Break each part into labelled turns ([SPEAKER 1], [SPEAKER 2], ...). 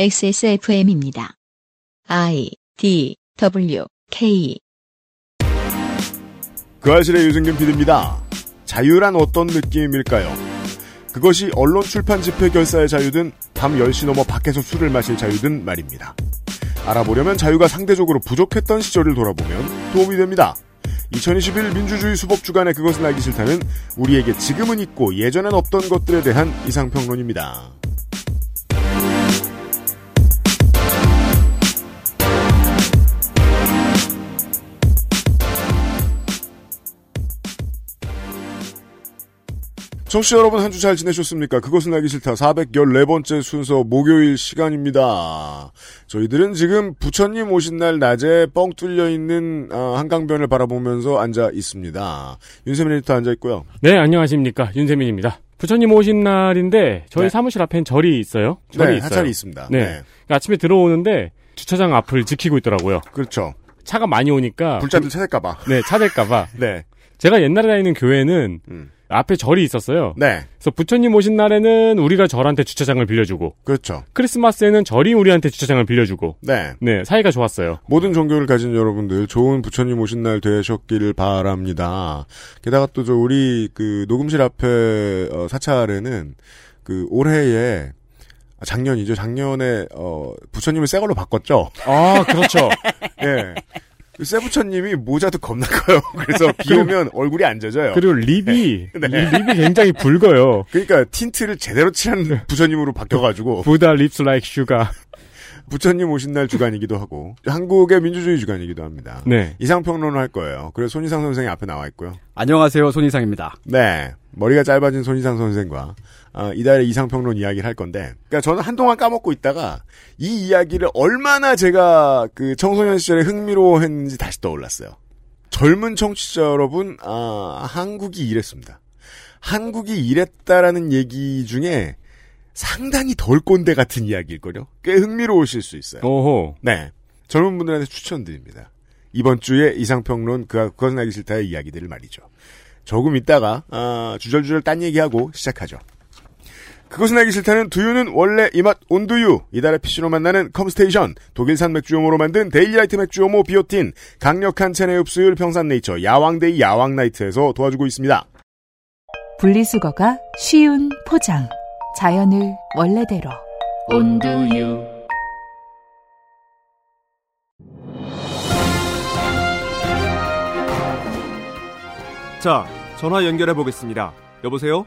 [SPEAKER 1] XSFM입니다. I D W K
[SPEAKER 2] 그아실의 유승균 PD입니다. 자유란 어떤 느낌일까요? 그것이 언론 출판 집회 결사의 자유든 밤 10시 넘어 밖에서 술을 마실 자유든 말입니다. 알아보려면 자유가 상대적으로 부족했던 시절을 돌아보면 도움이 됩니다. 2021 민주주의 수복 주간의 그것은 알기 싫다는 우리에게 지금은 있고 예전엔 없던 것들에 대한 이상평론입니다. 청취자 여러분 한 주 잘 지내셨습니까? 그것은 알기 싫다. 414번째 순서 목요일 시간입니다. 저희들은 지금 부처님 오신 날 낮에 뻥 뚫려 있는 아, 한강변을 바라보면서 앉아 있습니다. 윤세민 리터 앉아 있고요.
[SPEAKER 3] 네, 안녕하십니까. 윤세민입니다. 부처님 오신 날인데, 저희
[SPEAKER 2] 네.
[SPEAKER 3] 사무실 앞엔 절이 있어요. 절이
[SPEAKER 2] 네,
[SPEAKER 3] 있어요.
[SPEAKER 2] 하찰이 있습니다.
[SPEAKER 3] 네. 그러니까 아침에 들어오는데, 주차장 앞을 지키고 있더라고요.
[SPEAKER 2] 그렇죠.
[SPEAKER 3] 차가 많이 오니까.
[SPEAKER 2] 불자들 찾을까봐.
[SPEAKER 3] 아, 네, 차댈까봐.
[SPEAKER 2] 네.
[SPEAKER 3] 제가 옛날에 다니는 교회는
[SPEAKER 2] 음.
[SPEAKER 3] 앞에 절이 있었어요.
[SPEAKER 2] 네.
[SPEAKER 3] 그래서 부처님 오신 날에는 우리가 절한테 주차장을 빌려주고,
[SPEAKER 2] 그렇죠.
[SPEAKER 3] 크리스마스에는 절이 우리한테 주차장을 빌려주고,
[SPEAKER 2] 네.
[SPEAKER 3] 네, 사이가 좋았어요.
[SPEAKER 2] 모든 종교를 가진 여러분들 좋은 부처님 오신 날 되셨길 바랍니다. 게다가 또 저 우리 그 녹음실 앞에 어, 사찰에는 그 올해에 아, 작년이죠. 작년에 어, 부처님을 새 걸로 바꿨죠.
[SPEAKER 3] 아, 그렇죠.
[SPEAKER 2] 예. 그새 부처님이 모자도 겁나 커요. 그래서 비 오면 얼굴이 안 젖어요.
[SPEAKER 3] 그리고 립이,
[SPEAKER 2] 네.
[SPEAKER 3] 립이 굉장히 붉어요.
[SPEAKER 2] 그러니까 틴트를 제대로
[SPEAKER 3] 네.
[SPEAKER 2] 칠한 부처님으로 바뀌어가지고
[SPEAKER 3] 부다 립스 라이크 슈가.
[SPEAKER 2] 부처님 오신 날 주간이기도 하고 한국의 민주주의 주간이기도 합니다.
[SPEAKER 3] 네.
[SPEAKER 2] 이상평론을 할 거예요. 그래서 손희상 선생이 앞에 나와 있고요.
[SPEAKER 4] 안녕하세요, 손희상입니다.
[SPEAKER 2] 네. 머리가 짧아진 손희상 선생과 아, 이달의 이상평론 이야기를 할 건데, 그러니까 저는 한동안 까먹고 있다가 이 이야기를 얼마나 제가 그 청소년 시절에 흥미로워했는지 다시 떠올랐어요. 젊은 청취자 여러분, 아, 한국이 이랬습니다. 한국이 이랬다라는 얘기 중에 상당히 덜 꼰대 같은 이야기일걸요. 꽤 흥미로우실 수 있어요.
[SPEAKER 3] 오호.
[SPEAKER 2] 네. 젊은 분들한테 추천드립니다. 이번 주에 이상평론 그, 그것은 알기 싫다의 이야기들을 말이죠. 조금 있다가, 아, 주절주절 딴 얘기하고 시작하죠. 그것은 알기 싫다는 두유는 원래 이 맛 온두유. 이달의 PC로 만나는 컴스테이션. 독일산 맥주요모로 만든 데일리라이트 맥주요모 비오틴. 강력한 체내 흡수율 평산네이처 야왕데이 야왕나이트에서 도와주고 있습니다.
[SPEAKER 5] 분리수거가 쉬운 포장. 자연을 원래대로.
[SPEAKER 6] 온두유
[SPEAKER 7] 자, 전화 연결해 보겠습니다. 여보세요?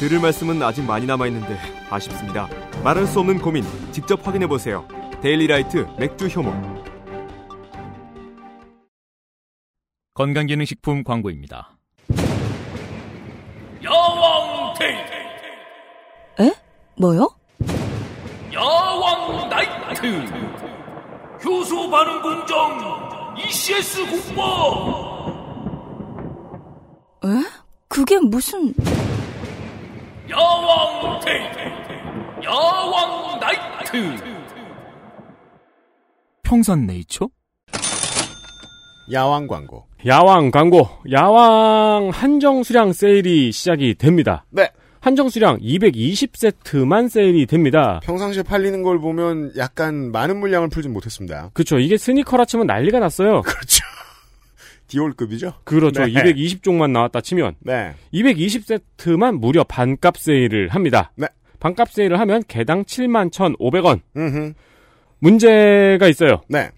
[SPEAKER 7] 들을 말씀은 아직 많이 남아 있는데 아쉽습니다. 말할 수 없는 고민 직접 확인해 보세요. 데일리라이트 맥주 효모.
[SPEAKER 8] 건강기능식품 광고입니다.
[SPEAKER 6] 야왕데이
[SPEAKER 5] 뭐요?
[SPEAKER 6] 야왕나이트 효소 반응 공정 ECS 공모
[SPEAKER 5] 에? 그게 무슨
[SPEAKER 6] 야왕데이 야왕나이트
[SPEAKER 8] 평산네이처?
[SPEAKER 2] 야왕 광고.
[SPEAKER 3] 야왕 광고, 야왕 한정 수량 세일이 시작이 됩니다.
[SPEAKER 2] 네.
[SPEAKER 3] 한정 수량 220세트만 세일이 됩니다.
[SPEAKER 2] 평상시에 팔리는 걸 보면 약간 많은 물량을 풀진 못했습니다.
[SPEAKER 3] 그쵸. 이게 스니커라 치면 난리가 났어요.
[SPEAKER 2] 그렇죠. 디올급이죠?
[SPEAKER 3] 그렇죠.
[SPEAKER 2] 네.
[SPEAKER 3] 220종만 나왔다 치면.
[SPEAKER 2] 네.
[SPEAKER 3] 220세트만 무려 반값 세일을 합니다.
[SPEAKER 2] 네.
[SPEAKER 3] 반값 세일을 하면 개당 71,500원.
[SPEAKER 2] 음흠.
[SPEAKER 3] 문제가 있어요.
[SPEAKER 2] 네.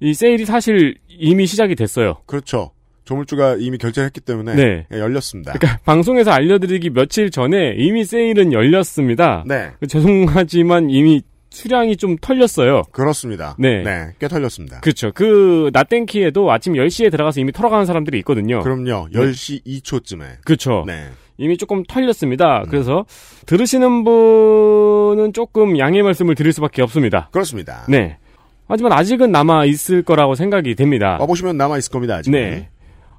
[SPEAKER 3] 이 세일이 사실 이미 시작이 됐어요.
[SPEAKER 2] 그렇죠. 조물주가 이미 결제했기 때문에
[SPEAKER 3] 네.
[SPEAKER 2] 예, 열렸습니다.
[SPEAKER 3] 방송에서 알려드리기 며칠 전에 이미 세일은 열렸습니다.
[SPEAKER 2] 네.
[SPEAKER 3] 죄송하지만 이미 수량이 좀 털렸어요.
[SPEAKER 2] 그렇습니다.
[SPEAKER 3] 네.
[SPEAKER 2] 꽤 털렸습니다.
[SPEAKER 3] 그렇죠. 그 나땡키에도 아침 10시에 들어가서 이미 털어가는 사람들이 있거든요.
[SPEAKER 2] 럼요
[SPEAKER 3] 네.
[SPEAKER 2] 10시 2초쯤에.
[SPEAKER 3] 그렇죠.
[SPEAKER 2] 네. 음.
[SPEAKER 3] 이미 조금 털렸습니다. 그래서 들으시는 분은 조금 양해 말씀을 드릴 수밖에 없습니다.
[SPEAKER 2] 그렇습니다.
[SPEAKER 3] 네. 하지만 아직은 남아 있을 거라고 생각이 됩니다.
[SPEAKER 2] 와보시면 남아있을 뭐, 겁니다, 아직.
[SPEAKER 3] 네.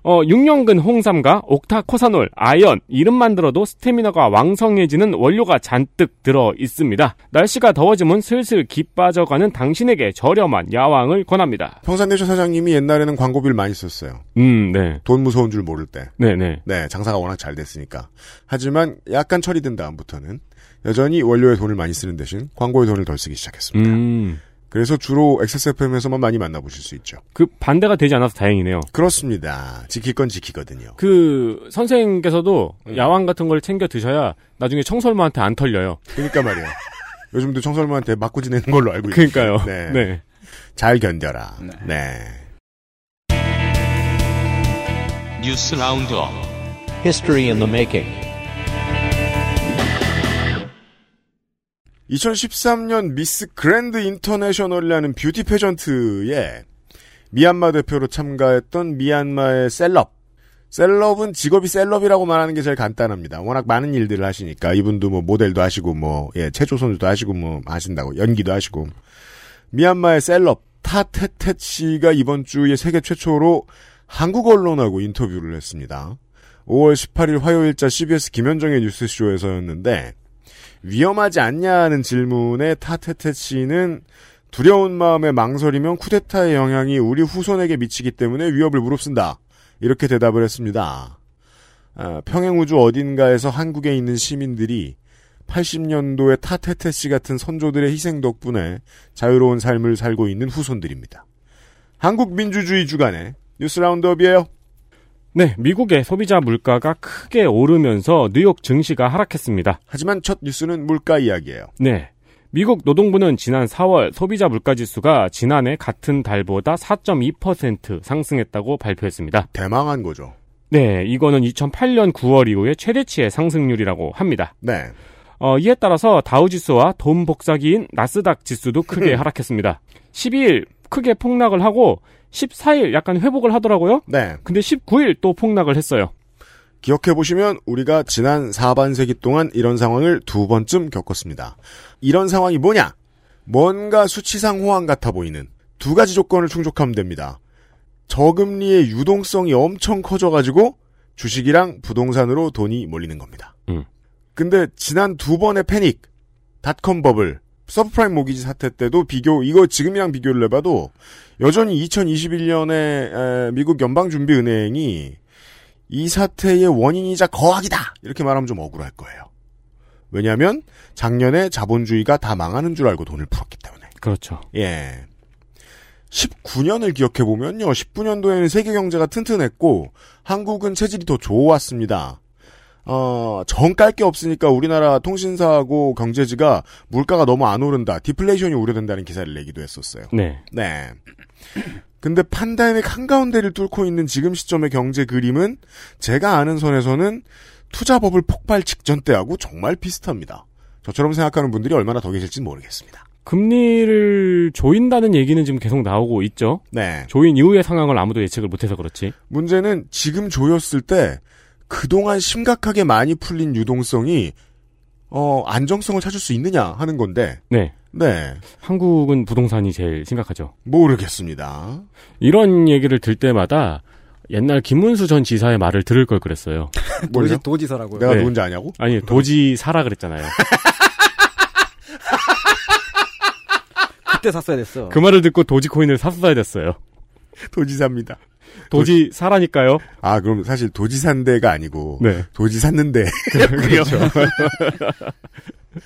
[SPEAKER 3] 어, 육년근 홍삼과 옥타코사놀, 아연, 이름만 들어도 스태미너가 왕성해지는 원료가 잔뜩 들어 있습니다. 날씨가 더워지면 슬슬 기 빠져가는 당신에게 저렴한 야왕을 권합니다.
[SPEAKER 2] 평산대쇼 사장님이 옛날에는 광고비를 많이 썼어요.
[SPEAKER 3] 음, 네.
[SPEAKER 2] 돈 무서운 줄 모를 때.
[SPEAKER 3] 네네.
[SPEAKER 2] 네, 장사가 워낙 잘 됐으니까. 하지만 약간 철이 든 다음부터는 여전히 원료에 돈을 많이 쓰는 대신 광고에 돈을 덜 쓰기 시작했습니다.
[SPEAKER 3] 음,
[SPEAKER 2] 그래서 주로 XSFM에서만 많이 만나보실 수 있죠.
[SPEAKER 3] 그 반대가 되지 않아서 다행이네요.
[SPEAKER 2] 그렇습니다. 지킬 건 지키거든요.
[SPEAKER 3] 그 선생님께서도 야왕 같은 걸 챙겨 드셔야 나중에 청설모한테 안 털려요.
[SPEAKER 2] 그러니까 말이에요. 요즘도 청설모한테 맞고 지내는 걸로 알고 있어요.
[SPEAKER 3] 그러니까요.
[SPEAKER 2] 네.
[SPEAKER 3] 네.
[SPEAKER 2] 잘 견뎌라. 네.
[SPEAKER 8] 네.
[SPEAKER 4] 뉴스 라운드업 History in the making
[SPEAKER 2] 2013년 미스 그랜드 인터내셔널이라는 뷰티 페전트에 미얀마 대표로 참가했던 미얀마의 셀럽. 셀럽은 직업이 셀럽이라고 말하는 게 제일 간단합니다. 워낙 많은 일들을 하시니까 이분도 뭐 모델도 하시고 뭐 예, 체조 선수도 하시고 뭐 하신다고 연기도 하시고 미얀마의 셀럽 타테테 씨가 이번 주에 세계 최초로 한국 언론하고 인터뷰를 했습니다. 5월 18일 화요일자 CBS 김현정의 뉴스쇼에서였는데 위험하지 않냐는 질문에 타테테 씨는 두려운 마음에 망설이면 쿠데타의 영향이 우리 후손에게 미치기 때문에 위협을 무릅쓴다. 이렇게 대답을 했습니다. 아, 평행우주 어딘가에서 한국에 있는 시민들이 80년도에 타테테 씨 같은 선조들의 희생 덕분에 자유로운 삶을 살고 있는 후손들입니다. 한국민주주의 주간의 뉴스 라운드업이에요.
[SPEAKER 3] 네, 미국의 소비자 물가가 크게 오르면서 뉴욕 증시가 하락했습니다.
[SPEAKER 2] 하지만 첫 뉴스는 물가 이야기예요.
[SPEAKER 3] 네. 미국 노동부는 지난 4월 소비자 물가지수가 지난해 같은 달보다 4.2% 상승했다고 발표했습니다.
[SPEAKER 2] 대망한 거죠.
[SPEAKER 3] 네, 이거는 2008년 9월 이후의 최대치의 상승률이라고 합니다.
[SPEAKER 2] 네.
[SPEAKER 3] 어, 이에 따라서 다우지수와 돈 복사기인 나스닥 지수도 크게 하락했습니다. 12일 크게 폭락을 하고 14일 약간 회복을 하더라고요.
[SPEAKER 2] 네.
[SPEAKER 3] 근데 19일 또 폭락을 했어요.
[SPEAKER 2] 기억해보시면 우리가 지난 4반세기 동안 이런 상황을 두 번쯤 겪었습니다. 이런 상황이 뭐냐? 뭔가 수치상 호황 같아 보이는 두 가지 조건을 충족하면 됩니다. 저금리의 유동성이 엄청 커져가지고 주식이랑 부동산으로 돈이 몰리는 겁니다.
[SPEAKER 3] 음.
[SPEAKER 2] 근데 지난 두 번의 패닉, 닷컴 버블, 서브프라임 모기지 사태 때도 비교, 이거 지금이랑 비교를 해봐도 여전히 2021년에 미국 연방준비은행이 이 사태의 원인이자 거악이다 이렇게 말하면 좀 억울할 거예요. 왜냐하면 작년에 자본주의가 다 망하는 줄 알고 돈을 풀었기 때문에.
[SPEAKER 3] 그렇죠.
[SPEAKER 2] 예. 19년을 기억해 보면요, 19년도에는 세계 경제가 튼튼했고 한국은 체질이 더 좋았습니다. 어, 정 깔 게 없으니까 우리나라 통신사하고 경제지가 물가가 너무 안 오른다, 디플레이션이 우려된다는 기사를 내기도 했었어요.
[SPEAKER 3] 네.
[SPEAKER 2] 네. 근데 판다믹 한가운데를 뚫고 있는 지금 시점의 경제 그림은 제가 아는 선에서는 투자법을 폭발 직전 때하고 정말 비슷합니다. 저처럼 생각하는 분들이 얼마나 더 계실지 모르겠습니다.
[SPEAKER 3] 금리를 조인다는 얘기는 지금 계속 나오고 있죠.
[SPEAKER 2] 네.
[SPEAKER 3] 조인 이후의 상황을 아무도 예측을 못해서 그렇지.
[SPEAKER 2] 문제는 지금 조였을 때 그동안 심각하게 많이 풀린 유동성이 어, 안정성을 찾을 수 있느냐 하는 건데.
[SPEAKER 3] 네.
[SPEAKER 2] 네.
[SPEAKER 3] 한국은 부동산이 제일 심각하죠.
[SPEAKER 2] 모르겠습니다.
[SPEAKER 3] 이런 얘기를 들 때마다 옛날 김문수 전 지사의 말을 들을 걸 그랬어요.
[SPEAKER 2] 뭘요?
[SPEAKER 9] 도지, 사라고요
[SPEAKER 2] 내가
[SPEAKER 3] 네.
[SPEAKER 2] 누군지 아냐고?
[SPEAKER 3] 아니, 도지사라 그랬잖아요.
[SPEAKER 9] 그때 샀어야 됐어.
[SPEAKER 3] 그 말을 듣고 도지코인을 샀어야 됐어요.
[SPEAKER 2] 도지사입니다.
[SPEAKER 3] 도지사라니까요.
[SPEAKER 2] 아, 그럼 사실 도지산대가 아니고
[SPEAKER 3] 네.
[SPEAKER 2] 예, 도지 샀는데. 그렇죠.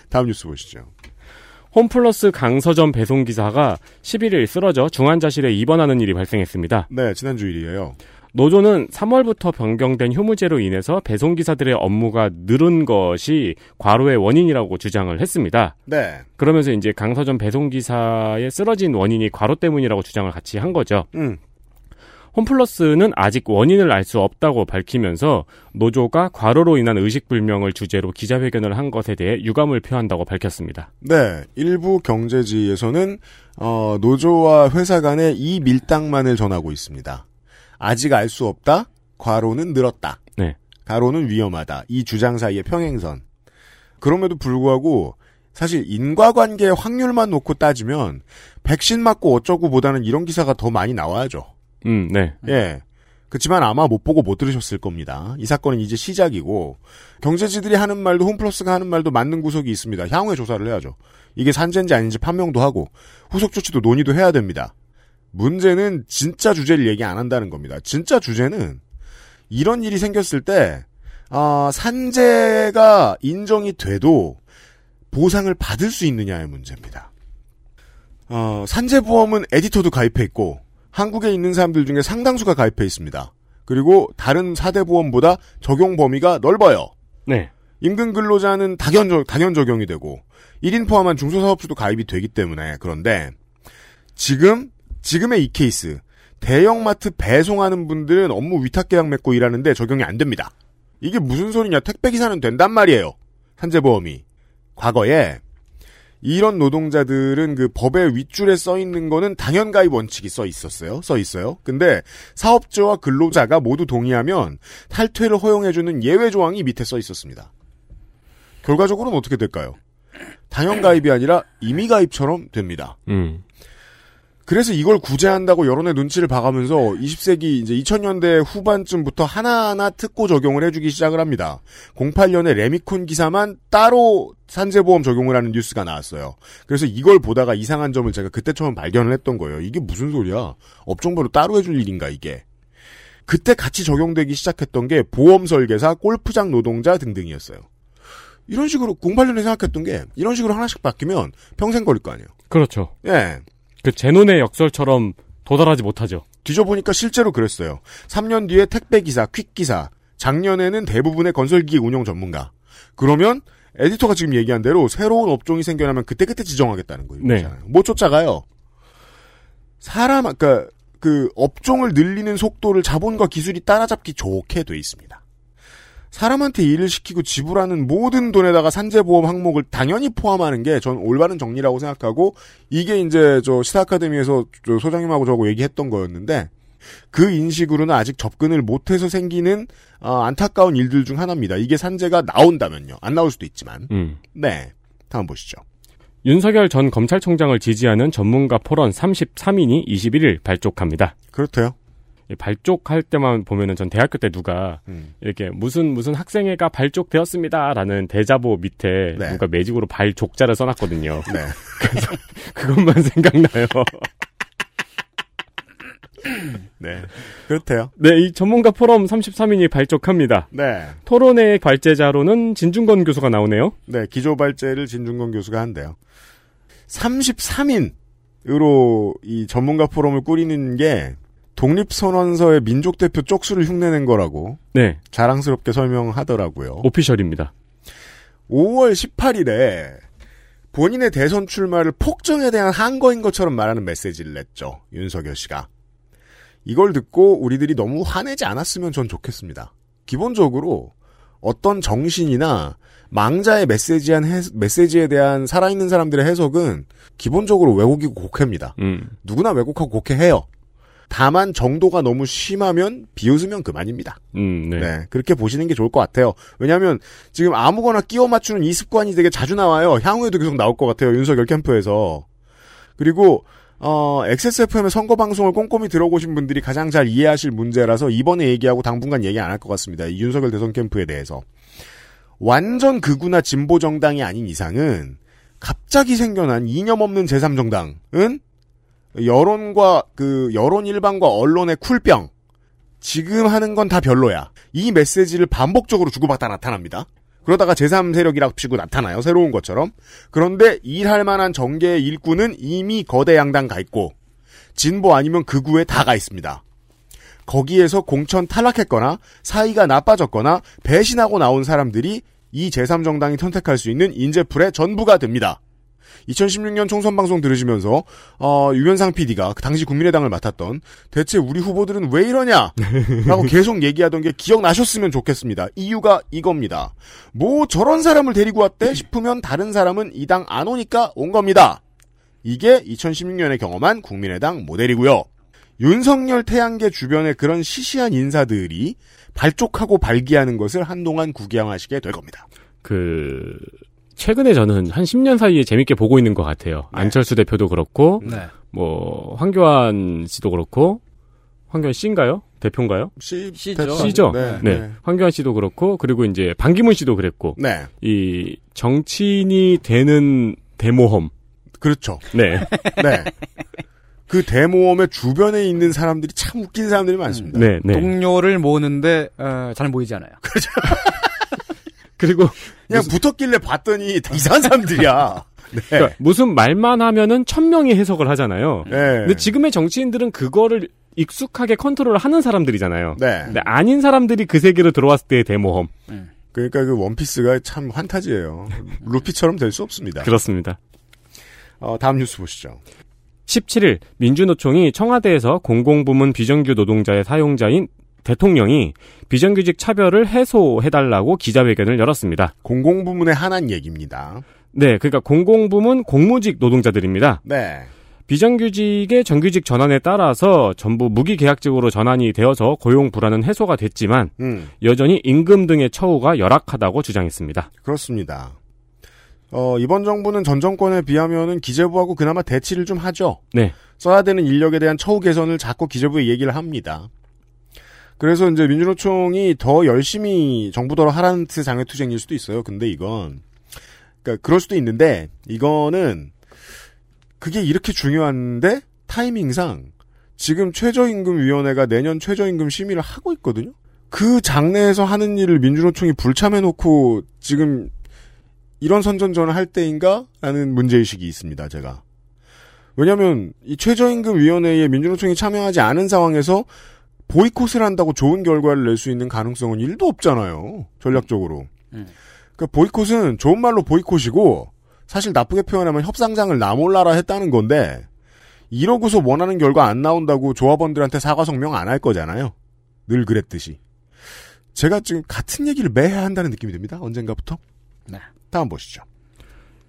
[SPEAKER 2] 다음 뉴스 보시죠.
[SPEAKER 3] 홈플러스 강서점 배송 기사가 11일 쓰러져 중환자실에 입원하는 일이 발생했습니다.
[SPEAKER 2] 네, 지난주 일이에요.
[SPEAKER 3] 노조는 3월부터 변경된 휴무제로 인해서 배송 기사들의 업무가 늘은 것이 과로의 원인이라고 주장을 했습니다.
[SPEAKER 2] 네.
[SPEAKER 3] 그러면서 이제 강서점 배송 기사의 쓰러진 원인이 과로 때문이라고 주장을 같이 한 거죠.
[SPEAKER 2] 음.
[SPEAKER 3] 홈플러스는 아직 원인을 알 수 없다고 밝히면서 노조가 과로로 인한 의식불명을 주제로 기자회견을 한 것에 대해 유감을 표한다고 밝혔습니다.
[SPEAKER 2] 네. 일부 경제지에서는 어, 노조와 회사 간의 이 밀당만을 전하고 있습니다. 아직 알 수 없다. 과로는 늘었다.
[SPEAKER 3] 네.
[SPEAKER 2] 가로는 위험하다. 이 주장 사이의 평행선. 그럼에도 불구하고 사실 인과관계의 확률만 놓고 따지면 백신 맞고 어쩌고보다는 이런 기사가 더 많이 나와야죠.
[SPEAKER 3] 음, 네.
[SPEAKER 2] 예. 그렇지만 아마 못 보고 못 들으셨을 겁니다. 이 사건은 이제 시작이고 경제지들이 하는 말도 홈플러스가 하는 말도 맞는 구석이 있습니다. 향후에 조사를 해야죠. 이게 산재인지 아닌지 판명도 하고 후속 조치도 논의도 해야 됩니다. 문제는 진짜 주제를 얘기 안 한다는 겁니다. 진짜 주제는 이런 일이 생겼을 때 아, 산재가 인정이 돼도 보상을 받을 수 있느냐의 문제입니다. 어, 산재보험은 에디터도 가입해 있고 한국에 있는 사람들 중에 상당수가 가입해 있습니다. 그리고 다른 4대 보험보다 적용 범위가 넓어요.
[SPEAKER 3] 네.
[SPEAKER 2] 임금 근로자는 당연, 적- 당연 적용이 되고 1인 포함한 중소사업주도 가입이 되기 때문에 그런데 지금 지금의 이 케이스 대형마트 배송하는 분들은 업무 위탁 계약 맺고 일하는데 적용이 안 됩니다. 이게 무슨 소리냐? 택배 기사는 된단 말이에요. 산재보험이 과거에 이런 노동자들은 그 법의 윗줄에 써 있는 거는 당연 가입 원칙이 써 있었어요. 써 있어요. 근데 사업자와 근로자가 모두 동의하면 탈퇴를 허용해주는 예외 조항이 밑에 써 있었습니다. 결과적으로는 어떻게 될까요? 당연 가입이 아니라 임의 가입처럼 됩니다.
[SPEAKER 3] 음.
[SPEAKER 2] 그래서 이걸 구제한다고 여론의 눈치를 봐가면서 20세기 이제 2000년대 후반쯤부터 하나하나 특고 적용을 해주기 시작을 합니다. 08년에 레미콘 기사만 따로 산재보험 적용을 하는 뉴스가 나왔어요. 그래서 이걸 보다가 이상한 점을 제가 그때 처음 발견을 했던 거예요. 이게 무슨 소리야? 업종별로 따로 해줄 일인가 이게? 그때 같이 적용되기 시작했던 게 보험 설계사, 골프장 노동자 등등이었어요. 이런 식으로 08년에 생각했던 게 이런 식으로 하나씩 바뀌면 평생 걸릴 거 아니에요.
[SPEAKER 3] 그렇죠.
[SPEAKER 2] 예.
[SPEAKER 3] 그 제논의 역설처럼 도달하지 못하죠.
[SPEAKER 2] 뒤져보니까 실제로 그랬어요. 3년 뒤에 택배기사, 퀵기사, 작년에는 대부분의 건설기기 운영 전문가. 그러면 에디터가 지금 얘기한 대로 새로운 업종이 생겨나면 그때그때 지정하겠다는 거예요.
[SPEAKER 3] 네.
[SPEAKER 2] 못 쫓아가요. 사람, 아까 그 업종을 늘리는 속도를 자본과 기술이 따라잡기 좋게 돼 있습니다. 사람한테 일을 시키고 지불하는 모든 돈에다가 산재보험 항목을 당연히 포함하는 게 전 올바른 정리라고 생각하고 이게 이제 저 시사 아카데미에서 저 소장님하고 저하고 얘기했던 거였는데 그 인식으로는 아직 접근을 못해서 생기는 아, 안타까운 일들 중 하나입니다. 이게 산재가 나온다면요. 안 나올 수도 있지만
[SPEAKER 3] 음.
[SPEAKER 2] 네 다음 보시죠.
[SPEAKER 3] 윤석열 전 검찰총장을 지지하는 전문가 포럼 33인이 21일 발족합니다.
[SPEAKER 2] 그렇대요.
[SPEAKER 3] 이 발족할 때만 보면은 전 대학교 때 누가
[SPEAKER 2] 음.
[SPEAKER 3] 이렇게 무슨 무슨 학생회가 발족되었습니다라는 대자보 밑에
[SPEAKER 2] 네.
[SPEAKER 3] 누가 매직으로 발족자를 써놨거든요.
[SPEAKER 2] 네
[SPEAKER 3] 그것만 생각나요.
[SPEAKER 2] 네 그렇대요.
[SPEAKER 3] 네, 이 전문가 포럼 33인이 발족합니다.
[SPEAKER 2] 네.
[SPEAKER 3] 토론회의 발제자로는 진중건 교수가 나오네요.
[SPEAKER 2] 네, 기조발제를 진중권 교수가 한대요. 33인으로 이 전문가 포럼을 꾸리는 게 독립선언서의 민족대표 쪽수를 흉내낸 거라고
[SPEAKER 3] 네,
[SPEAKER 2] 자랑스럽게 설명하더라고요.
[SPEAKER 3] 오피셜입니다.
[SPEAKER 2] 5월 18일에 본인의 대선 출마를 폭정에 대한 항거인 것처럼 말하는 메시지를 냈죠. 윤석열 씨가. 이걸 듣고 우리들이 너무 화내지 않았으면 전 좋겠습니다. 기본적으로 어떤 정신이나 망자의 메시지에 한 해- 메시지에 대한 살아있는 사람들의 해석은 기본적으로 왜곡이고 곡해입니다.
[SPEAKER 3] 음,
[SPEAKER 2] 누구나 왜곡하고 곡해해요. 다만 정도가 너무 심하면 비웃으면 그만입니다.
[SPEAKER 3] 음, 네.
[SPEAKER 2] 네, 그렇게 보시는 게 좋을 것 같아요. 왜냐하면 지금 아무거나 끼워 맞추는 이 습관이 되게 자주 나와요. 향후에도 계속 나올 것 같아요. 윤석열 캠프에서. 그리고 어, XSFM의 선거 방송을 꼼꼼히 들어보신 분들이 가장 잘 이해하실 문제라서 이번에 얘기하고 당분간 얘기 안 할 것 같습니다. 이 윤석열 대선 캠프에 대해서 완전 극우나 진보 정당이 아닌 이상은 갑자기 생겨난 이념 없는 제3 정당은 여론과 그 여론 일반과 언론의 쿨병 지금 하는 건 다 별로야. 이 메시지를 반복적으로 주고받다 나타납니다. 그러다가 제3세력이라고 치고 나타나요. 새로운 것처럼. 그런데 일할 만한 정계의 일꾼은 이미 거대 양당 가 있고 진보 아니면 극우에 다 가 있습니다. 거기에서 공천 탈락했거나 사이가 나빠졌거나 배신하고 나온 사람들이 이 제3정당이 선택할 수 있는 인재풀의 전부가 됩니다. 2016년 총선 방송 들으시면서 어, 유현상 PD가 그 당시 국민의당을 맡았던 대체 우리 후보들은 왜 이러냐? 라고 계속 얘기하던 게 기억나셨으면 좋겠습니다. 이유가 이겁니다. 뭐 저런 사람을 데리고 왔대 싶으면 다른 사람은 이 당 안 오니까 온 겁니다. 이게 2016년에 경험한 국민의당 모델이고요. 윤석열 태양계 주변의 그런 시시한 인사들이 발족하고 발기하는 것을 한동안 구경하시게 될 겁니다.
[SPEAKER 8] 그
[SPEAKER 3] 최근에 저는 한 10년 사이에 재밌게 보고 있는 것 같아요. 안철수 대표도 그렇고,
[SPEAKER 9] 네.
[SPEAKER 3] 뭐 황교안 씨도 그렇고, 황교안 씨인가요? 대표인가요?
[SPEAKER 2] C,
[SPEAKER 9] C죠.
[SPEAKER 3] 씨죠.
[SPEAKER 9] 네,
[SPEAKER 3] 네,
[SPEAKER 9] 네.
[SPEAKER 3] 황교안 씨도 그렇고 그리고 이제 반기문 씨도 그랬고.
[SPEAKER 2] 네.
[SPEAKER 3] 이 정치인이 되는 대모험.
[SPEAKER 2] 그렇죠.
[SPEAKER 3] 네.
[SPEAKER 2] 네. 그 대모험의 주변에 있는 사람들이 참 웃긴 사람들이 많습니다.
[SPEAKER 3] 네, 네.
[SPEAKER 9] 동료를 모으는데 어, 잘 모이지 않아요.
[SPEAKER 3] 그리고
[SPEAKER 9] 네.
[SPEAKER 2] 그냥 붙었길래 봤더니 다 이상한 사람들이야. 네.
[SPEAKER 3] 그러니까 무슨 말만 하면은 천 명이 해석을 하잖아요.
[SPEAKER 2] 네.
[SPEAKER 3] 근데 지금의 정치인들은 그거를 익숙하게 컨트롤하는 사람들이잖아요.
[SPEAKER 2] 네.
[SPEAKER 3] 근데 아닌 사람들이 그 세계로 들어왔을 때의 대모험.
[SPEAKER 2] 그러니까 그 원피스가 참 환타지예요. 루피처럼 될 수 없습니다.
[SPEAKER 3] 그렇습니다.
[SPEAKER 2] 어, 다음 뉴스 보시죠.
[SPEAKER 3] 17일 민주노총이 청와대에서 공공부문 비정규 노동자의 사용자인 대통령이 비정규직 차별을 해소해달라고 기자회견을 열었습니다.
[SPEAKER 2] 공공부문의 한한 얘기입니다.
[SPEAKER 3] 네, 그러니까 공공부문 공무직 노동자들입니다.
[SPEAKER 2] 네.
[SPEAKER 3] 비정규직의 정규직 전환에 따라서 전부 무기계약직으로 전환이 되어서 고용 불안은 해소가 됐지만
[SPEAKER 2] 음,
[SPEAKER 3] 여전히 임금 등의 처우가 열악하다고 주장했습니다.
[SPEAKER 2] 그렇습니다. 어, 이번 정부는 전 정권에 비하면은 기재부하고 그나마 대치를 좀 하죠.
[SPEAKER 3] 네.
[SPEAKER 2] 써야 되는 인력에 대한 처우 개선을 자꾸 기재부에 얘기를 합니다. 그래서 이제 민주노총이 더 열심히 정부더러 하라는 뜻의 장외투쟁일 수도 있어요. 근데 이건 그러니까 그럴 수도 있는데 이거는 그게 이렇게 중요한데 타이밍상 지금 최저임금위원회가 내년 최저임금 심의를 하고 있거든요. 그 장내에서 하는 일을 민주노총이 불참해놓고 지금 이런 선전전을 할 때인가라는 문제의식이 있습니다. 제가 왜냐하면 이 최저임금위원회에 민주노총이 참여하지 않은 상황에서 보이콧을 한다고 좋은 결과를 낼 수 있는 가능성은 1도 없잖아요. 전략적으로.
[SPEAKER 9] 음.
[SPEAKER 2] 그 보이콧은 좋은 말로 보이콧이고 사실 나쁘게 표현하면 협상장을 나몰라라 했다는 건데 이러고서 원하는 결과 안 나온다고 조합원들한테 사과 성명 안 할 거잖아요. 늘 그랬듯이. 제가 지금 같은 얘기를 매해 한다는 느낌이 듭니다. 언젠가부터.
[SPEAKER 9] 네.
[SPEAKER 2] 다음 보시죠.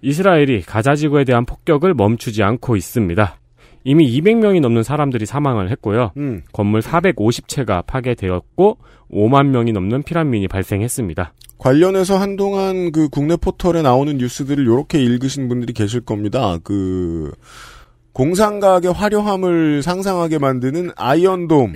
[SPEAKER 3] 이스라엘이 가자지구에 대한 폭격을 멈추지 않고 있습니다. 이미 200명이 넘는 사람들이 사망을 했고요.
[SPEAKER 2] 음.
[SPEAKER 3] 건물 450채가 파괴되었고 5만 명이 넘는 피란민이 발생했습니다.
[SPEAKER 2] 관련해서 한동안 그 국내 포털에 나오는 뉴스들을 이렇게 읽으신 분들이 계실 겁니다. 그 공상각의 화려함을 상상하게 만드는 아이언돔.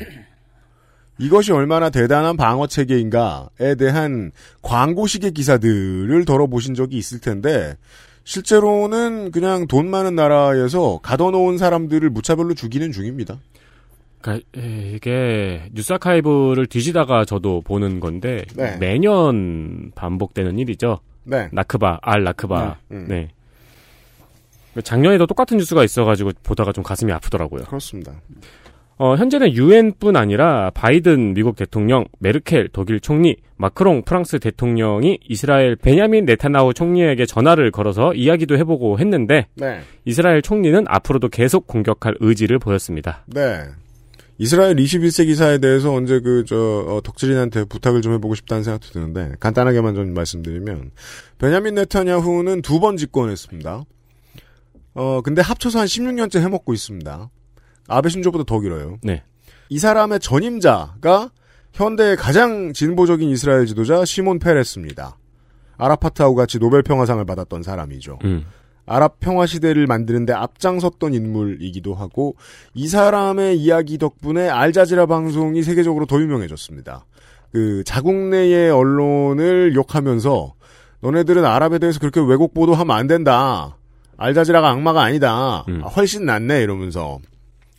[SPEAKER 2] 이것이 얼마나 대단한 방어 체계인가에 대한 광고식의 기사들을 덜어보신 적이 있을 텐데 실제로는 그냥 돈 많은 나라에서 가둬놓은 사람들을 무차별로 죽이는 중입니다.
[SPEAKER 3] 그러니까 에, 이게 뉴스 아카이브를 뒤지다가 저도 보는 건데
[SPEAKER 2] 네.
[SPEAKER 3] 매년 반복되는 일이죠.
[SPEAKER 2] 네.
[SPEAKER 3] 나크바, 알 나크바.
[SPEAKER 2] 음, 음.
[SPEAKER 3] 네. 작년에도 똑같은 뉴스가 있어가지고 보다가 좀 가슴이 아프더라고요.
[SPEAKER 2] 그렇습니다.
[SPEAKER 3] 어, 현재는 유엔뿐 아니라 바이든 미국 대통령, 메르켈 독일 총리, 마크롱 프랑스 대통령이 이스라엘 베냐민 네타나후 총리에게 전화를 걸어서 이야기도 해보고 했는데
[SPEAKER 2] 네.
[SPEAKER 3] 이스라엘 총리는 앞으로도 계속 공격할 의지를 보였습니다.
[SPEAKER 2] 네. 이스라엘 21세기사에 대해서 언제 그, 저, 어, 덕질인한테 부탁을 좀 해보고 싶다는 생각도 드는데, 간단하게만 좀 말씀드리면, 베냐민 네타냐후는 두 번 집권했습니다. 어, 근데 합쳐서 한 16년째 해먹고 있습니다. 아베 신조보다 더 길어요.
[SPEAKER 3] 네.
[SPEAKER 2] 이 사람의 전임자가 현대의 가장 진보적인 이스라엘 지도자 시몬 페레스입니다. 아라파트하고 같이 노벨 평화상을 받았던 사람이죠.
[SPEAKER 3] 음.
[SPEAKER 2] 아랍 평화 시대를 만드는데 앞장섰던 인물이기도 하고 이 사람의 이야기 덕분에 알자지라 방송이 세계적으로 더 유명해졌습니다. 그 자국 내의 언론을 욕하면서 너네들은 아랍에 대해서 그렇게 왜곡 보도하면 안 된다. 알자지라가 악마가 아니다.
[SPEAKER 3] 음.
[SPEAKER 2] 아, 훨씬 낫네 이러면서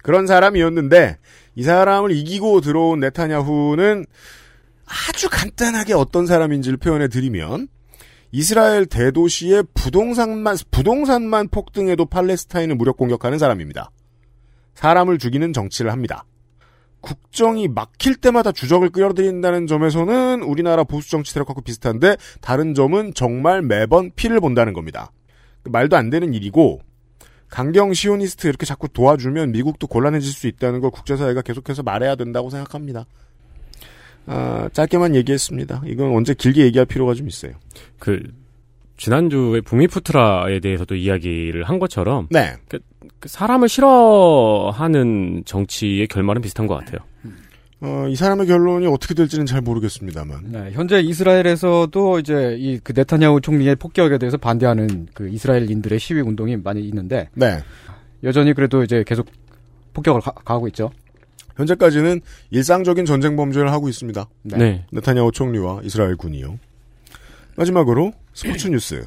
[SPEAKER 2] 그런 사람이었는데 이 사람을 이기고 들어온 네타냐후는 아주 간단하게 어떤 사람인지를 표현해 드리면 이스라엘 대도시의 부동산만 부동산만 폭등해도 팔레스타인을 무력 공격하는 사람입니다. 사람을 죽이는 정치를 합니다. 국정이 막힐 때마다 주적을 끌어들인다는 점에서는 우리나라 보수 정치 세력하고 비슷한데 다른 점은 정말 매번 피를 본다는 겁니다. 그 말도 안 되는 일이고 강경 시오니스트 이렇게 자꾸 도와주면 미국도 곤란해질 수 있다는 걸 국제사회가 계속해서 말해야 된다고 생각합니다. 아, 짧게만 얘기했습니다. 이건 언제 길게 얘기할 필요가 좀 있어요.
[SPEAKER 3] 그 지난주에 부미푸트라에 대해서도 이야기를 한 것처럼
[SPEAKER 2] 네.
[SPEAKER 3] 그 사람을 싫어하는 정치의 결말은 비슷한 것 같아요.
[SPEAKER 2] 어, 이 사람의 결론이 어떻게 될지는 잘 모르겠습니다만.
[SPEAKER 9] 네, 현재 이스라엘에서도 이제 이 그 네타냐후 총리의 폭격에 대해서 반대하는 그 이스라엘인들의 시위 운동이 많이 있는데
[SPEAKER 2] 네.
[SPEAKER 9] 여전히 그래도 이제 계속 폭격을 가, 가하고 있죠.
[SPEAKER 2] 현재까지는 일상적인 전쟁 범죄를 하고 있습니다.
[SPEAKER 9] 네.
[SPEAKER 3] 네.
[SPEAKER 2] 네타냐후 총리와 이스라엘 군이요. 마지막으로 스포츠 뉴스.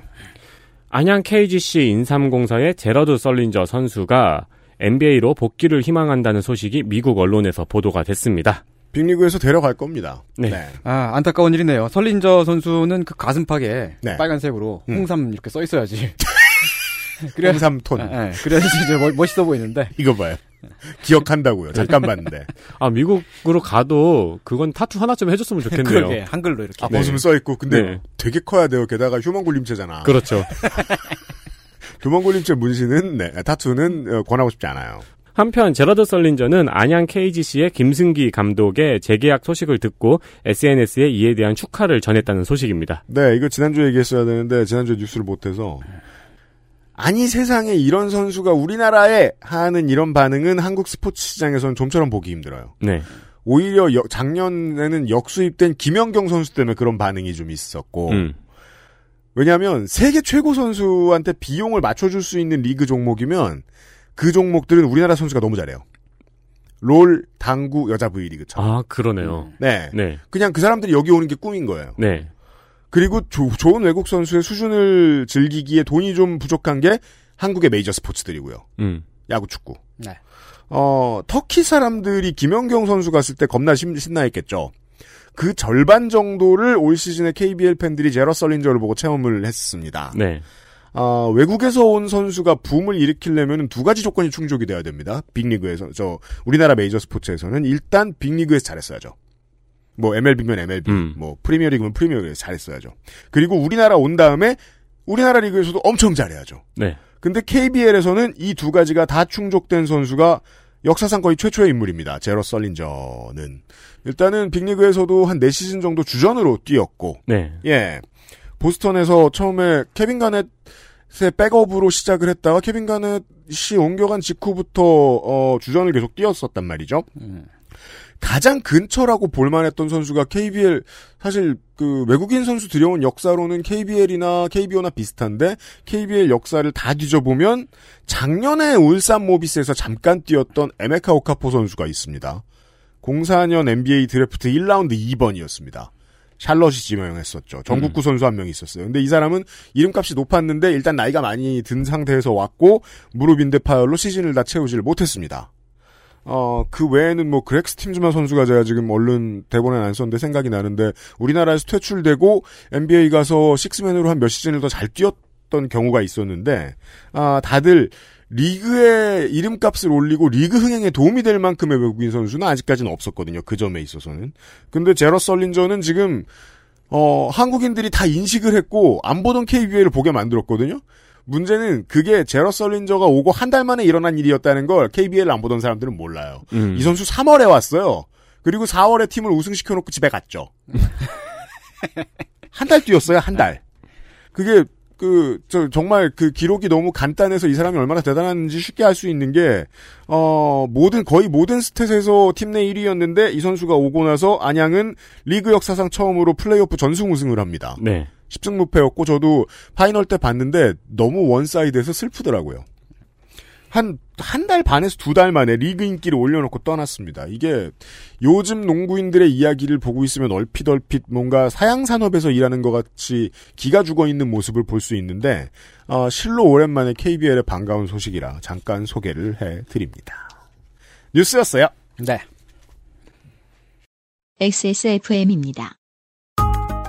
[SPEAKER 3] 안양 KGC 인삼공사의 제러드 썰린저 선수가 NBA로 복귀를 희망한다는 소식이 미국 언론에서 보도가 됐습니다.
[SPEAKER 2] 빅리그에서 데려갈 겁니다.
[SPEAKER 3] 네.
[SPEAKER 9] 아 안타까운 일이네요. 설린저 선수는 그 가슴팍에
[SPEAKER 2] 네.
[SPEAKER 9] 빨간색으로
[SPEAKER 2] 음.
[SPEAKER 9] 홍삼 이렇게 써 있어야지. 그래야-
[SPEAKER 2] 홍삼톤.
[SPEAKER 9] 아, 예. 그래야지 이제 멋, 멋있어 보이는데.
[SPEAKER 2] 이거 봐요. 기억한다고요. 잠깐 봤는데.
[SPEAKER 3] 아 미국으로 가도 그건 타투 하나쯤 해줬으면 좋겠네요.
[SPEAKER 9] 그러게 한글로 이렇게.
[SPEAKER 2] 아, 벗으면 써있고. 근데
[SPEAKER 3] 네.
[SPEAKER 2] 되게 커야 돼요. 게다가 휴먼 굴림체잖아.
[SPEAKER 3] 그렇죠.
[SPEAKER 2] 휴먼 굴림체 문신은, 네, 타투는 어, 권하고 싶지 않아요.
[SPEAKER 3] 한편 제러드 썰린저는 안양 KGC의 김승기 감독의 재계약 소식을 듣고 SNS에 이에 대한 축하를 전했다는 소식입니다.
[SPEAKER 2] 네, 이거 지난주에 얘기했어야 되는데, 지난주에 뉴스를 못해서. 아니 세상에 이런 선수가 우리나라에 하는 이런 반응은 한국 스포츠 시장에서는 좀처럼 보기 힘들어요.
[SPEAKER 3] 네.
[SPEAKER 2] 오히려 여- 작년에는 역수입된 김연경 선수 때문에 그런 반응이 좀 있었고
[SPEAKER 3] 음.
[SPEAKER 2] 왜냐하면 세계 최고 선수한테 비용을 맞춰줄 수 있는 리그 종목이면 그 종목들은 우리나라 선수가 너무 잘해요. 롤, 당구, 여자 V리그처럼.
[SPEAKER 3] 아 그러네요.
[SPEAKER 2] 네.
[SPEAKER 3] 네.
[SPEAKER 2] 그냥 그 사람들이 여기 오는 게 꿈인 거예요.
[SPEAKER 3] 네.
[SPEAKER 2] 그리고 조- 좋은 외국 선수의 수준을 즐기기에 돈이 좀 부족한 게 한국의 메이저 스포츠들이고요.
[SPEAKER 3] 음.
[SPEAKER 2] 야구, 축구.
[SPEAKER 9] 네.
[SPEAKER 2] 어, 터키 사람들이 김연경 선수 갔을 때 겁나 심- 신나했겠죠. 그 절반 정도를 올 시즌에 KBL 팬들이 제러 설린저를 보고 체험을 했습니다.
[SPEAKER 3] 네.
[SPEAKER 2] 아, 외국에서 온 선수가 붐을 일으키려면 두 가지 조건이 충족이 돼야 됩니다. 빅리그에서 저 우리나라 메이저 스포츠에서는 일단 빅리그에서 잘했어야죠. 뭐 MLB면 MLB,
[SPEAKER 3] 음.
[SPEAKER 2] 뭐 프리미어리그면 프리미어리그에서 잘했어야죠. 그리고 우리나라 온 다음에 우리나라 리그에서도 엄청 잘해야죠.
[SPEAKER 3] 네.
[SPEAKER 2] 근데 KBL에서는 이 두 가지가 다 충족된 선수가 역사상 거의 최초의 인물입니다. 제러 썰린저는 일단은 빅리그에서도 한 4시즌 정도 주전으로 뛰었고
[SPEAKER 3] 네.
[SPEAKER 2] 예. 보스턴에서 처음에 케빈 가넷의 백업으로 시작을 했다가 케빈 가넷이 옮겨간 직후부터 어, 주전을 계속 뛰었었단 말이죠.
[SPEAKER 9] 음.
[SPEAKER 2] 가장 근처라고 볼만했던 선수가 KBL 사실 그 외국인 선수 들여온 역사로는 KBL이나 KBO나 비슷한데 KBL 역사를 다 뒤져보면 작년에 울산 모비스에서 잠깐 뛰었던 에메카 오카포 선수가 있습니다. 04년 NBA 드래프트 1라운드 2번이었습니다. 샬럿이 지명했었죠. 전국구 선수 한 명 있었어요. 근데 이 사람은 이름값이 높았는데 일단 나이가 많이 든 상태에서 왔고 무릎인대 파열로 시즌을 다 채우지를 못했습니다. 어, 그 외에는 뭐 그렉스 팀즈만 선수가 제가 지금 얼른 대본에 안 썼는데 생각이 나는데 우리나라에서 퇴출되고 NBA 가서 식스맨으로 한 몇 시즌을 더 잘 뛰었던 경우가 있었는데 아, 다들 리그의 이름값을 올리고 리그 흥행에 도움이 될 만큼의 외국인 선수는 아직까지는 없었거든요. 그 점에 있어서는. 근데 제러 설린저는 지금 어, 한국인들이 다 인식을 했고 안 보던 KBL을 보게 만들었거든요. 문제는 그게 제러 설린저가 오고 한 달 만에 일어난 일이었다는 걸 KBL 안 보던 사람들은 몰라요.
[SPEAKER 3] 음.
[SPEAKER 2] 이 선수 3월에 왔어요. 그리고 4월에 팀을 우승시켜놓고 집에 갔죠. 한 달 뛰었어요, 한 달. 그게, 그, 저, 정말 그 기록이 너무 간단해서 이 사람이 얼마나 대단한지 쉽게 알 수 있는 게, 어, 모든, 거의 모든 스탯에서 팀 내 1위였는데 이 선수가 오고 나서 안양은 리그 역사상 처음으로 플레이오프 전승 우승을 합니다.
[SPEAKER 3] 네.
[SPEAKER 2] 10승 무패였고 저도 파이널 때 봤는데 너무 원사이드에서 슬프더라고요. 한 한 달 반에서 두 달 만에 리그 인기를 올려놓고 떠났습니다. 이게 요즘 농구인들의 이야기를 보고 있으면 얼핏 얼핏 뭔가 사양 산업에서 일하는 것 같이 기가 죽어 있는 모습을 볼 수 있는데 어, 실로 오랜만에 KBL의 반가운 소식이라 잠깐 소개를 해드립니다. 뉴스였어요.
[SPEAKER 9] 네.
[SPEAKER 1] XSFM입니다.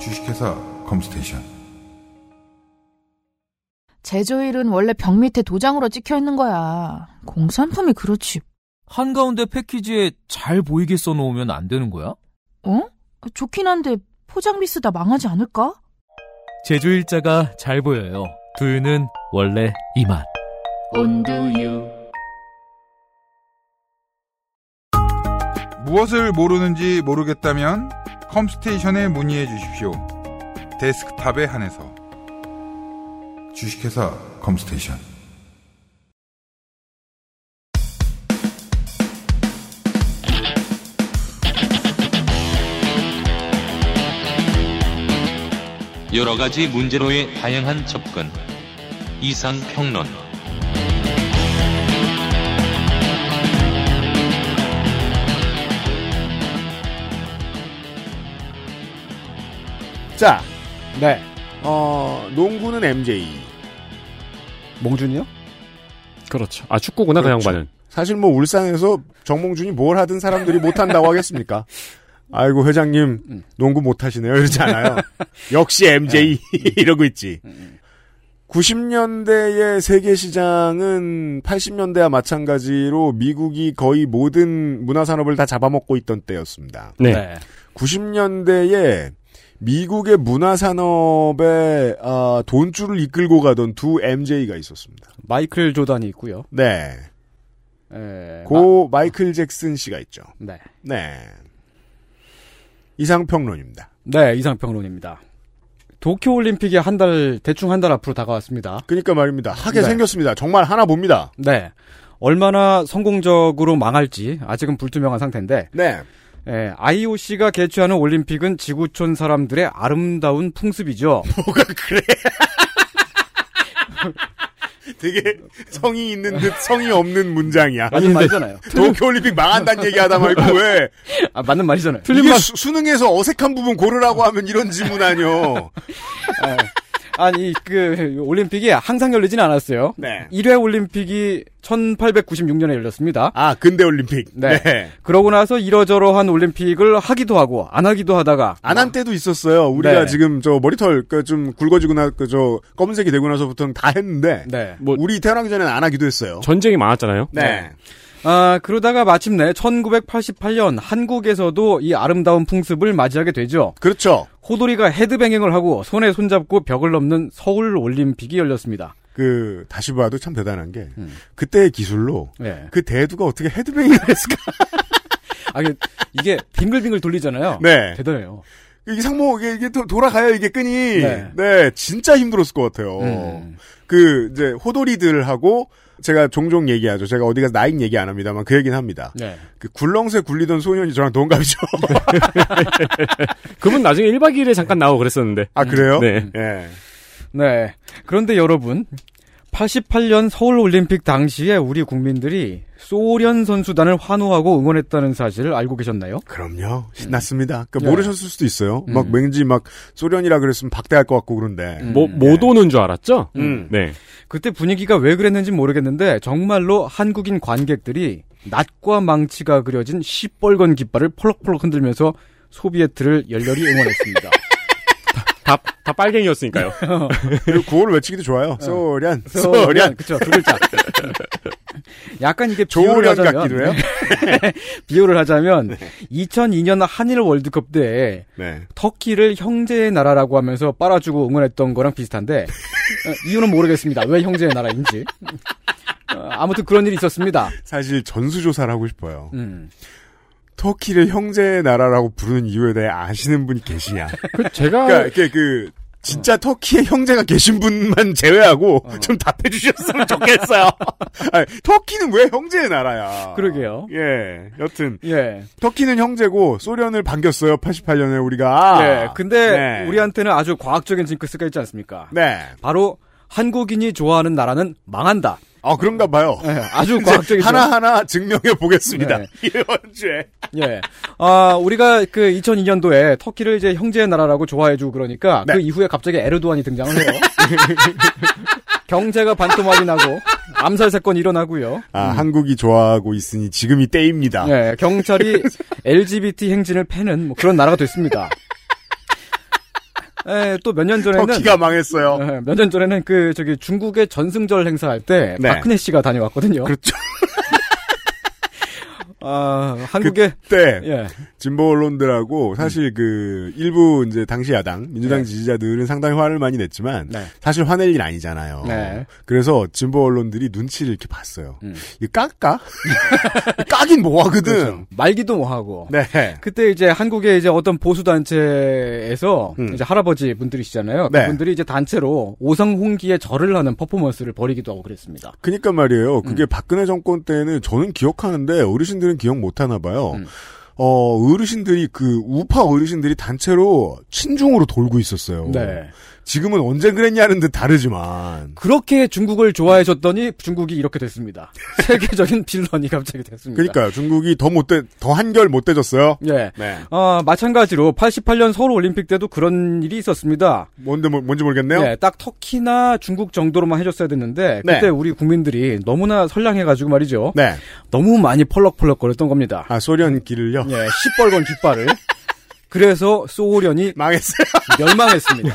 [SPEAKER 10] 주식회사 컴스테이션
[SPEAKER 11] 제조일은 원래 벽 밑에 도장으로 찍혀 있는 거야. 공산품이 그렇지.
[SPEAKER 8] 한가운데 패키지에 잘 보이게 써놓으면 안 되는 거야?
[SPEAKER 5] 어? 좋긴 한데 포장 미스다 망하지 않을까?
[SPEAKER 8] 제주 일자가 잘 보여요. 두유는 원래 이 맛.
[SPEAKER 5] 온두유.
[SPEAKER 10] 무엇을 모르는지 모르겠다면 컴스테이션에 문의해 주십시오. 데스크탑에 한해서 주식회사 컴스테이션
[SPEAKER 4] 여러 가지 문제로의 다양한 접근. 이상 평론.
[SPEAKER 2] 자, 네. 어, 농구는 MJ.
[SPEAKER 9] 몽준이요?
[SPEAKER 3] 그렇죠. 아, 축구구나, 그 양반은.
[SPEAKER 2] 사실 뭐 울산에서 정몽준이 뭘 하든 사람들이 못한다고 하겠습니까? 아이고 회장님 농구 못하시네요 이러지 않아요. 역시 MJ 이러고 있지. 90년대의 세계 시장은 80년대와 마찬가지로 미국이 거의 모든 문화 산업을 다 잡아먹고 있던 때였습니다.
[SPEAKER 3] 네. 네.
[SPEAKER 2] 90년대에 미국의 문화 산업에 아, 돈줄을 이끌고 가던 두 MJ가 있었습니다.
[SPEAKER 9] 마이클 조단이 있고요.
[SPEAKER 2] 네.
[SPEAKER 9] 에,
[SPEAKER 2] 고 마... 이클 잭슨 씨가 있죠.
[SPEAKER 9] 예, 네.
[SPEAKER 2] 네. 이상평론입니다.
[SPEAKER 9] 네, 이상평론입니다. 도쿄올림픽이 한 달, 대충 한 달 앞으로 다가왔습니다.
[SPEAKER 2] 그니까 그러니까 말입니다. 하게
[SPEAKER 9] 네.
[SPEAKER 2] 생겼습니다. 정말 하나 봅니다.
[SPEAKER 9] 네. 얼마나 성공적으로 망할지 아직은 불투명한 상태인데
[SPEAKER 2] 네.
[SPEAKER 9] 예, IOC가 개최하는 올림픽은 지구촌 사람들의 아름다운 풍습이죠.
[SPEAKER 2] 뭐가 그래? 되게 성이 있는 듯 성이 없는 문장이야.
[SPEAKER 9] 맞는 말이잖아요.
[SPEAKER 2] 도쿄올림픽 망한다는 얘기하다 말고 왜?
[SPEAKER 9] 아, 맞는 말이잖아요.
[SPEAKER 2] 이게 수, 수능에서 어색한 부분 고르라고 하면 이런 질문 아니요.
[SPEAKER 9] 예. 아니 그 올림픽이 항상 열리진 않았어요.
[SPEAKER 2] 네.
[SPEAKER 9] 1회 올림픽이 1896년에 열렸습니다.
[SPEAKER 2] 아, 근대 올림픽.
[SPEAKER 9] 네.
[SPEAKER 2] 네.
[SPEAKER 9] 그러고 나서 이러저러한 올림픽을 하기도 하고 안 하기도 하다가
[SPEAKER 2] 안 한 때도 있었어요. 우리가
[SPEAKER 9] 아. 네.
[SPEAKER 2] 지금 저 머리털 그 좀 굵어지고 나그저 검은색이 되고 나서부터는 다 했는데
[SPEAKER 9] 네.
[SPEAKER 3] 뭐
[SPEAKER 2] 우리 태어나기 전에는 안 하기도 했어요.
[SPEAKER 3] 전쟁이 많았잖아요.
[SPEAKER 2] 네.
[SPEAKER 9] 아, 그러다가 마침내 1988년 한국에서도 이 아름다운 풍습을 맞이하게 되죠.
[SPEAKER 2] 그렇죠.
[SPEAKER 9] 호돌이가 헤드뱅잉을 하고 손에 손잡고 벽을 넘는 서울 올림픽이 열렸습니다.
[SPEAKER 2] 그 다시 봐도 참 대단한 게 그때의 기술로
[SPEAKER 9] 음. 네.
[SPEAKER 2] 그 대두가 어떻게 헤드뱅잉을 했을까?
[SPEAKER 9] 아, 이게- 이게 빙글빙글 돌리잖아요.
[SPEAKER 2] 네.
[SPEAKER 9] 대단해요.
[SPEAKER 2] 이게 상모 이게, 이게 또 돌아가요 이게 끈이.
[SPEAKER 9] 네.
[SPEAKER 2] 네. 진짜 힘들었을 것 같아요.
[SPEAKER 9] 음.
[SPEAKER 2] 그 이제 호돌이들하고 제가 종종 얘기하죠. 제가 어디 가서 나이 얘기 안 합니다만 그 얘기는 합니다.
[SPEAKER 9] 네.
[SPEAKER 2] 그 굴렁쇠 굴리던 소년이 저랑 동갑이죠.
[SPEAKER 3] 그분 나중에 1박 2일에 잠깐 나오고 그랬었는데.
[SPEAKER 9] 음.
[SPEAKER 2] 아 그래요?
[SPEAKER 3] 네.
[SPEAKER 2] 예.
[SPEAKER 9] 네. 그런데 여러분, 88년 서울 올림픽 당시에 우리 국민들이 소련 선수단을 환호하고 응원했다는 사실을 알고 계셨나요?
[SPEAKER 2] 그럼요. 신났습니다. 그러니까
[SPEAKER 9] 네.
[SPEAKER 2] 모르셨을 수도 있어요.
[SPEAKER 9] 음.
[SPEAKER 2] 막 왠지 막 소련이라 그랬으면 박대할 것 같고 그런데.
[SPEAKER 3] 뭐, 못 오는 줄 알았죠?
[SPEAKER 2] 음.
[SPEAKER 3] 네.
[SPEAKER 9] 그때 분위기가 왜 그랬는지 모르겠는데 정말로 한국인 관객들이 낫과 망치가 그려진 시뻘건 깃발을 펄럭펄럭 흔들면서 소비에트를 열렬히 응원했습니다.
[SPEAKER 3] 다, 다 빨갱이였으니까요.
[SPEAKER 2] 그리고 구호를 외치기도 좋아요. 소련,
[SPEAKER 9] 어. 소련,
[SPEAKER 2] 소련.
[SPEAKER 9] 그쵸, 두 글자. 약간 이게 비유를
[SPEAKER 2] 조련
[SPEAKER 9] 하자면 네,
[SPEAKER 2] 같기도 해요.
[SPEAKER 9] 비유를 하자면 2002년 한일 월드컵 때에
[SPEAKER 2] 네.
[SPEAKER 9] 터키를 형제의 나라라고 하면서 빨아주고 응원했던 거랑 비슷한데 어, 이유는 모르겠습니다. 왜 형제의 나라인지. 어, 아무튼 그런 일이 있었습니다.
[SPEAKER 2] 사실 전수조사를 하고 싶어요.
[SPEAKER 9] 음.
[SPEAKER 2] 터키를 형제의 나라라고 부르는 이유에 대해 아시는 분이 계시냐.
[SPEAKER 3] 그 제가
[SPEAKER 9] 어.
[SPEAKER 2] 그러니까 이렇게 그 진짜 터키의 형제가 계신 분만 제외하고
[SPEAKER 9] 어.
[SPEAKER 2] 좀 답해 주셨으면 좋겠어요. 아니, 터키는 왜 형제의 나라야?
[SPEAKER 9] 그러게요.
[SPEAKER 2] 예. 여튼
[SPEAKER 9] 예.
[SPEAKER 2] 터키는 형제고 소련을 반겼어요. 88년에 우리가.
[SPEAKER 9] 예. 근데
[SPEAKER 2] 아. 네.
[SPEAKER 9] 우리한테는 아주 과학적인 징크스가 있지 않습니까?
[SPEAKER 2] 네.
[SPEAKER 9] 바로 한국인이 좋아하는 나라는 망한다.
[SPEAKER 2] 아 그런가 봐요.
[SPEAKER 9] 예, 아주 과학적인
[SPEAKER 2] 하나 하나 증명해 보겠습니다.
[SPEAKER 9] 네.
[SPEAKER 2] 이번 주에.
[SPEAKER 9] 예. 아, 우리가 그 2002년도에 터키를 이제 형제의 나라라고 좋아해주고 그러니까
[SPEAKER 2] 네.
[SPEAKER 9] 그 이후에 갑자기 에르도안이 등장을 해요. 경제가 반토막이 나고 암살 사건이 일어나고요.
[SPEAKER 2] 아 한국이 좋아하고 있으니 지금이 때입니다.
[SPEAKER 9] 예, 경찰이 LGBT 행진을 패는 뭐 그런 나라가 됐습니다. 예, 또 몇 년 전에는
[SPEAKER 2] 터키가 망했어요.
[SPEAKER 9] 몇 년 전에는 그 저기 중국의 전승절 행사할 때
[SPEAKER 2] 네.
[SPEAKER 9] 박근혜 씨가 다녀왔거든요.
[SPEAKER 2] 그렇죠.
[SPEAKER 9] 아, 한국의
[SPEAKER 2] 그때 네.
[SPEAKER 9] 예.
[SPEAKER 2] 진보 언론들하고 사실 그 일부 이제 당시 야당 민주당 지지자들은 상당히 화를 많이 냈지만
[SPEAKER 9] 예. 네.
[SPEAKER 2] 사실 화낼 일 아니잖아요.
[SPEAKER 9] 네. 음.
[SPEAKER 2] 그래서 진보 언론들이 눈치를 이렇게 봤어요. 이 깎까? 까긴 뭐 하거든.
[SPEAKER 9] 말기도 뭐 하고.
[SPEAKER 2] 네.
[SPEAKER 9] 그때 이제 한국의 이제 어떤 보수 단체에서 이제 할아버지 분들이시잖아요.
[SPEAKER 2] 음. 네.
[SPEAKER 9] 그분들이 이제 단체로 오상홍기에 절을 하는 퍼포먼스를 벌이기도 하고 그랬습니다.
[SPEAKER 2] 그니까 말이에요. 그게 박근혜 정권 때는 저는 기억하는데 어르신들은 기억 못 하나 봐요. 어, 어르신들이 그 우파 어르신들이 단체로 친중으로 돌고 있었어요.
[SPEAKER 9] 네.
[SPEAKER 2] 지금은 언제 그랬냐는 듯 다르지만.
[SPEAKER 9] 그렇게 중국을 좋아해줬더니 중국이 이렇게 됐습니다. 세계적인 빌런이 갑자기 됐습니다.
[SPEAKER 2] 그러니까요. 중국이 더 못돼 더 한결 못돼졌어요.
[SPEAKER 9] 예.
[SPEAKER 2] 네.
[SPEAKER 9] 어, 마찬가지로 88년 서울 올림픽 때도 그런 일이 있었습니다.
[SPEAKER 2] 뭔데 뭐- 뭔지 모르겠네요.
[SPEAKER 9] 예, 딱 터키나 중국 정도로만 해줬어야 됐는데
[SPEAKER 2] 네.
[SPEAKER 9] 그때 우리 국민들이 너무나 선량해가지고 말이죠.
[SPEAKER 2] 네.
[SPEAKER 9] 너무 많이 펄럭펄럭 거렸던 겁니다.
[SPEAKER 2] 아 소련 길을요?
[SPEAKER 9] 예, 시뻘건 깃발을. 그래서 소련이
[SPEAKER 2] 망했어요.
[SPEAKER 9] 멸망했습니다.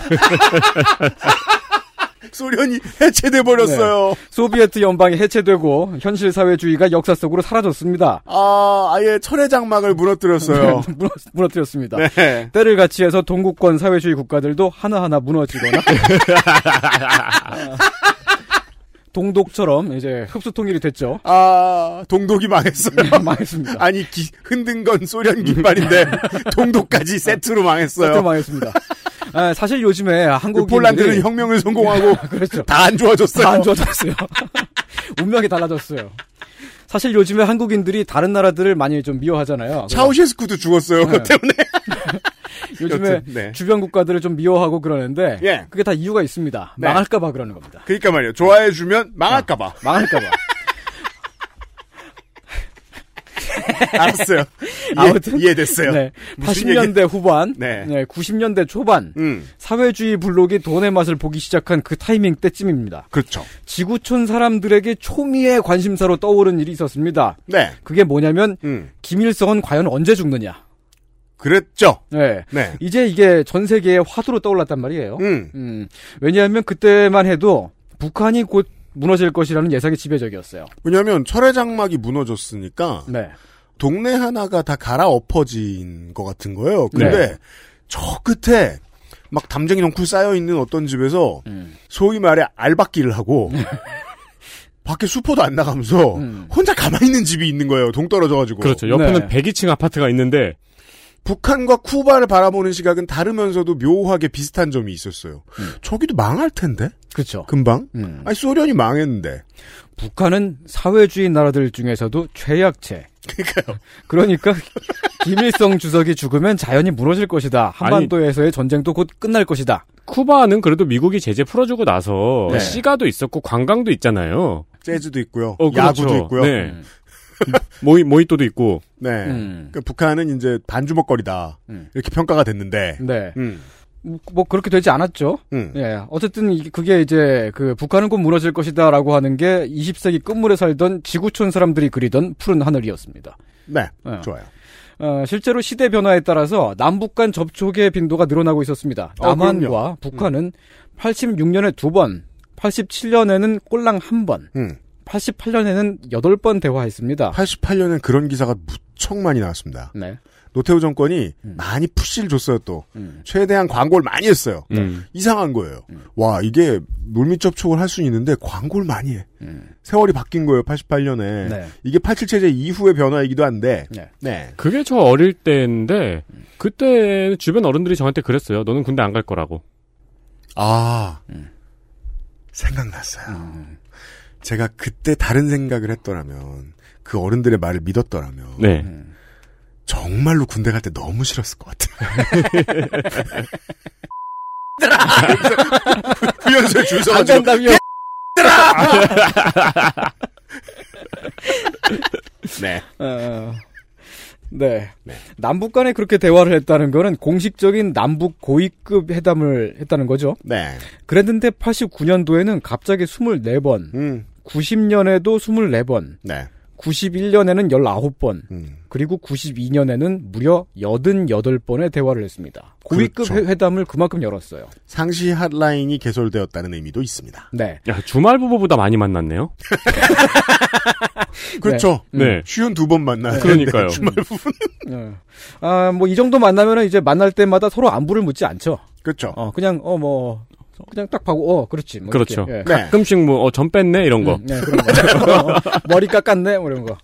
[SPEAKER 2] 소련이 해체돼 버렸어요.
[SPEAKER 9] 소비에트 연방이 해체되고 현실 사회주의가 역사 속으로 사라졌습니다.
[SPEAKER 2] 아, 아예 철의 장막을 무너뜨렸어요.
[SPEAKER 9] 무너, 무너뜨렸습니다.
[SPEAKER 2] 네.
[SPEAKER 9] 때를 같이 해서 동구권 사회주의 국가들도 하나하나 무너지거나 어. 동독처럼 이제 흡수통일이 됐죠.
[SPEAKER 2] 아, 동독이 망했어요.
[SPEAKER 9] 망했습니다.
[SPEAKER 2] 아니, 기- 흔든 건 소련 깃발인데, 동독까지 세트로 망했어요. 그
[SPEAKER 9] 세트 망했습니다. 네. 아, 사실 요즘에 한국
[SPEAKER 2] 폴란드는 혁명을 성공하고
[SPEAKER 9] 그렇죠.
[SPEAKER 2] 다 안 좋아졌어요.
[SPEAKER 9] 다 안 좋아졌어요. 운명이 달라졌어요. 사실 요즘에 한국인들이 다른 나라들을 많이 좀 미워하잖아요.
[SPEAKER 2] 차우셰스쿠도 죽었어요.
[SPEAKER 9] 네.
[SPEAKER 2] 그것 때문에.
[SPEAKER 9] 요즘에
[SPEAKER 2] 여튼, 네.
[SPEAKER 9] 주변 국가들을 좀 미워하고 그러는데
[SPEAKER 2] 예.
[SPEAKER 9] 그게 다 이유가 있습니다.
[SPEAKER 2] 네.
[SPEAKER 9] 망할까봐 그러는 겁니다.
[SPEAKER 2] 그러니까 말이에요. 좋아해주면 망할까봐.
[SPEAKER 9] 망할까봐.
[SPEAKER 2] 알았어요. 예, 이해,
[SPEAKER 9] 아무튼.
[SPEAKER 2] 이해됐어요.
[SPEAKER 9] 네.
[SPEAKER 2] 무슨 얘기-
[SPEAKER 9] 80년대 후반,
[SPEAKER 2] 네.
[SPEAKER 9] 90년대 초반
[SPEAKER 2] 음,
[SPEAKER 9] 사회주의 블록이 돈의 맛을 보기 시작한 그 타이밍 때쯤입니다.
[SPEAKER 2] 그렇죠.
[SPEAKER 9] 지구촌 사람들에게 초미의 관심사로 떠오른 일이 있었습니다.
[SPEAKER 2] 네.
[SPEAKER 9] 그게 뭐냐면
[SPEAKER 2] 음,
[SPEAKER 9] 김일성은 과연 언제 죽느냐.
[SPEAKER 2] 그랬죠.
[SPEAKER 9] 네.
[SPEAKER 2] 네.
[SPEAKER 9] 이제 이게 전 세계의 화두로 떠올랐단 말이에요.
[SPEAKER 2] 음,
[SPEAKER 9] 음, 왜냐하면 그때만 해도 북한이 곧 무너질 것이라는 예상이 지배적이었어요.
[SPEAKER 2] 왜냐면 하 철의 장막이 무너졌으니까,
[SPEAKER 9] 네.
[SPEAKER 2] 동네 하나가 다 갈아엎어진 것 같은 거예요. 근데
[SPEAKER 3] 네.
[SPEAKER 2] 저 끝에 막 담쟁이 넝쿨 쌓여 있는 어떤 집에서
[SPEAKER 9] 음.
[SPEAKER 2] 소위 말해 알박기를 하고
[SPEAKER 3] 네.
[SPEAKER 2] 밖에 수포도 안 나가면서
[SPEAKER 9] 음.
[SPEAKER 2] 혼자 가만히 있는 집이 있는 거예요. 동떨어져 가지고.
[SPEAKER 3] 그렇죠. 옆에는
[SPEAKER 9] 네.
[SPEAKER 3] 102층 아파트가 있는데
[SPEAKER 2] 북한과 쿠바를 바라보는 시각은 다르면서도 묘하게 비슷한 점이 있었어요.
[SPEAKER 3] 음.
[SPEAKER 2] 저기도 망할 텐데.
[SPEAKER 9] 그렇죠.
[SPEAKER 2] 금방.
[SPEAKER 9] 음.
[SPEAKER 2] 아니 소련이 망했는데.
[SPEAKER 9] 북한은 사회주의 나라들 중에서도 최약체. 그러니까요. 그러니까 김일성 주석이 죽으면 자연히 무너질 것이다. 한반도에서의 전쟁도 곧 끝날 것이다.
[SPEAKER 3] 쿠바는 그래도 미국이 제재 풀어주고 나서
[SPEAKER 9] 네.
[SPEAKER 3] 시가도 있었고 관광도 있잖아요.
[SPEAKER 2] 재즈도 있고요.
[SPEAKER 3] 어, 그렇죠.
[SPEAKER 2] 야구도 있고요.
[SPEAKER 3] 네. 모이 모히또도 있고
[SPEAKER 2] 네.
[SPEAKER 9] 음.
[SPEAKER 2] 그러니까 북한은 이제 반주먹거리다.
[SPEAKER 9] 음.
[SPEAKER 2] 이렇게 평가가 됐는데.
[SPEAKER 9] 네.
[SPEAKER 2] 음.
[SPEAKER 9] 뭐 그렇게 되지 않았죠.
[SPEAKER 2] 음.
[SPEAKER 9] 예. 어쨌든 이- 그게 이제 그 북한은 곧 무너질 것이다라고 하는 게 20세기 끝물에 살던 지구촌 사람들이 그리던 푸른 하늘이었습니다.
[SPEAKER 2] 네,
[SPEAKER 9] 어.
[SPEAKER 2] 좋아요.
[SPEAKER 9] 어, 실제로 시대 변화에 따라서 남북 간 접촉의 빈도가 늘어나고 있었습니다.
[SPEAKER 2] 어,
[SPEAKER 9] 남한과 북한은 86년에 두 번, 87년에는 꼴랑 한 번,
[SPEAKER 2] 음.
[SPEAKER 9] 88년에는 여덟 번 대화했습니다.
[SPEAKER 2] 88년엔 그런 기사가 무척 많이 나왔습니다.
[SPEAKER 9] 네.
[SPEAKER 2] 노태우 정권이 많이 푸시를 줬어요, 또.
[SPEAKER 9] 음.
[SPEAKER 2] 최대한 광고를 많이 했어요.
[SPEAKER 3] 음.
[SPEAKER 2] 이상한 거예요. 와, 이게 물밑 접촉을 할 수는 있는데 광고를 많이 해.
[SPEAKER 9] 음.
[SPEAKER 2] 세월이 바뀐 거예요, 88년에.
[SPEAKER 9] 네.
[SPEAKER 2] 이게 87체제 이후의 변화이기도 한데.
[SPEAKER 9] 네.
[SPEAKER 3] 그게 저 어릴 때인데 그때 주변 어른들이 저한테 그랬어요. 너는 군대 안 갈 거라고.
[SPEAKER 2] 아, 생각났어요. 제가 그때 다른 생각을 했더라면, 그 어른들의 말을 믿었더라면,
[SPEAKER 3] 네.
[SPEAKER 2] 정말로 군대 갈 때 너무 싫었을 것 같아요. 부연수에 줄
[SPEAKER 9] 안
[SPEAKER 2] 서가지고
[SPEAKER 9] 간다며.
[SPEAKER 2] 네.
[SPEAKER 9] 어, 네. 남북 간에 그렇게 대화를 했다는 거는 공식적인 남북 고위급 회담을 했다는 거죠.
[SPEAKER 2] 네.
[SPEAKER 9] 그랬는데 89년도에는 갑자기 24번,
[SPEAKER 2] 음.
[SPEAKER 9] 90년에도 24번,
[SPEAKER 2] 네. 음.
[SPEAKER 9] 91년에는 19번, 그리고 92년에는 무려 88번의 대화를 했습니다. 고위급
[SPEAKER 2] 그렇죠.
[SPEAKER 9] 회- 회담을 그만큼 열었어요.
[SPEAKER 2] 상시 핫라인이 개설되었다는 의미도 있습니다.
[SPEAKER 9] 네.
[SPEAKER 3] 야, 주말 부부보다 많이 만났네요.
[SPEAKER 2] 그렇죠.
[SPEAKER 3] 네.
[SPEAKER 2] 쉬운 두 번 만나요.
[SPEAKER 3] 그러니까요. 음.
[SPEAKER 2] 주말 부분.
[SPEAKER 9] 아, 뭐, 이 정도 만나면은 이제 만날 때마다 서로 안부를 묻지 않죠.
[SPEAKER 2] 그렇죠.
[SPEAKER 9] 어, 그냥, 어, 뭐, 그냥 딱 봐고, 어, 그렇지. 뭐 이렇게.
[SPEAKER 3] 그렇죠.
[SPEAKER 9] 예.
[SPEAKER 2] 네.
[SPEAKER 3] 가끔씩 뭐, 어, 점 뺐네? 이런 거.
[SPEAKER 9] 음, 네, 그런 거. 어, 머리 깎았네? 뭐 이런 거.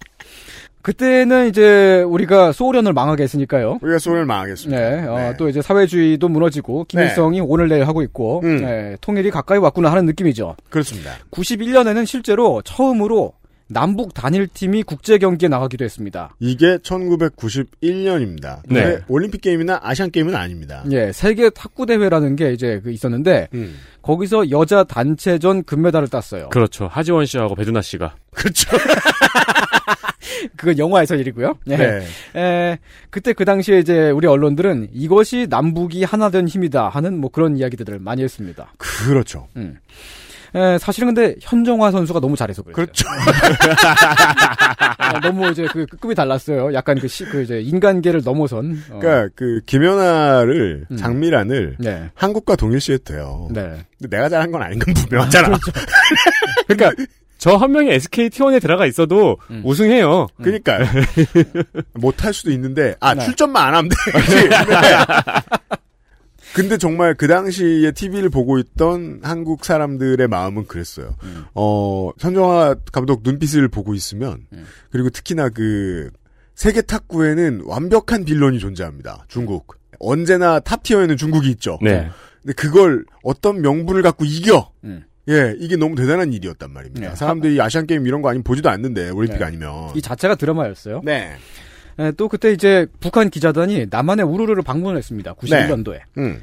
[SPEAKER 9] 그때는 이제 우리가 소련을 망하게 했으니까요.
[SPEAKER 2] 우리가 소련을 망하겠습니다.
[SPEAKER 9] 네, 어, 또 이제 사회주의도 무너지고, 김일성이
[SPEAKER 3] 네.
[SPEAKER 9] 오늘 내일 하고 있고,
[SPEAKER 3] 음.
[SPEAKER 9] 네, 통일이 가까이 왔구나 하는 느낌이죠.
[SPEAKER 2] 그렇습니다.
[SPEAKER 9] 91년에는 실제로 처음으로 남북 단일팀이 국제 경기에 나가기도 했습니다.
[SPEAKER 2] 이게 1991년입니다.
[SPEAKER 9] 네.
[SPEAKER 2] 올림픽 게임이나 아시안 게임은 아닙니다.
[SPEAKER 3] 네.
[SPEAKER 9] 예, 세계 탁구 대회라는 게 이제 그 있었는데
[SPEAKER 2] 음.
[SPEAKER 9] 거기서 여자 단체전 금메달을 땄어요.
[SPEAKER 3] 그렇죠. 하지원 씨하고 배두나 씨가.
[SPEAKER 9] 그건 영화에서 일이고요. 예.
[SPEAKER 3] 네.
[SPEAKER 9] 에, 그때 그 당시에 이제 우리 언론들은 이것이 남북이 하나 된 힘이다 하는 뭐 그런 이야기들을 많이 했습니다.
[SPEAKER 2] 그렇죠.
[SPEAKER 9] 음. 에, 사실은 근데 현정화 선수가 너무 잘해서
[SPEAKER 3] 네.
[SPEAKER 9] 그래요.
[SPEAKER 2] 그렇죠.
[SPEAKER 9] 너무 이제 그 급이 달랐어요. 약간 그, 시, 그 이제 인간계를 넘어선. 어.
[SPEAKER 2] 그러니까 그 김연아를
[SPEAKER 3] 음.
[SPEAKER 2] 장미란을
[SPEAKER 9] 네.
[SPEAKER 2] 한국과 동일시했대요.
[SPEAKER 9] 네.
[SPEAKER 2] 근데 내가 잘한 건 아닌 건 분명하잖아.
[SPEAKER 3] 그러니까 저 한 명이 SK T1에 들어가 있어도 우승해요.
[SPEAKER 2] 그러니까 못할 수도 있는데 아
[SPEAKER 3] 네.
[SPEAKER 2] 출전만 안 하면 되지. 네. 근데 정말 그 당시에 TV를 보고 있던 한국 사람들의 마음은 그랬어요. 어 현정화 감독 눈빛을 보고 있으면 그리고 특히나 그 세계 탁구에는 완벽한 빌런이 존재합니다. 중국 언제나 탑티어에는 중국이 있죠.
[SPEAKER 3] 네.
[SPEAKER 2] 근데 그걸 어떤 명분을 갖고 이겨.
[SPEAKER 9] 음.
[SPEAKER 2] 예, 이게 너무 대단한 일이었단 말입니다.
[SPEAKER 9] 네.
[SPEAKER 2] 사람들이 아시안 게임 이런 거 아니면 보지도 않는데 올림픽
[SPEAKER 9] 네.
[SPEAKER 2] 아니면
[SPEAKER 9] 이 자체가 드라마였어요.
[SPEAKER 2] 네.
[SPEAKER 9] 에, 또 그때 이제 북한 기자단이 남한의 우루루를 방문했습니다. 91년도에.
[SPEAKER 2] 음.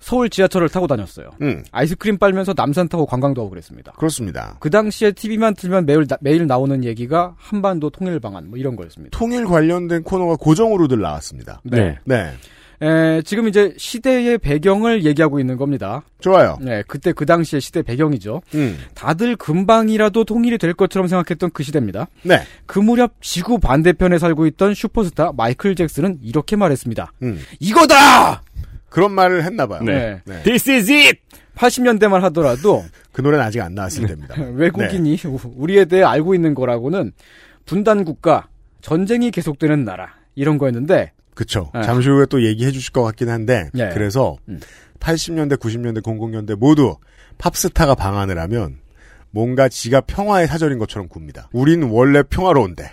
[SPEAKER 9] 서울 지하철을 타고 다녔어요.
[SPEAKER 2] 음.
[SPEAKER 9] 아이스크림 빨면서 남산 타고 관광도 하고 그랬습니다.
[SPEAKER 2] 그렇습니다.
[SPEAKER 9] 그 당시에 TV만 틀면 매일, 나- 매일 나오는 얘기가 한반도 통일 방안 뭐 이런 거였습니다.
[SPEAKER 2] 통일 관련된 코너가 고정으로들 나왔습니다.
[SPEAKER 9] 네.
[SPEAKER 2] 네.
[SPEAKER 9] 에, 지금 이제 시대의 배경을 얘기하고 있는 겁니다.
[SPEAKER 2] 좋아요.
[SPEAKER 9] 네, 그때 그 당시의 시대 배경이죠.
[SPEAKER 2] 음.
[SPEAKER 9] 다들 금방이라도 통일이 될 것처럼 생각했던 그 시대입니다.
[SPEAKER 2] 네.
[SPEAKER 9] 그 무렵 지구 반대편에 살고 있던 슈퍼스타 마이클 잭슨은 이렇게 말했습니다.
[SPEAKER 2] 음.
[SPEAKER 9] 이거다!
[SPEAKER 2] 그런 말을 했나 봐요.
[SPEAKER 9] 네.
[SPEAKER 2] 네.
[SPEAKER 3] This is it!
[SPEAKER 9] 80년대만 하더라도
[SPEAKER 2] 그 노래는 아직 안 나왔을 때입니다.
[SPEAKER 9] 네. 외국인이 우- 우리에 대해 알고 있는 거라고는 분단 국가, 전쟁이 계속되는 나라 이런 거였는데
[SPEAKER 2] 그쵸.
[SPEAKER 9] 네.
[SPEAKER 2] 잠시 후에 또 얘기해 주실 것 같긴 한데,
[SPEAKER 9] 네.
[SPEAKER 2] 그래서 80년대, 90년대, 00년대 모두 팝스타가 방한을 하면 뭔가 지가 평화의 사절인 것처럼 굽니다. 우린 원래 평화로운데.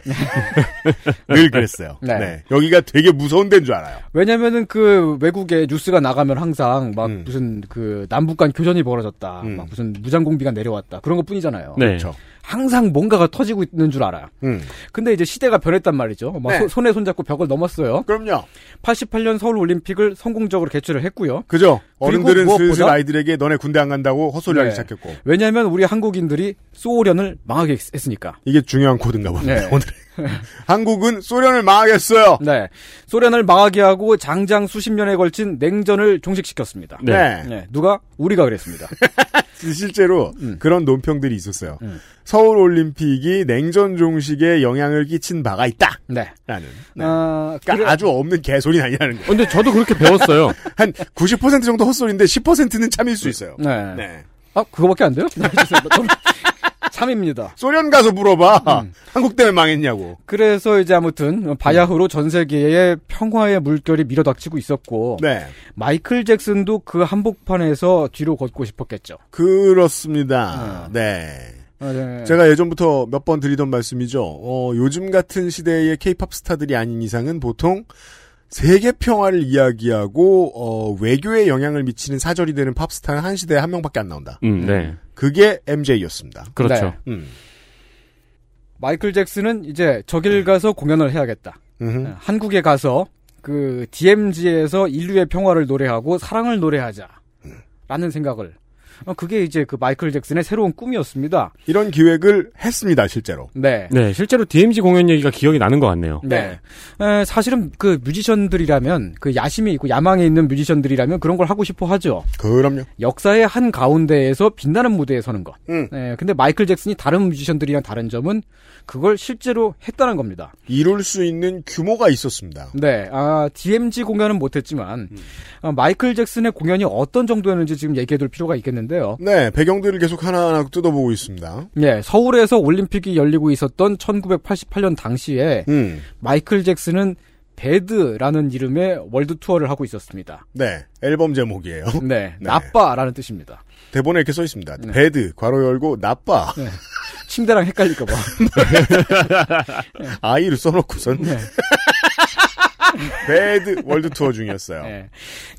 [SPEAKER 2] 늘 그랬어요.
[SPEAKER 9] 네.
[SPEAKER 2] 여기가 되게 무서운 데인 줄 알아요.
[SPEAKER 9] 왜냐면은 그 외국에 뉴스가 나가면 항상 막 무슨 그 남북 간 교전이 벌어졌다.
[SPEAKER 2] 음.
[SPEAKER 9] 막 무슨 무장공비가 내려왔다. 그런 것 뿐이잖아요.
[SPEAKER 3] 네. 그렇죠.
[SPEAKER 9] 항상 뭔가가 터지고 있는 줄 알아요.
[SPEAKER 2] 음.
[SPEAKER 9] 근데 이제 시대가 변했단 말이죠. 막
[SPEAKER 2] 네.
[SPEAKER 9] 손- 손에 손잡고 벽을 넘었어요.
[SPEAKER 2] 그럼요.
[SPEAKER 9] 88년 서울 올림픽을 성공적으로 개최를 했고요.
[SPEAKER 2] 그죠? 어른들은
[SPEAKER 9] 그리고
[SPEAKER 2] 슬슬
[SPEAKER 9] 무엇보다-
[SPEAKER 2] 아이들에게 너네 군대 안 간다고 헛소리하기
[SPEAKER 9] 네.
[SPEAKER 2] 시작했고.
[SPEAKER 9] 왜냐하면 우리 한국인들이 소련을 망하게 했- 했으니까.
[SPEAKER 2] 이게 중요한 코드인가 봅니다.
[SPEAKER 9] 네.
[SPEAKER 2] 오늘 한국은 소련을 망하겠어요.
[SPEAKER 9] 네. 소련을 망하게 하고 장장 수십 년에 걸친 냉전을 종식시켰습니다.
[SPEAKER 2] 네.
[SPEAKER 9] 누가? 우리가 그랬습니다.
[SPEAKER 2] 실제로
[SPEAKER 9] 음.
[SPEAKER 2] 그런 논평들이 있었어요. 서울 올림픽이 냉전 종식에 영향을 끼친 바가 있다.
[SPEAKER 9] 네.
[SPEAKER 2] 라는.
[SPEAKER 9] 아,
[SPEAKER 2] 그러니까 아주 없는 개소리 는 아니라는 거.
[SPEAKER 3] 근데 저도 그렇게 배웠어요.
[SPEAKER 2] 한 90% 정도 헛소리인데 10%는 참일 수 있어요.
[SPEAKER 9] 네. 아, 그거밖에 안 돼요? 네, 죄송합니다. 너무- 참입니다.
[SPEAKER 2] 소련 가서 물어봐.
[SPEAKER 9] 음.
[SPEAKER 2] 한국 때문에 망했냐고.
[SPEAKER 9] 그래서 이제 아무튼 바야흐로 전 세계에 평화의 물결이 밀어닥치고 있었고
[SPEAKER 2] 네.
[SPEAKER 9] 마이클 잭슨도 그 한복판에서 뒤로 걷고 싶었겠죠. 어.
[SPEAKER 2] 그렇습니다. 네.
[SPEAKER 9] 아, 네.
[SPEAKER 2] 제가 예전부터 몇 번 드리던 말씀이죠. 어, 요즘 같은 시대의 케이팝 스타들이 아닌 이상은 보통 세계 평화를 이야기하고 어, 외교에 영향을 미치는 사절이 되는 팝스타는 한 시대에 한 명밖에 안 나온다.
[SPEAKER 3] 음, 네.
[SPEAKER 2] 그게 MJ였습니다.
[SPEAKER 3] 그렇죠.
[SPEAKER 9] 네.
[SPEAKER 2] 음.
[SPEAKER 9] 마이클 잭슨은 이제 저길 가서 공연을 해야겠다.
[SPEAKER 2] 음흠.
[SPEAKER 9] 어, 한국에 가서 그 DMZ에서 인류의 평화를 노래하고 사랑을 노래하자. 라는 생각을 어, 그게 이제 그 마이클 잭슨의 새로운 꿈이었습니다.
[SPEAKER 2] 이런 기획을 했습니다, 실제로.
[SPEAKER 9] 네.
[SPEAKER 3] 네, 실제로 DMZ 공연 얘기가 기억이 나는 것 같네요.
[SPEAKER 9] 네. 에, 사실은 그 뮤지션들이라면 그 야심이 있고 야망이 있는 뮤지션들이라면 그런 걸 하고 싶어 하죠.
[SPEAKER 2] 그럼요.
[SPEAKER 9] 역사의 한 가운데에서 빛나는 무대에 서는 것.
[SPEAKER 2] 음.
[SPEAKER 9] 예, 근데 마이클 잭슨이 다른 뮤지션들이랑 다른 점은 그걸 실제로 했다는 겁니다.
[SPEAKER 2] 이룰 수 있는 규모가 있었습니다.
[SPEAKER 9] 네, 아, DMZ 공연은 못했지만, 아, 마이클 잭슨의 공연이 어떤 정도였는지 지금 얘기해둘 필요가 있겠는데요.
[SPEAKER 2] 네, 배경들을 계속 하나하나 뜯어보고 있습니다.
[SPEAKER 9] 예, 서울에서 올림픽이 열리고 있었던 1988년 당시에,
[SPEAKER 2] 음.
[SPEAKER 9] 마이클 잭슨은 배드라는 이름의 월드 투어를 하고 있었습니다.
[SPEAKER 2] 네, 앨범 제목이에요.
[SPEAKER 9] 네, 나빠라는 뜻입니다.
[SPEAKER 2] 대본에 이렇게 써 있습니다. 배드, 괄호 열고, 나빠.
[SPEAKER 9] 네. 침대랑 헷갈릴까봐.
[SPEAKER 2] 아이를 써놓고선. 배드 월드 투어
[SPEAKER 9] 네.
[SPEAKER 2] 중이었어요.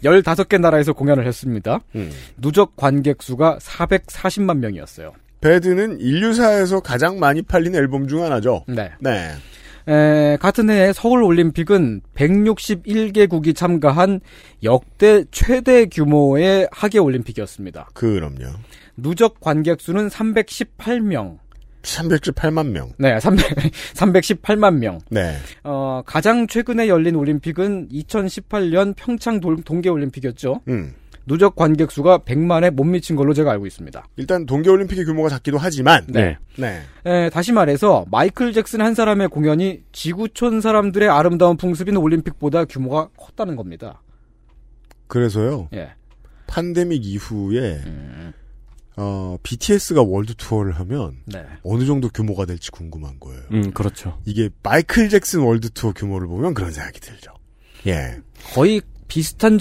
[SPEAKER 9] 15개 나라에서 공연을 했습니다.
[SPEAKER 2] 음.
[SPEAKER 9] 누적 관객 수가 440만 명이었어요.
[SPEAKER 2] 배드는 인류사에서 가장 많이 팔린 앨범 중 하나죠.
[SPEAKER 9] 네.
[SPEAKER 2] 네.
[SPEAKER 9] 에, 같은 해에 서울 올림픽은 161개국이 참가한 역대 최대 규모의 하계 올림픽이었습니다.
[SPEAKER 2] 그럼요.
[SPEAKER 9] 누적 관객 수는 318명.
[SPEAKER 2] 318만 명.
[SPEAKER 9] 네, 300, 318만 명.
[SPEAKER 2] 네.
[SPEAKER 9] 어, 가장 최근에 열린 올림픽은 2018년 평창 돌- 동계 올림픽이었죠.
[SPEAKER 2] 음.
[SPEAKER 9] 누적 관객 수가 100만에 못 미친 걸로 제가 알고 있습니다.
[SPEAKER 2] 일단 동계올림픽의 규모가 작기도 하지만.
[SPEAKER 9] 네.
[SPEAKER 2] 네.
[SPEAKER 9] 에, 다시 말해서 마이클 잭슨 한 사람의 공연이 지구촌 사람들의 아름다운 풍습인 올림픽보다 규모가 컸다는 겁니다.
[SPEAKER 2] 그래서요.
[SPEAKER 9] 예.
[SPEAKER 2] 팬데믹 이후에 어, BTS가 월드 투어를 하면
[SPEAKER 9] 네.
[SPEAKER 2] 어느 정도 규모가 될지 궁금한 거예요.
[SPEAKER 3] 음, 그렇죠.
[SPEAKER 2] 이게 마이클 잭슨 월드 투어 규모를 보면 그런 생각이 들죠. 예.
[SPEAKER 9] 거의 비슷한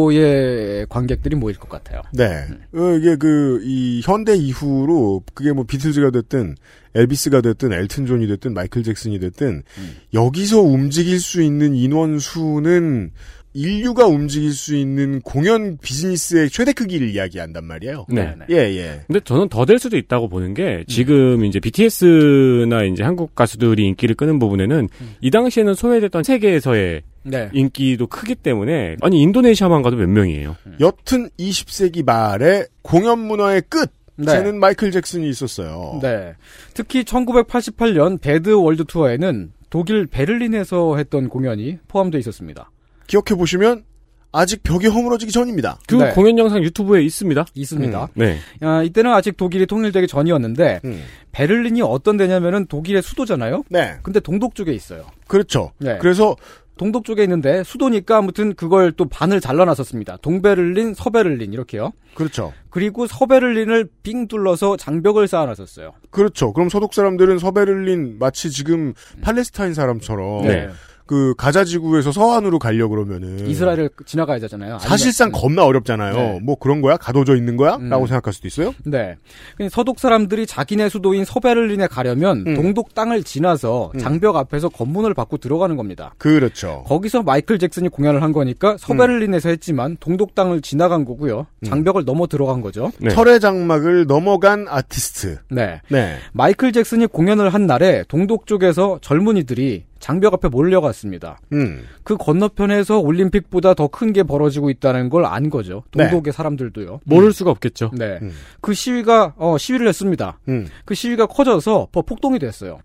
[SPEAKER 9] 정도의 관객들이 모일 것 같아요.
[SPEAKER 2] 네. 어, 이게 그, 이, 현대 이후로, 그게 뭐 비틀즈가 됐든, 엘비스가 됐든, 엘튼 존이 됐든, 마이클 잭슨이 됐든,
[SPEAKER 9] 음.
[SPEAKER 2] 여기서 움직일 수 있는 인원수는, 인류가 움직일 수 있는 공연 비즈니스의 최대 크기를 이야기한단 말이에요.
[SPEAKER 3] 네.
[SPEAKER 2] 예, 예.
[SPEAKER 3] 근데 저는 더 될 수도 있다고 보는 게 지금 이제 BTS나 이제 한국 가수들이 인기를 끄는 부분에는 이 당시에는 소외됐던 세계에서의
[SPEAKER 9] 네.
[SPEAKER 3] 인기도 크기 때문에 아니 인도네시아만 가도 몇 명이에요.
[SPEAKER 9] 음.
[SPEAKER 2] 여튼 20세기 말에 공연 문화의 끝!
[SPEAKER 9] 네.
[SPEAKER 2] 쟤는 마이클 잭슨이 있었어요.
[SPEAKER 9] 네. 특히 1988년 배드 월드 투어에는 독일 베를린에서 했던 공연이 포함되어 있었습니다.
[SPEAKER 2] 기억해보시면, 아직 벽이 허물어지기 전입니다.
[SPEAKER 3] 그
[SPEAKER 9] 네.
[SPEAKER 3] 공연 영상 유튜브에 있습니다.
[SPEAKER 9] 있습니다.
[SPEAKER 3] 음, 네.
[SPEAKER 9] 아, 이때는 아직 독일이 통일되기 전이었는데
[SPEAKER 2] 음.
[SPEAKER 9] 베를린이 어떤 데냐면은 독일의 수도잖아요.
[SPEAKER 2] 네.
[SPEAKER 9] 근데 동독 쪽에 있어요.
[SPEAKER 2] 그렇죠.
[SPEAKER 9] 네.
[SPEAKER 2] 그래서
[SPEAKER 9] 동독 쪽에 있는데 수도니까 아무튼 그걸 또 반을 잘라놨었습니다. 동베를린, 서베를린 이렇게요.
[SPEAKER 2] 그렇죠.
[SPEAKER 9] 그리고 서베를린을 빙 둘러서 장벽을 쌓아놨었어요.
[SPEAKER 2] 그렇죠. 그럼 서독 사람들은 서베를린 마치 지금 팔레스타인 사람처럼
[SPEAKER 9] 음. 네.
[SPEAKER 2] 그 가자 지구에서 서안으로 가려 그러면은
[SPEAKER 9] 이스라엘을 지나가야 되잖아요.
[SPEAKER 2] 네. 사실상 겁나 어렵잖아요.
[SPEAKER 9] 네.
[SPEAKER 2] 뭐 그런 거야? 가둬져 있는 거야?
[SPEAKER 9] 음.
[SPEAKER 2] 라고 생각할 수도 있어요.
[SPEAKER 9] 네. 그냥 서독 사람들이 자기네 수도인 서베를린에 가려면
[SPEAKER 2] 음.
[SPEAKER 9] 동독 땅을 지나서 장벽 앞에서 검문을 받고 들어가는 겁니다.
[SPEAKER 2] 그렇죠.
[SPEAKER 9] 거기서 마이클 잭슨이 공연을 한 거니까 서베를린에서 했지만 동독 땅을 지나간 거고요.
[SPEAKER 2] 음.
[SPEAKER 9] 장벽을 넘어 들어간 거죠.
[SPEAKER 3] 네.
[SPEAKER 2] 철의 장막을 넘어간 아티스트.
[SPEAKER 9] 네.
[SPEAKER 2] 네.
[SPEAKER 9] 마이클 잭슨이 공연을 한 날에 동독 쪽에서 젊은이들이 장벽 앞에 몰려갔습니다.
[SPEAKER 2] 음.
[SPEAKER 9] 그 건너편에서 올림픽보다 더 큰 게 벌어지고 있다는 걸 안 거죠. 동독의 사람들도요.
[SPEAKER 3] 모를 수가 없겠죠.
[SPEAKER 9] 네.
[SPEAKER 2] 네. 음.
[SPEAKER 9] 그 시위가 어, 시위를 했습니다.
[SPEAKER 2] 음.
[SPEAKER 9] 그 시위가 커져서 뭐 폭동이 됐어요.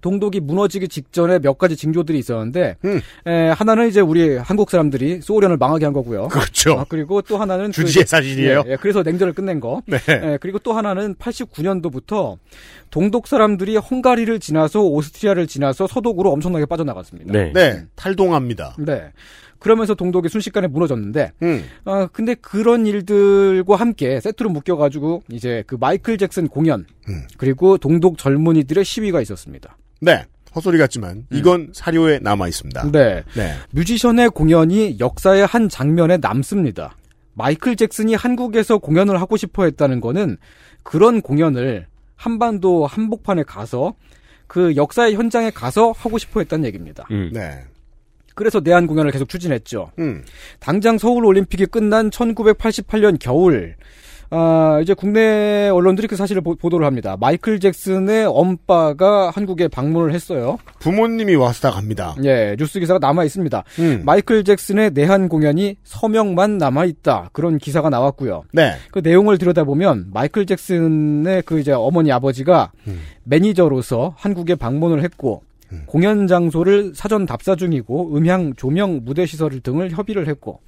[SPEAKER 9] 동독이 무너지기 직전에 몇 가지 징조들이 있었는데
[SPEAKER 2] 음.
[SPEAKER 9] 에, 하나는 이제 우리 한국 사람들이 소련을 망하게 한 거고요.
[SPEAKER 2] 그렇죠.
[SPEAKER 9] 아, 그리고 또 하나는 그-
[SPEAKER 2] 주지의 사실이에요.
[SPEAKER 9] 예, 예, 그래서 냉전을 끝낸 거.
[SPEAKER 2] 네.
[SPEAKER 9] 예, 그리고 또 하나는 89년도부터 동독 사람들이 헝가리를 지나서 오스트리아를 지나서 서독으로 엄청나게 빠져나갔습니다.
[SPEAKER 3] 네.
[SPEAKER 2] 네. 탈동합니다.
[SPEAKER 9] 네. 그러면서 동독이 순식간에 무너졌는데,
[SPEAKER 2] 음.
[SPEAKER 9] 아, 근데 그런 일들과 함께 세트로 묶여가지고 이제 그 마이클 잭슨 공연,
[SPEAKER 2] 음.
[SPEAKER 9] 그리고 동독 젊은이들의 시위가 있었습니다.
[SPEAKER 2] 네. 헛소리 같지만 이건 사료에 남아 있습니다.
[SPEAKER 9] 음. 네.
[SPEAKER 2] 네.
[SPEAKER 9] 뮤지션의 공연이 역사의 한 장면에 남습니다. 마이클 잭슨이 한국에서 공연을 하고 싶어 했다는 거는 그런 공연을 한반도 한복판에 가서 그 역사의 현장에 가서 하고 싶어 했다는 얘기입니다.
[SPEAKER 3] 음.
[SPEAKER 2] 네.
[SPEAKER 9] 그래서 내한 공연을 계속 추진했죠.
[SPEAKER 2] 음.
[SPEAKER 9] 당장 서울 올림픽이 끝난 1988년 겨울 아, 이제 국내 언론들이 그 사실을 보, 도를 합니다. 마이클 잭슨의 엄빠가 한국에 방문을 했어요.
[SPEAKER 2] 부모님이 왔다 갑니다.
[SPEAKER 9] 예, 뉴스 기사가 남아 있습니다. 음. 마이클 잭슨의 내한 공연이 서명만 남아 있다. 그런 기사가 나왔고요.
[SPEAKER 2] 네.
[SPEAKER 9] 그 내용을 들여다보면 마이클 잭슨의 그 이제 어머니 아버지가 음. 매니저로서 한국에 방문을 했고 음. 공연 장소를 사전 답사 중이고 음향, 조명, 무대 시설 등을 협의를 했고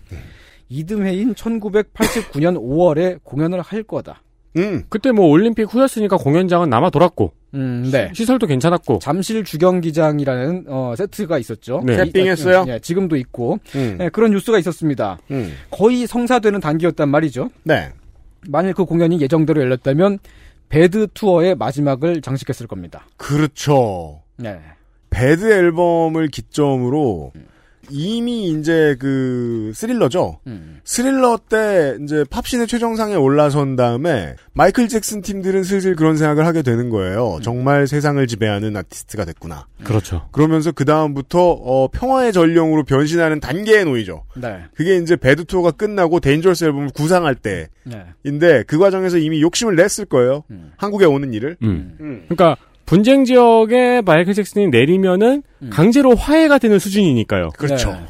[SPEAKER 9] 이듬해인 1989년 5월에 공연을 할 거다.
[SPEAKER 3] 음. 그때 뭐 올림픽 후였으니까 공연장은 남아 돌았고.
[SPEAKER 9] 음, 네.
[SPEAKER 3] 시설도 괜찮았고.
[SPEAKER 9] 잠실 주경기장이라는 어, 세트가 있었죠.
[SPEAKER 2] 네. 빙했어요
[SPEAKER 9] 예, 지금도 있고. 음. 예, 그런 뉴스가 있었습니다. 음. 거의 성사되는 단계였단 말이죠.
[SPEAKER 2] 네.
[SPEAKER 9] 만일 그 공연이 예정대로 열렸다면 배드 투어의 마지막을 장식했을 겁니다.
[SPEAKER 2] 그렇죠.
[SPEAKER 9] 네.
[SPEAKER 2] 배드 앨범을 기점으로 음. 이미 이제 그 스릴러죠. 음. 스릴러 때 이제 팝신의 최정상에 올라선 다음에 마이클 잭슨 팀들은 슬슬 그런 생각을 하게 되는 거예요. 음. 정말 세상을 지배하는 아티스트가 됐구나.
[SPEAKER 3] 그렇죠.
[SPEAKER 2] 그러면서 그 다음부터 어, 평화의 전령으로 변신하는 단계에 놓이죠.
[SPEAKER 9] 네.
[SPEAKER 2] 그게 이제 배드 투어가 끝나고 데인저스 앨범을 구상할 때인데 네. 그 과정에서 이미 욕심을 냈을 거예요. 음. 한국에 오는 일을.
[SPEAKER 3] 그러니까 분쟁 지역에 마이클 잭슨이 내리면은 음. 아, 강제로 화해가 되는 수준이니까요.
[SPEAKER 2] 그렇죠.
[SPEAKER 9] 네.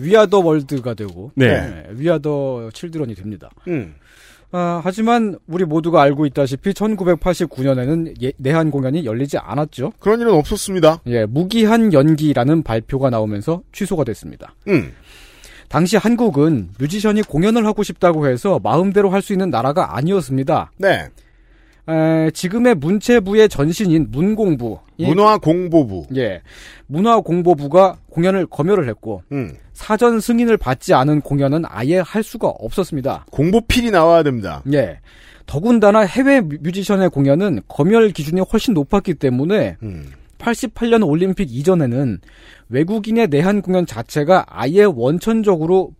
[SPEAKER 9] 위아더 월드가 되고
[SPEAKER 3] 네. 네.
[SPEAKER 9] 위아더 칠드런이 됩니다.
[SPEAKER 2] 음.
[SPEAKER 9] 아, 하지만 우리 모두가 알고 있다시피 1989년에는 예, 내한 공연이 열리지 않았죠.
[SPEAKER 2] 그런 일은 없었습니다.
[SPEAKER 9] 예, 무기한 연기라는 발표가 나오면서 취소가 됐습니다.
[SPEAKER 2] 음.
[SPEAKER 9] 당시 한국은 뮤지션이 공연을 하고 싶다고 해서 마음대로 할 수 있는 나라가 아니었습니다.
[SPEAKER 2] 네.
[SPEAKER 9] 에, 지금의 문체부의 전신인 문공부.
[SPEAKER 2] 문화공보부.
[SPEAKER 9] 예. 문화공보부가 공연을 검열을 했고,
[SPEAKER 2] 음.
[SPEAKER 9] 사전 승인을 받지 않은 공연은 아예 할 수가 없었습니다.
[SPEAKER 2] 공보필이 나와야 됩니다.
[SPEAKER 9] 예. 더군다나 해외 뮤지션의 공연은 검열 기준이 훨씬 높았기 때문에,
[SPEAKER 2] 음.
[SPEAKER 9] 88년 올림픽 이전에는 외국인의 내한 공연 자체가 아예 원천적으로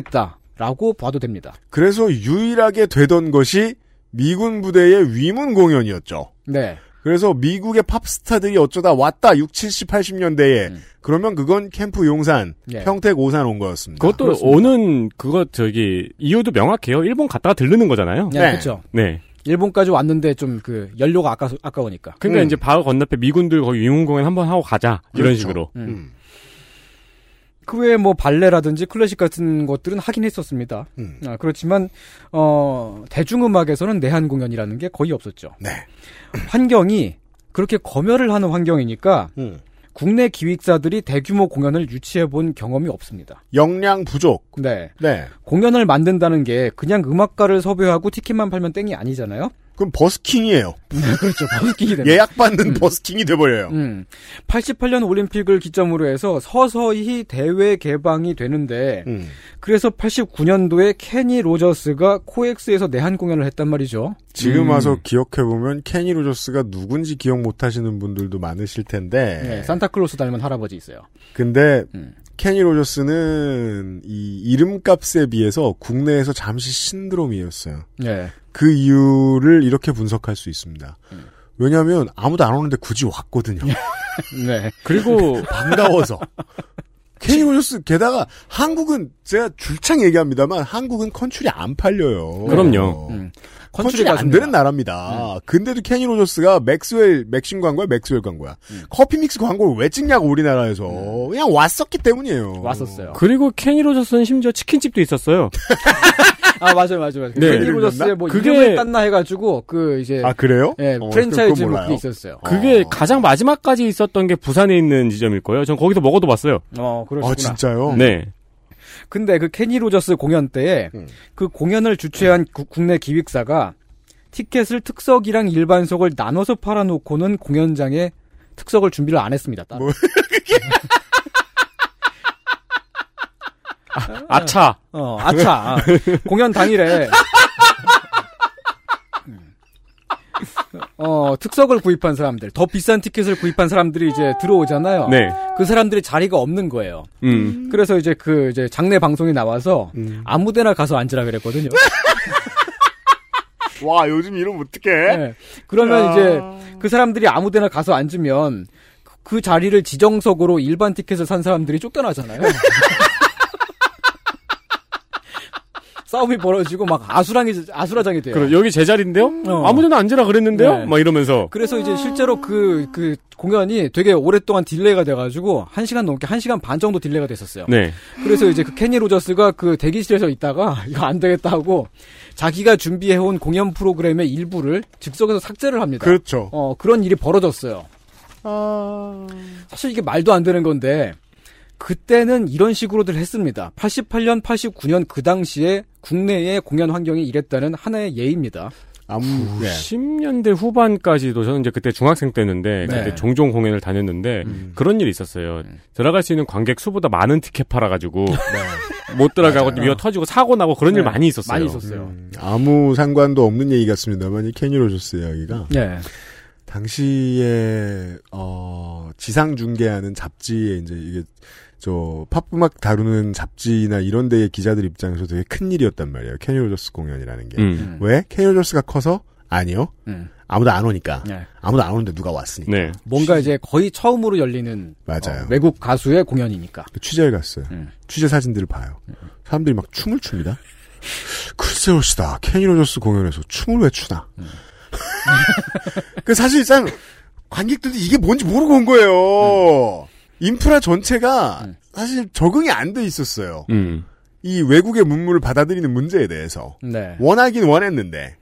[SPEAKER 9] 불가능했다라고 봐도 됩니다.
[SPEAKER 2] 그래서 유일하게 되던 것이 미군 부대의 위문 공연이었죠.
[SPEAKER 9] 네.
[SPEAKER 2] 그래서 미국의 팝스타들이 어쩌다 왔다 6, 70, 80년대에 음. 그러면 그건 캠프 용산,
[SPEAKER 9] 네.
[SPEAKER 2] 예. 평택 오산 온 거였습니다.
[SPEAKER 3] 그것도 그렇습니다. 오는 그거 저기 이유도 명확해요. 일본 갔다가 들르는 거잖아요.
[SPEAKER 9] 네, 네. 그렇죠.
[SPEAKER 3] 네.
[SPEAKER 9] 일본까지 왔으니까. 왔는데 좀 그 연료가 아까 아까우니까.
[SPEAKER 3] 그러니까 음. 이제 바로 건너편 미군들 거기 위문 공연 한번 하고 가자 이런 그렇죠. 식으로.
[SPEAKER 9] 음. 그 외에 뭐 발레라든지 클래식 같은 것들은 하긴 했었습니다.
[SPEAKER 2] 음.
[SPEAKER 9] 아, 그렇지만 어, 대중음악에서는 내한 공연이라는 게 거의 없었죠.
[SPEAKER 2] 네.
[SPEAKER 9] 환경이 그렇게 검열을 하는 환경이니까
[SPEAKER 2] 음.
[SPEAKER 9] 국내 기획사들이 대규모 공연을 유치해 본 경험이 없습니다.
[SPEAKER 2] 역량 부족.
[SPEAKER 9] 네.
[SPEAKER 2] 네.
[SPEAKER 9] 공연을 만든다는 게 그냥 음악가를 섭외하고 티켓만 팔면 땡이 아니잖아요.
[SPEAKER 2] 그럼 버스킹이에요.
[SPEAKER 9] 그렇죠. 버스킹이
[SPEAKER 2] 음,
[SPEAKER 9] 됩
[SPEAKER 2] 예약받는 음. 버스킹이 돼버려요.
[SPEAKER 9] 음. 88년 올림픽을 기점으로 해서 서서히 대회 개방이 되는데,
[SPEAKER 2] 음.
[SPEAKER 9] 그래서 89년도에 케니 로저스가 코엑스에서 내한 공연을 했단 말이죠.
[SPEAKER 2] 지금 와서 음. 기억해보면 케니 로저스가 누군지 기억 못하시는 분들도 많으실 텐데,
[SPEAKER 9] 네, 산타클로스 닮은 할아버지 있어요.
[SPEAKER 2] 근데, 케니 로저스는 이 이름값에 비해서 국내에서 잠시 신드롬이었어요.
[SPEAKER 9] 네.
[SPEAKER 2] 그 이유를 이렇게 분석할 수 있습니다. 음. 왜냐하면 아무도 안 오는데 굳이 왔거든요.
[SPEAKER 9] 네.
[SPEAKER 3] 그리고
[SPEAKER 2] 반가워서 케니 로저스 게다가 한국은 제가 줄창 얘기합니다만 한국은 컨츄리 안 팔려요. 어.
[SPEAKER 3] 그럼요. 음.
[SPEAKER 2] 컨츄리가 컨츄리 안 되는 나라입니다. 음. 근데도 케니 로저스가 맥스웰 맥심 광고야 맥스웰 광고야 음. 커피 믹스 광고를 왜 찍냐고 우리나라에서 음. 그냥 왔었기 때문이에요.
[SPEAKER 9] 왔었어요.
[SPEAKER 3] 그리고 케니 로저스는 심지어 치킨집도 있었어요.
[SPEAKER 9] 아 맞아요 맞아요 맞아요. 네. 케니 로저스의 뭐 그게... 이름을 땄나 해가지고 그 이제
[SPEAKER 2] 아 그래요?
[SPEAKER 9] 예 어, 프랜차이즈 뭐게 있었어요.
[SPEAKER 3] 그게 어. 가장 마지막까지 있었던 게 부산에 있는 지점일 거예요. 전 거기서 먹어도 봤어요.
[SPEAKER 9] 어 그러시구나.
[SPEAKER 2] 아 진짜요?
[SPEAKER 3] 네.
[SPEAKER 9] 근데 그 케니 로저스 공연 때에 음. 그 공연을 주최한 구, 국내 기획사가 티켓을 특석이랑 일반석을 나눠서 팔아놓고는 공연장에 특석을 준비를 안 했습니다. 따로. 뭐,
[SPEAKER 3] 아, 차
[SPEAKER 9] 어, 아차. 아, 공연 당일에. 어, 특석을 구입한 사람들, 더 비싼 티켓을 구입한 사람들이 이제 들어오잖아요.
[SPEAKER 3] 네.
[SPEAKER 9] 그 사람들이 자리가 없는 거예요.
[SPEAKER 3] 음.
[SPEAKER 9] 그래서 이제 그 이제 장례 방송이 나와서
[SPEAKER 2] 음.
[SPEAKER 9] 아무 데나 가서 앉으라 그랬거든요.
[SPEAKER 2] 와, 요즘 이름 어떡해? 네.
[SPEAKER 9] 예. 그러면 야. 이제 그 사람들이 아무 데나 가서 앉으면 그, 그 자리를 지정석으로 일반 티켓을 산 사람들이 쫓겨나잖아요. 싸움이 벌어지고 막 아수랑이 아수라장이 돼요.
[SPEAKER 3] 그럼 여기 제자리인데요? 아무데나 앉으라 그랬는데요? 막 이러면서.
[SPEAKER 9] 그래서 이제 실제로 그, 그 공연이 되게 오랫동안 딜레이가 돼가지고, 한시간 넘게, 한시간반 정도 딜레이가 됐었어요.
[SPEAKER 3] 네.
[SPEAKER 9] 그래서 이제 그 케니 로저스가 그 대기실에서 있다가, 이거 안 되겠다 하고, 자기가 준비해온 공연 프로그램의 일부를 즉석에서 삭제를 합니다.
[SPEAKER 2] 그렇죠.
[SPEAKER 9] 어, 그런 일이 벌어졌어요. 사실 이게 말도 안 되는 건데, 그때는 이런 식으로들 했습니다. 88년, 89년 그 당시에 국내의 공연 환경이 이랬다는 하나의 예입니다.
[SPEAKER 2] 아무, 네.
[SPEAKER 3] 90년대 후반까지도 저는 이제 그때 중학생 때였는데
[SPEAKER 9] 네.
[SPEAKER 3] 그때 종종 공연을 다녔는데 그런 일이 있었어요. 들어갈 수 있는 관객 수보다 많은 티켓 팔아가지고 못 들어가고
[SPEAKER 2] 맞아요.
[SPEAKER 3] 미어 터지고 사고 나고 그런 일
[SPEAKER 2] 네.
[SPEAKER 3] 많이 있었어요. 음.
[SPEAKER 2] 많이 있었어요. 음, 아무 상관도 없는 얘기 같습니다만 이 케니 로저스 이야기가
[SPEAKER 9] 네.
[SPEAKER 2] 당시에 어, 지상 중계하는 잡지에 이제 이게 저 팝음악 다루는 잡지나 이런 데의 기자들 입장에서 되게 큰 일이었단 말이에요. 케니 로저스 공연이라는 게.
[SPEAKER 3] 음.
[SPEAKER 2] 왜? 케니 로저스가 커서? 아니요.
[SPEAKER 9] 음.
[SPEAKER 2] 아무도 안 오니까.
[SPEAKER 9] 네.
[SPEAKER 2] 아무도 안 오는데 누가 왔으니까.
[SPEAKER 9] 뭔가 이제 거의 처음으로 열리는
[SPEAKER 2] 맞아요.
[SPEAKER 9] 어, 외국 가수의 공연이니까.
[SPEAKER 2] 그 취재를 갔어요.
[SPEAKER 9] 네.
[SPEAKER 2] 취재 사진들을 봐요. 사람들이 막 춤을 춥니다. 글쎄 옳시다. 케니 로저스 공연에서 춤을 왜 추나.
[SPEAKER 9] 네.
[SPEAKER 2] 그 사실상 관객들도 이게 뭔지 모르고 온 거예요.
[SPEAKER 9] 네.
[SPEAKER 2] 인프라 전체가 사실 적응이 안 돼 있었어요.
[SPEAKER 3] 음.
[SPEAKER 2] 이 외국의 문물을 받아들이는 문제에 대해서
[SPEAKER 9] 네.
[SPEAKER 2] 원하긴 원했는데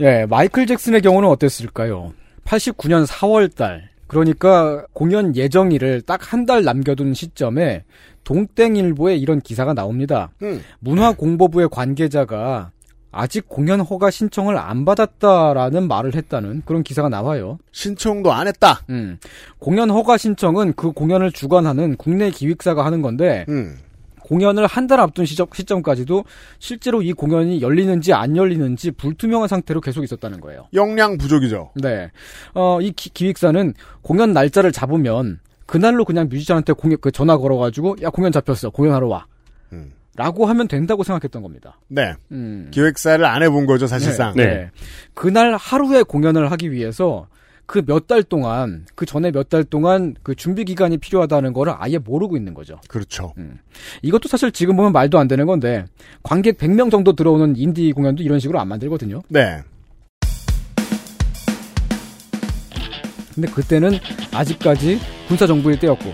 [SPEAKER 9] 예, 마이클 잭슨의 경우는 어땠을까요? 89년 4월 달. 그러니까 공연 예정일을 딱 한 달 남겨둔 시점에 동땡일보에 이런 기사가 나옵니다.
[SPEAKER 2] 음.
[SPEAKER 9] 문화공보부의 관계자가 아직 공연 허가 신청을 안 받았다라는 말을 했다는 그런 기사가 나와요.
[SPEAKER 2] 신청도 안 했다.
[SPEAKER 9] 음. 공연 허가 신청은 그 공연을 주관하는 국내 기획사가 하는 건데
[SPEAKER 2] 음.
[SPEAKER 9] 공연을 한 달 앞둔 시점, 시점까지도 실제로 이 공연이 열리는지 안 열리는지 불투명한 상태로 계속 있었다는 거예요.
[SPEAKER 2] 역량 부족이죠.
[SPEAKER 9] 네. 어, 이 기, 기획사는 공연 날짜를 잡으면 그날로 그냥 뮤지션한테 공연, 그 전화 걸어가지고 야, 공연 잡혔어. 공연하러 와.
[SPEAKER 2] 음.
[SPEAKER 9] 라고 하면 된다고 생각했던 겁니다.
[SPEAKER 2] 네
[SPEAKER 9] 음.
[SPEAKER 2] 기획사를 안 해본 거죠 사실상.
[SPEAKER 9] 네. 네. 그날 하루에 공연을 하기 위해서 그 몇 달 동안 그 전에 몇 달 동안 그 준비 기간이 필요하다는 거를 아예 모르고 있는 거죠.
[SPEAKER 2] 그렇죠.
[SPEAKER 9] 음. 이것도 사실 지금 보면 말도 안 되는 건데 관객 100명 정도 들어오는 인디 공연도 이런 식으로 안 만들거든요.
[SPEAKER 2] 네.
[SPEAKER 9] 근데 그때는 아직까지 군사 정부일 때였고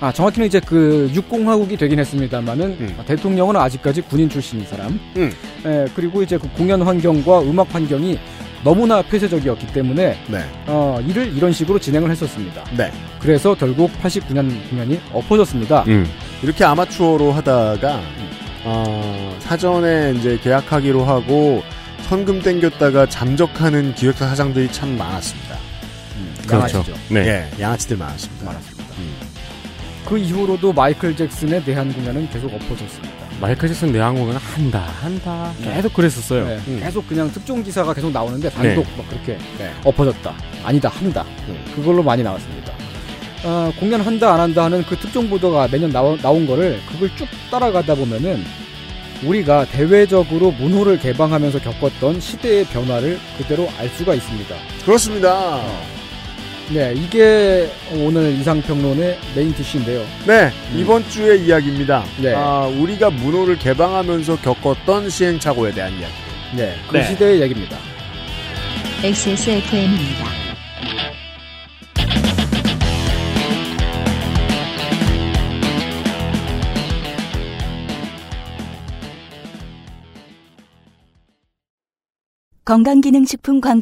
[SPEAKER 9] 아 정확히는 이제 그 육공화국이 되긴 했습니다만은 대통령은 아직까지 군인 출신인 사람.
[SPEAKER 2] 음.
[SPEAKER 9] 예, 그리고 이제 그 공연 환경과 음악 환경이 너무나 폐쇄적이었기 때문에
[SPEAKER 2] 네.
[SPEAKER 9] 어, 일을 이런 식으로 진행을 했었습니다.
[SPEAKER 2] 네.
[SPEAKER 9] 그래서 결국 89년 공연이 엎어졌습니다.
[SPEAKER 2] 이렇게 아마추어로 하다가 어, 사전에 이제 계약하기로 하고 선금 땡겼다가 잠적하는 기획사 사장들이 참 많았습니다.
[SPEAKER 9] 그렇죠. 양아치죠.
[SPEAKER 2] 네, 양아치들 많았습니다.
[SPEAKER 9] 그 이후로도 마이클 잭슨에 대한 공연은 계속 엎어졌습니다.
[SPEAKER 3] 마이클 잭슨 내한공연 한다 한다 계속 그랬었어요.
[SPEAKER 9] 네,
[SPEAKER 3] 음.
[SPEAKER 9] 계속 그냥 특종 기사가 계속 나오는데 단독
[SPEAKER 3] 네.
[SPEAKER 9] 막 그렇게 엎어졌다. 아니다 한다. 그걸로 많이 나왔습니다. 아, 공연 한다 안 한다 하는 그 특종 보도가 매년 나오, 나온 거를 그걸 쭉 따라가다 보면은 우리가 대외적으로 문호를 개방하면서 겪었던 시대의 변화를 그대로 알 수가 있습니다.
[SPEAKER 2] 그렇습니다.
[SPEAKER 9] 네, 이게 오늘 이상평론의 메인 디쉬인데요.
[SPEAKER 2] 네, 이번 주의 이야기입니다.
[SPEAKER 9] 네.
[SPEAKER 2] 아, 우리가 문호를 개방하면서 겪었던 시행착오에 대한 이야기.
[SPEAKER 9] 네, 그
[SPEAKER 2] 네.
[SPEAKER 9] 시대의 이야기입니다.
[SPEAKER 1] XSFM입니다.
[SPEAKER 11] 건강기능식품 광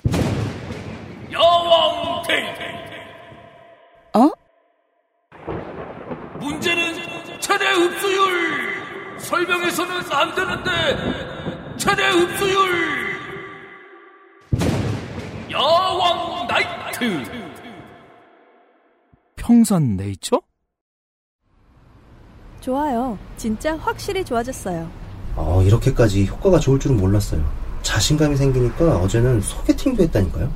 [SPEAKER 6] 여왕 테이테
[SPEAKER 11] 어?
[SPEAKER 6] 문제는 최대 흡수율 설명해서는 안 되는데 최대 흡수율 여왕 나이트
[SPEAKER 8] 평산 네이처?
[SPEAKER 12] 좋아요. 진짜 확실히 좋아졌어요.
[SPEAKER 13] 어, 이렇게까지 효과가 좋을 줄은 몰랐어요. 자신감이 생기니까 어제는 소개팅도 했다니까요.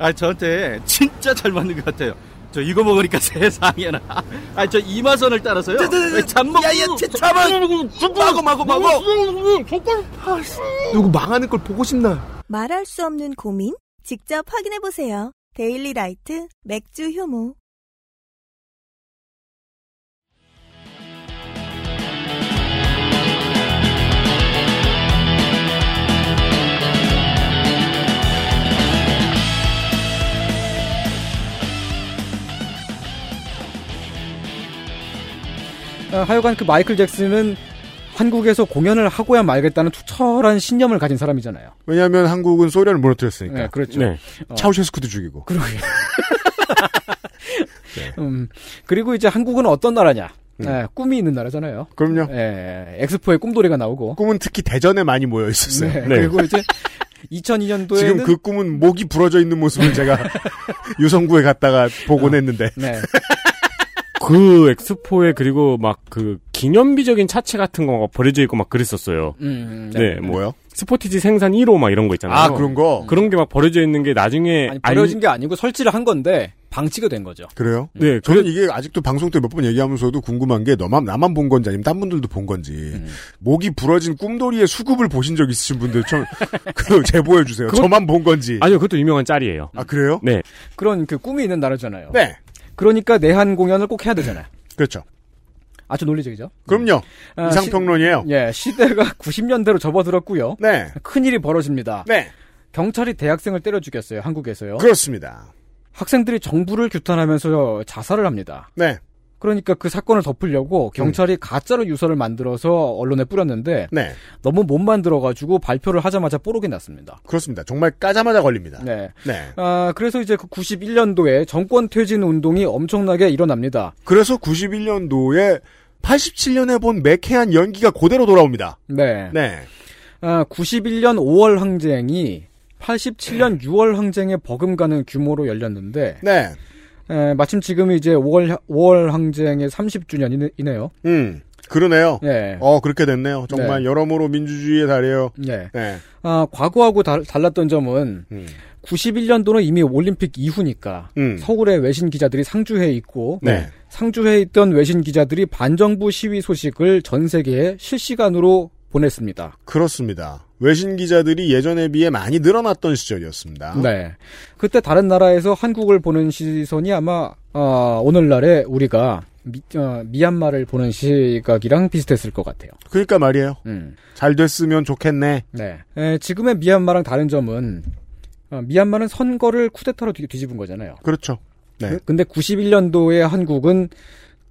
[SPEAKER 14] 아 저한테 진짜 잘 맞는 것 같아요. 저 이거 먹으니까 세상에나. 아 저 이마선을 따라서요. 잠먹. 야야 잠만. 마고 마고 마고.
[SPEAKER 15] 누구 망하는 걸 보고 싶나요?
[SPEAKER 16] 말할 수 없는 고민? 직접 확인해보세요. 데일리 라이트 맥주 효모.
[SPEAKER 9] 하여간 그 마이클 잭슨은 한국에서 공연을 하고야 말겠다는 투철한 신념을 가진 사람이잖아요.
[SPEAKER 2] 왜냐하면 한국은 소련을 무너뜨렸으니까.
[SPEAKER 9] 네, 그렇죠.
[SPEAKER 2] 네.
[SPEAKER 9] 어.
[SPEAKER 2] 차우셰스크도 죽이고.
[SPEAKER 9] 그러게. 음, 그리고 이제 한국은 어떤 나라냐?
[SPEAKER 2] 음.
[SPEAKER 9] 예, 꿈이 있는 나라잖아요.
[SPEAKER 2] 그럼요. 그
[SPEAKER 9] 예, 엑스포에 꿈돌이가 나오고.
[SPEAKER 2] 꿈은 특히 대전에 많이 모여 있었어요.
[SPEAKER 9] 네, 그리고 이제 2002년도에
[SPEAKER 2] 지금 그 꿈은 목이 부러져 있는 모습을 제가 유성구에 갔다가 보곤 했는데.
[SPEAKER 9] 네.
[SPEAKER 3] 그 엑스포에 그리고 막 그 기념비적인 차체 같은 거가 버려져 있고 막 그랬었어요.
[SPEAKER 9] 음,
[SPEAKER 3] 네, 뭐 스포티지 생산 1호 막 이런 거 있잖아요. 음.
[SPEAKER 2] 아, 그런 거?
[SPEAKER 3] 그런 게 막 버려져 있는 게 나중에
[SPEAKER 9] 아니, 버려진 게 아니고 설치를 한 건데 방치가 된 거죠.
[SPEAKER 2] 그래요?
[SPEAKER 3] 네,
[SPEAKER 2] 저는 이게 아직도 방송 때 몇 번 얘기하면서도 궁금한 게 너만 나만 본 건지 아니면 딴 분들도 본 건지 목이 부러진 꿈돌이의 수급을 보신 적 있으신 분들 좀그 제보해 주세요.
[SPEAKER 3] 그거-
[SPEAKER 2] 저만 본
[SPEAKER 9] 예.
[SPEAKER 2] 건지.
[SPEAKER 3] 아니요, 그것도 유명한 짤이에요.
[SPEAKER 2] 아 그래요?
[SPEAKER 3] 네.
[SPEAKER 9] 그런 그 꿈이 있는 나라잖아요.
[SPEAKER 2] 네.
[SPEAKER 9] 그러니까 내한 공연을 꼭 해야 되잖아요.
[SPEAKER 2] 그렇죠.
[SPEAKER 9] 아주 논리적이죠.
[SPEAKER 2] 그럼요.
[SPEAKER 9] 아,
[SPEAKER 2] 이상평론이에요.
[SPEAKER 9] 시, 예, 시대가 90년대로 접어들었고요.
[SPEAKER 2] 네.
[SPEAKER 9] 큰일이 벌어집니다.
[SPEAKER 2] 네.
[SPEAKER 9] 경찰이 대학생을 때려 죽였어요. 한국에서요.
[SPEAKER 2] 그렇습니다.
[SPEAKER 9] 학생들이 정부를 규탄하면서 자살을 합니다.
[SPEAKER 2] 네.
[SPEAKER 9] 그러니까 그 사건을 덮으려고
[SPEAKER 2] 음.
[SPEAKER 9] 경찰이 가짜로 유서를 만들어서 언론에 뿌렸는데
[SPEAKER 2] 네.
[SPEAKER 9] 너무 못 만들어가지고 발표를 하자마자 뽀록이 났습니다.
[SPEAKER 2] 그렇습니다. 정말 까자마자 걸립니다.
[SPEAKER 9] 네.
[SPEAKER 2] 네.
[SPEAKER 9] 아, 그래서 이제 그 91년도에 정권 퇴진 운동이 엄청나게 일어납니다.
[SPEAKER 2] 그래서 91년도에 87년에 본 매캐한 연기가 그대로 돌아옵니다.
[SPEAKER 9] 네.
[SPEAKER 2] 네.
[SPEAKER 9] 아, 91년 5월 항쟁이 87년 6월 항쟁에 버금가는 규모로 열렸는데
[SPEAKER 2] 네.
[SPEAKER 9] 에, 마침 지금이 이제 5월 5월 항쟁의 30주년이네요.
[SPEAKER 2] 음. 그러네요.
[SPEAKER 9] 네.
[SPEAKER 2] 어, 그렇게 됐네요. 정말
[SPEAKER 9] 네.
[SPEAKER 2] 여러모로 민주주의의 달이에요.
[SPEAKER 9] 네.
[SPEAKER 2] 네.
[SPEAKER 9] 아, 과거하고 달, 달랐던 점은 91년도는 이미 올림픽 이후니까
[SPEAKER 2] 음.
[SPEAKER 9] 서울에 외신 기자들이 상주해 있고
[SPEAKER 2] 네.
[SPEAKER 9] 상주해 있던 외신 기자들이 반정부 시위 소식을 전 세계에 실시간으로 보냈습니다.
[SPEAKER 2] 그렇습니다. 외신 기자들이 예전에 비해 많이 늘어났던 시절이었습니다.
[SPEAKER 9] 네. 그때 다른 나라에서 한국을 보는 시선이 아마 아, 오늘날에 우리가 미, 얀마를 보는 시각이랑 비슷했을 것 같아요.
[SPEAKER 2] 그러니까 말이에요.
[SPEAKER 9] 음.
[SPEAKER 2] 잘 됐으면 좋겠네.
[SPEAKER 9] 네. 에, 지금의 미얀마랑 다른 점은 어, 미얀마는 선거를 쿠데타로 뒤, 뒤집은 거잖아요.
[SPEAKER 2] 그렇죠. 네.
[SPEAKER 9] 그- 근데 91년도에 한국은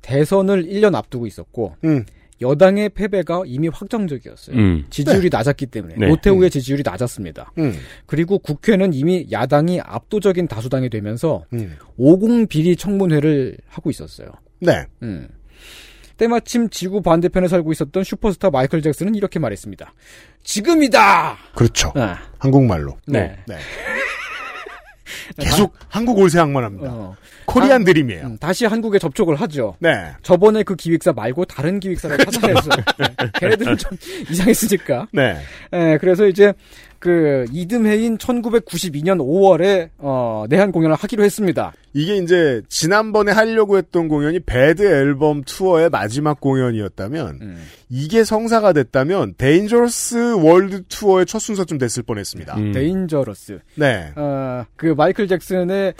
[SPEAKER 9] 대선을 1년 앞두고 있었고
[SPEAKER 2] 음.
[SPEAKER 9] 여당의 패배가 이미 확정적이었어요.
[SPEAKER 3] 음.
[SPEAKER 9] 지지율이 낮았기 때문에
[SPEAKER 3] 네.
[SPEAKER 9] 노태우의 지지율이 낮았습니다.
[SPEAKER 2] 음.
[SPEAKER 9] 그리고 국회는 이미 야당이 압도적인 다수당이 되면서
[SPEAKER 2] 음.
[SPEAKER 9] 50 비리 청문회를 하고 있었어요.
[SPEAKER 2] 네.
[SPEAKER 9] 음. 때마침 지구 반대편에 살고 있었던 슈퍼스타 마이클 잭슨은 이렇게 말했습니다. 지금이다.
[SPEAKER 2] 그렇죠.
[SPEAKER 9] 아.
[SPEAKER 2] 한국말로.
[SPEAKER 9] 네.
[SPEAKER 2] 계속 한국 올새 악만 합니다.
[SPEAKER 9] 어.
[SPEAKER 2] 코리안
[SPEAKER 9] 아,
[SPEAKER 2] 드림이에요.
[SPEAKER 9] 네. 음, 다시 한국에 접촉을 하죠.
[SPEAKER 2] 네.
[SPEAKER 9] 저번에 그 기획사 말고 다른 기획사를 찾아냈어요. 네. 걔네들은 좀 이상했으니까.
[SPEAKER 2] 네.
[SPEAKER 9] 예, 그래서 이제 그 이듬해인 1992년 5월에 어, 내한 공연을 하기로 했습니다.
[SPEAKER 2] 이게 이제 지난번에 하려고 했던 공연이 배드 앨범 투어의 마지막 공연이었다면
[SPEAKER 9] 음.
[SPEAKER 2] 이게 성사가 됐다면 데인저러스 월드 투어의 첫 순서쯤 됐을 뻔했습니다.
[SPEAKER 9] 아, 음.
[SPEAKER 3] 음.
[SPEAKER 9] 데인저러스.
[SPEAKER 2] 네.
[SPEAKER 9] 어, 그 마이클 잭슨의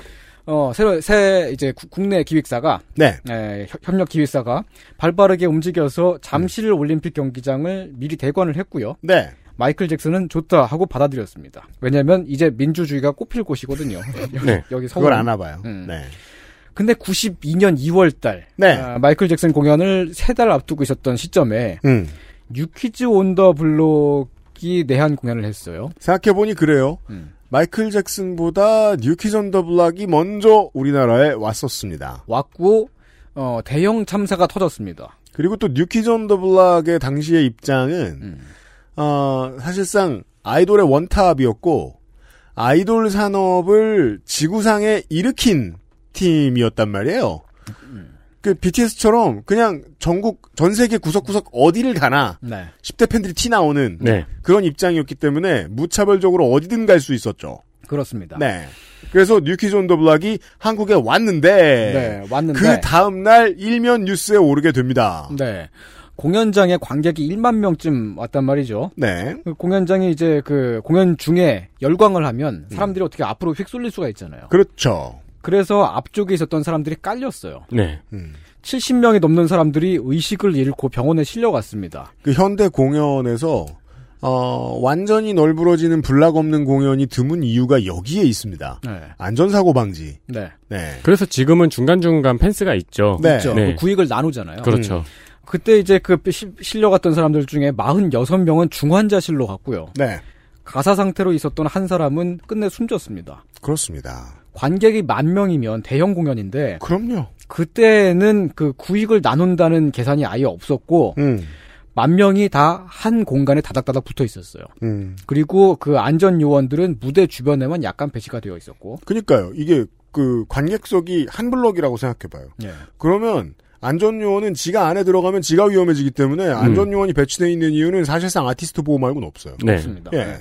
[SPEAKER 9] 어, 새로 새 이제 구- 국내 기획사가
[SPEAKER 2] 네.
[SPEAKER 9] 예, 협- 협력 기획사가 발빠르게 움직여서 잠실 올림픽 경기장을 미리 대관을 했고요.
[SPEAKER 2] 네.
[SPEAKER 9] 마이클 잭슨은 좋다 하고 받아들였습니다. 왜냐면 이제 민주주의가 꽃필 곳이거든요. 여기,
[SPEAKER 2] 네.
[SPEAKER 9] 여기 서울.
[SPEAKER 2] 그걸 아나 봐요.
[SPEAKER 9] 음.
[SPEAKER 2] 네.
[SPEAKER 9] 근데 92년 2월 달
[SPEAKER 2] 네.
[SPEAKER 9] 아, 마이클 잭슨 공연을 세 달 앞두고 있었던 시점에
[SPEAKER 2] 음.
[SPEAKER 9] 유퀴즈 온 더 블록이 내한 공연을 했어요.
[SPEAKER 2] 생각해보니 그래요.
[SPEAKER 9] 음.
[SPEAKER 2] 마이클 잭슨보다 뉴키즈 온더 블락이 먼저 우리나라에 왔었습니다.
[SPEAKER 9] 왔고 어, 대형 참사가 터졌습니다.
[SPEAKER 2] 그리고 또 뉴키즈 온더 블락의 당시의 입장은
[SPEAKER 9] 음.
[SPEAKER 2] 어, 사실상 아이돌의 원탑이었고 아이돌 산업을 지구상에 일으킨 팀이었단 말이에요. 그 BTS처럼 그냥 전국 전 세계 구석구석 어디를 가나
[SPEAKER 9] 네.
[SPEAKER 2] 10대 팬들이 티 나오는
[SPEAKER 3] 네.
[SPEAKER 2] 그런 입장이었기 때문에 무차별적으로 어디든 갈 수 있었죠.
[SPEAKER 9] 그렇습니다.
[SPEAKER 2] 네. 그래서 뉴키즈 온더 블락이 한국에 왔는데
[SPEAKER 9] 네, 왔는데.
[SPEAKER 2] 그 다음 날 일면 뉴스에 오르게 됩니다.
[SPEAKER 9] 네. 공연장에 관객이 1만 명쯤 왔단 말이죠.
[SPEAKER 2] 네.
[SPEAKER 9] 그 공연장이 이제 그 공연 중에 열광을 하면 사람들이 어떻게 앞으로 휙 쏠릴 수가 있잖아요.
[SPEAKER 2] 음. 그렇죠.
[SPEAKER 9] 그래서 앞쪽에 있었던 사람들이 깔렸어요.
[SPEAKER 3] 네.
[SPEAKER 2] 음.
[SPEAKER 9] 70명이 넘는 사람들이 의식을 잃고 병원에 실려갔습니다.
[SPEAKER 2] 그 현대 공연에서 어, 완전히 널브러지는 블락 없는 공연이 드문 이유가 여기에 있습니다.
[SPEAKER 9] 네.
[SPEAKER 2] 안전사고 방지.
[SPEAKER 9] 네.
[SPEAKER 2] 네.
[SPEAKER 3] 그래서 지금은 중간중간 펜스가 있죠.
[SPEAKER 2] 네.
[SPEAKER 9] 그렇죠.
[SPEAKER 3] 네.
[SPEAKER 9] 그 구익을 나누잖아요.
[SPEAKER 3] 그렇죠.
[SPEAKER 9] 그때 이제 그 시- 실려갔던 사람들 중에 46명은 중환자실로 갔고요.
[SPEAKER 2] 네.
[SPEAKER 9] 가사 상태로 있었던 한 사람은 끝내 숨졌습니다.
[SPEAKER 2] 그렇습니다.
[SPEAKER 9] 관객이 만 명이면 대형 공연인데
[SPEAKER 2] 그럼요.
[SPEAKER 9] 그때는 그 구익을 나눈다는 계산이 아예 없었고
[SPEAKER 2] 음,
[SPEAKER 9] 만 명이 다 한 공간에 다닥다닥 붙어 있었어요.
[SPEAKER 2] 음.
[SPEAKER 9] 그리고 그 안전 요원들은 무대 주변에만 약간 배치가 되어 있었고
[SPEAKER 2] 그니까요. 이게 그 관객석이 한 블럭이라고 생각해봐요.
[SPEAKER 9] 예.
[SPEAKER 2] 그러면 안전요원은 지가 안에 들어가면 지가 위험해지기 때문에
[SPEAKER 9] 음.
[SPEAKER 2] 안전요원이 배치되어 있는 이유는 사실상 아티스트 보호 말고는 없어요.
[SPEAKER 9] 네. 없습니다.
[SPEAKER 2] 예.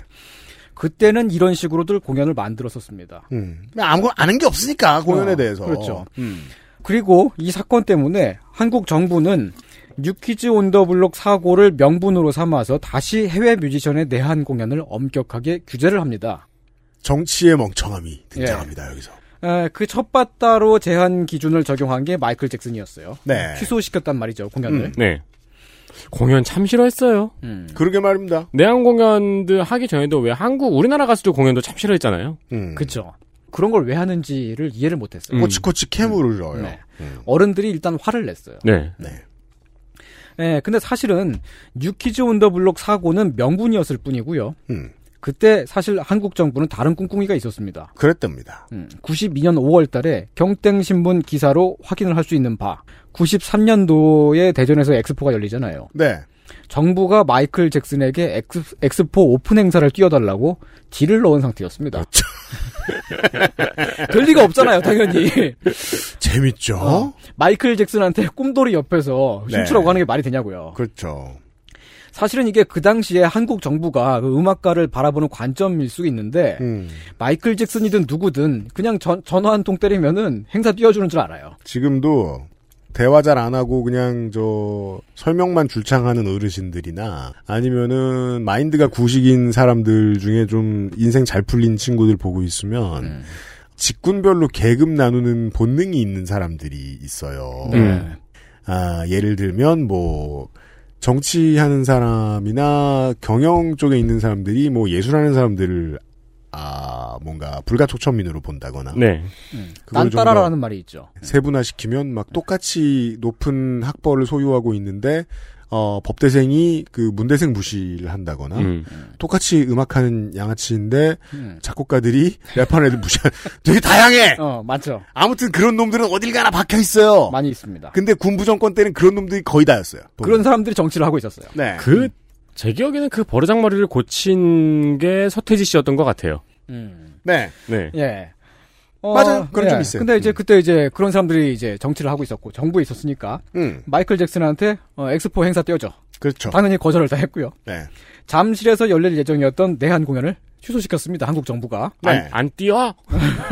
[SPEAKER 9] 그때는 이런 식으로들 공연을 만들었었습니다.
[SPEAKER 2] 음. 어, 아무 아는 게 없으니까 공연에 대해서.
[SPEAKER 9] 그렇죠.
[SPEAKER 2] 음.
[SPEAKER 9] 그리고 이 사건 때문에 한국 정부는 뉴키즈 온 더 블록 사고를 명분으로 삼아서 다시 해외 뮤지션의 내한 공연을 엄격하게 규제를 합니다.
[SPEAKER 2] 정치의 멍청함이
[SPEAKER 9] 예.
[SPEAKER 2] 등장합니다 여기서.
[SPEAKER 9] 그첫 바따로 제한 기준을 적용한 게 마이클 잭슨이었어요.
[SPEAKER 2] 네.
[SPEAKER 9] 취소시켰단 말이죠 공연을. 음.
[SPEAKER 2] 음.
[SPEAKER 3] 네. 공연 참 싫어했어요.
[SPEAKER 2] 그러게 말입니다.
[SPEAKER 3] 내한 공연들 하기 전에도 왜 한국 우리나라 가수들 공연도 참 싫어했잖아요.
[SPEAKER 2] 음.
[SPEAKER 9] 그렇죠. 그런 걸 왜 하는지를 이해를 못했어요.
[SPEAKER 2] 꼬치꼬치 캐물을 넣어요. 음.
[SPEAKER 9] 네. 어른들이 일단 화를 냈어요.
[SPEAKER 3] 네.
[SPEAKER 9] 예, 근데 사실은 뉴키즈 온 더 블록 사고는 명분이었을 뿐이고요.
[SPEAKER 2] 음.
[SPEAKER 9] 그때 사실 한국 정부는 다른 꿍꿍이가 있었습니다.
[SPEAKER 2] 그랬답니다.
[SPEAKER 9] 음. 92년 5월 달에 경땡신문 기사로 확인을 할 수 있는 바, 93년도에 대전에서 엑스포가 열리잖아요.
[SPEAKER 2] 네.
[SPEAKER 9] 정부가 마이클 잭슨에게 엑스, 엑스포 오픈 행사를 뛰어달라고 딜을 넣은 상태였습니다. 될 리가 없잖아요, 당연히.
[SPEAKER 2] 재밌죠.
[SPEAKER 9] 어? 마이클 잭슨한테 꿈돌이 옆에서
[SPEAKER 2] 네.
[SPEAKER 9] 춤추라고 하는 게 말이 되냐고요.
[SPEAKER 2] 그렇죠.
[SPEAKER 9] 사실은 이게 그 당시에 한국 정부가 그 음악가를 바라보는 관점일 수 있는데
[SPEAKER 2] 음.
[SPEAKER 9] 마이클 잭슨이든 누구든 그냥 전, 전화 한 통 때리면은 행사 뛰어주는 줄 알아요.
[SPEAKER 2] 지금도 대화 잘 안 하고 그냥 저 설명만 줄창하는 어르신들이나 아니면은 마인드가 구식인 사람들 중에 좀 인생 잘 풀린 친구들 보고 있으면
[SPEAKER 9] 음.
[SPEAKER 2] 직군별로 계급 나누는 본능이 있는 사람들이 있어요.
[SPEAKER 17] 네.
[SPEAKER 2] 아, 예를 들면 뭐 정치하는 사람이나 경영 쪽에 있는 사람들이 뭐 예술하는 사람들을 아, 뭔가 불가촉천민으로 본다거나.
[SPEAKER 3] 네.
[SPEAKER 9] 난
[SPEAKER 2] 그걸 좀 더-
[SPEAKER 9] 따라라는 말이 있죠.
[SPEAKER 2] 세분화시키면 막 똑같이 높은 학벌을 소유하고 있는데 어, 법대생이 그 문대생 무시를
[SPEAKER 9] 아.
[SPEAKER 2] 한다거나
[SPEAKER 3] 음.
[SPEAKER 2] 똑같이 음악하는 양아치인데
[SPEAKER 9] 음.
[SPEAKER 2] 작곡가들이 랩하는 애들 무시 되게 다양해.
[SPEAKER 9] 어, 맞죠.
[SPEAKER 2] 아무튼 그런 놈들은 어딜 가나 박혀 네. 있어요. 그
[SPEAKER 9] 많이 있습니다.
[SPEAKER 2] 근데 군부 정권 때는 그런 놈들이 거의 다였어요.
[SPEAKER 9] 그런 사람들이 정치를 하고 있었어요.
[SPEAKER 2] 네.
[SPEAKER 3] 그, 제 기억에는 그 버르장머리를 고친 게 서태지 씨였던 것 같아요.
[SPEAKER 2] 네.
[SPEAKER 3] 네.
[SPEAKER 9] 예.
[SPEAKER 2] 맞아요. 그런 좀 있어요. 음.
[SPEAKER 9] 근데 이제 그때 이제 그런 사람들이 이제 정치를 하고 있었고 정부에 있었으니까
[SPEAKER 2] 음.
[SPEAKER 9] 마이클 잭슨한테 어, 엑스포 행사 떼어줘.
[SPEAKER 2] 그렇죠.
[SPEAKER 9] 당연히 거절을 다 했고요.
[SPEAKER 2] 네.
[SPEAKER 9] 잠실에서 열릴 예정이었던 내한 공연을 취소시켰습니다. 한국 정부가.
[SPEAKER 3] 안, 안 뛰어?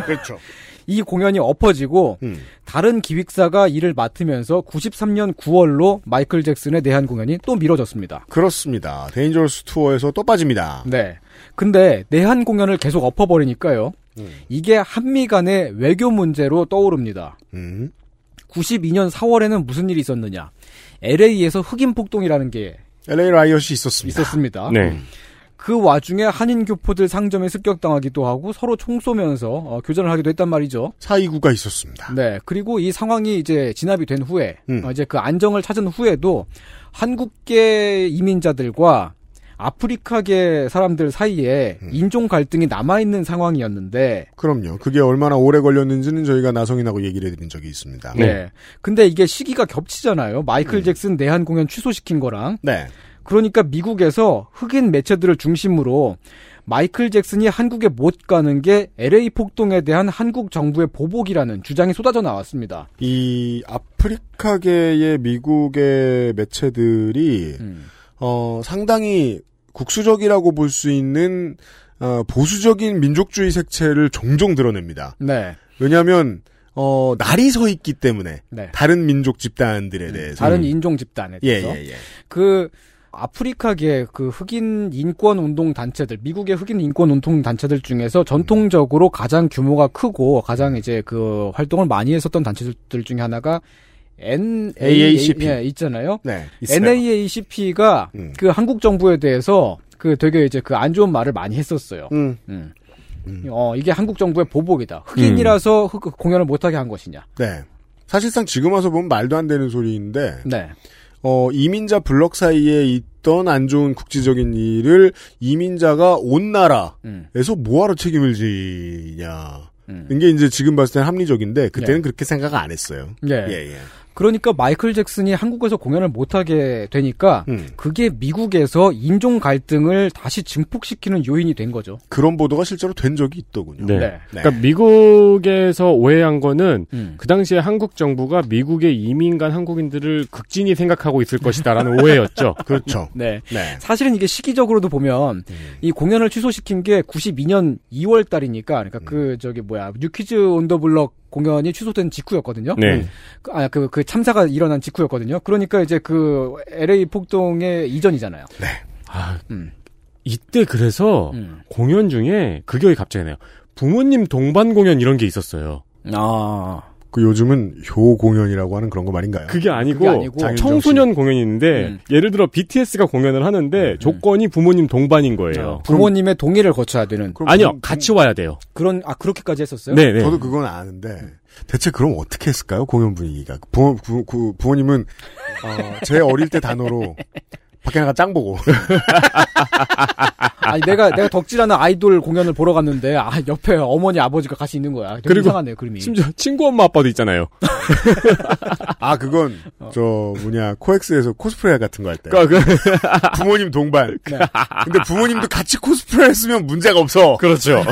[SPEAKER 2] 그렇죠.
[SPEAKER 9] 이 공연이 엎어지고
[SPEAKER 2] 음.
[SPEAKER 9] 다른 기획사가 이를 맡으면서 93년 9월로 마이클 잭슨의 내한 공연이 또 미뤄졌습니다.
[SPEAKER 2] 그렇습니다. 데인저스 투어에서 또 빠집니다.
[SPEAKER 9] 네. 근데 내한 공연을 계속 엎어버리니까요. 이게 한미 간의 외교 문제로 떠오릅니다.
[SPEAKER 2] 음.
[SPEAKER 9] 92년 4월에는 무슨 일이 있었느냐? LA에서 흑인 폭동이라는 게
[SPEAKER 2] LA 라이엇이 있었습니다.
[SPEAKER 9] 있었습니다.
[SPEAKER 3] 네.
[SPEAKER 9] 그 와중에 한인 교포들 상점에 습격당하기도 하고 서로 총 쏘면서 어, 교전을 하기도 했단 말이죠.
[SPEAKER 2] 사이구가 있었습니다.
[SPEAKER 9] 네. 그리고 이 상황이 이제 진압이 된 후에
[SPEAKER 2] 음.
[SPEAKER 9] 어, 이제 그 안정을 찾은 후에도 한국계 이민자들과 아프리카계 사람들 사이에
[SPEAKER 2] 음.
[SPEAKER 9] 인종 갈등이 남아 있는 상황이었는데
[SPEAKER 2] 그럼요. 그게 얼마나 오래 걸렸는지는 저희가 나성인하고 얘기를 해드린 적이 있습니다.
[SPEAKER 9] 네. 근데 이게 시기가 겹치잖아요. 마이클
[SPEAKER 2] 음.
[SPEAKER 9] 잭슨 내한 공연 취소시킨 거랑.
[SPEAKER 2] 네.
[SPEAKER 9] 그러니까 미국에서 흑인 매체들을 중심으로 마이클 잭슨이 한국에 못 가는 게 LA 폭동에 대한 한국 정부의 보복이라는 주장이 쏟아져 나왔습니다.
[SPEAKER 2] 이 아프리카계의 미국의 매체들이 어, 상당히 국수적이라고 볼 수 있는 어, 보수적인 민족주의 색채를 종종 드러냅니다.
[SPEAKER 9] 네.
[SPEAKER 2] 왜냐하면 어, 날이 서 있기 때문에
[SPEAKER 9] 네.
[SPEAKER 2] 예. 다른 민족 집단들에 대해서
[SPEAKER 9] 음. 다른 인종 집단에
[SPEAKER 2] 예,
[SPEAKER 9] 대해서.
[SPEAKER 2] 예, 예.
[SPEAKER 9] 그 아프리카계 그 흑인 인권 운동 단체들, 미국의 흑인 인권 운동 단체들 중에서 전통적으로 가장 규모가 크고 가장 이제 그 활동을 많이 했었던 단체들 중에 하나가 NAACP
[SPEAKER 2] AACP.
[SPEAKER 9] 예, 있잖아요.
[SPEAKER 2] 네, 있어요. 음.
[SPEAKER 9] NAACP가 그 한국 정부에 대해서 그 되게 이제 그 안 좋은 말을 많이 했었어요.
[SPEAKER 2] 음. 음.
[SPEAKER 9] 어, 이게 한국 정부의 보복이다. 흑인이라서 흑- 공연을 못하게 한 것이냐.
[SPEAKER 2] 네. 사실상 지금 와서 보면 말도 안 되는 소리인데
[SPEAKER 9] 네.
[SPEAKER 2] 어, 이민자 블럭 사이에 있던 안 좋은 국지적인 일을 이민자가 온 나라에서
[SPEAKER 9] 음.
[SPEAKER 2] 뭐하러 책임을 지냐. 이게 이제 지금 봤을 땐 합리적인데 그때는
[SPEAKER 9] 예.
[SPEAKER 2] 그렇게 생각 안 했어요.
[SPEAKER 9] 예. 그러니까 마이클 잭슨이 한국에서 공연을 못하게 되니까
[SPEAKER 2] 음.
[SPEAKER 9] 그게 미국에서 인종 갈등을 다시 증폭시키는 요인이 된 거죠.
[SPEAKER 2] 그런 보도가 실제로 된 적이 있더군요.
[SPEAKER 3] 네.
[SPEAKER 9] 네.
[SPEAKER 3] 그러니까 미국에서 오해한 거는
[SPEAKER 9] 음.
[SPEAKER 3] 그 당시에 한국 정부가 미국의 이민 간 한국인들을 극진히 생각하고 있을 것이다라는 오해였죠.
[SPEAKER 2] 그렇죠.
[SPEAKER 9] 네. 사실은 이게 시기적으로도 보면 이 공연을 취소시킨 게 92년 2월 달이니까 그러니까
[SPEAKER 3] 음.
[SPEAKER 9] 그 저기 뭐야 뉴키즈 온 더 블럭 공연이 취소된 직후였거든요.
[SPEAKER 2] 음.
[SPEAKER 3] 네.
[SPEAKER 9] 그, 아, 그, 그 참사가 일어난 직후였거든요. 그러니까 이제 그 LA 폭동의 이전이잖아요.
[SPEAKER 2] 네.
[SPEAKER 3] 아,
[SPEAKER 2] 음.
[SPEAKER 3] 이때 그래서
[SPEAKER 9] 음.
[SPEAKER 3] 공연 중에 그격이 갑자기 나요. 부모님 동반 공연 이런 게 있었어요.
[SPEAKER 9] 아.
[SPEAKER 2] 그 요즘은 효 공연이라고 하는 그런 거 말인가요?
[SPEAKER 3] 그게 아니고,
[SPEAKER 2] 그게 아니고 장윤정 음.
[SPEAKER 3] 청소년 공연이 있는데 예를 들어 BTS가 공연을 하는데 조건이 부모님 동반인
[SPEAKER 2] 아,
[SPEAKER 3] 거예요.
[SPEAKER 9] 부모님의 동의를 거쳐야 되는.
[SPEAKER 3] 아니요, 같이 와야 돼요.
[SPEAKER 9] 그런 아 그렇게까지 했었어요?
[SPEAKER 3] 네.
[SPEAKER 2] 저도 그건 아는데 대체 그럼 어떻게 했을까요? 공연 분위기가 부모 부, 그 부모님은 어, 제 어릴 때 단어로 밖에 나가 짱 보고
[SPEAKER 9] 아니 내가 내가 덕질하는 아이돌 공연을 보러 갔는데 아 옆에 어머니 아버지가 같이 있는 거야. 되게
[SPEAKER 3] 그리고
[SPEAKER 9] 이상하네요 그림이.
[SPEAKER 3] 심지어 친구 엄마 아빠도 있잖아요.
[SPEAKER 2] 아 그건 저 뭐냐 코엑스에서 코스프레 같은 거 할 때
[SPEAKER 3] 그, 네. 그.
[SPEAKER 2] 부모님 동반 근데 부모님도 같이 코스프레 했으면 문제가 없어
[SPEAKER 3] 그렇죠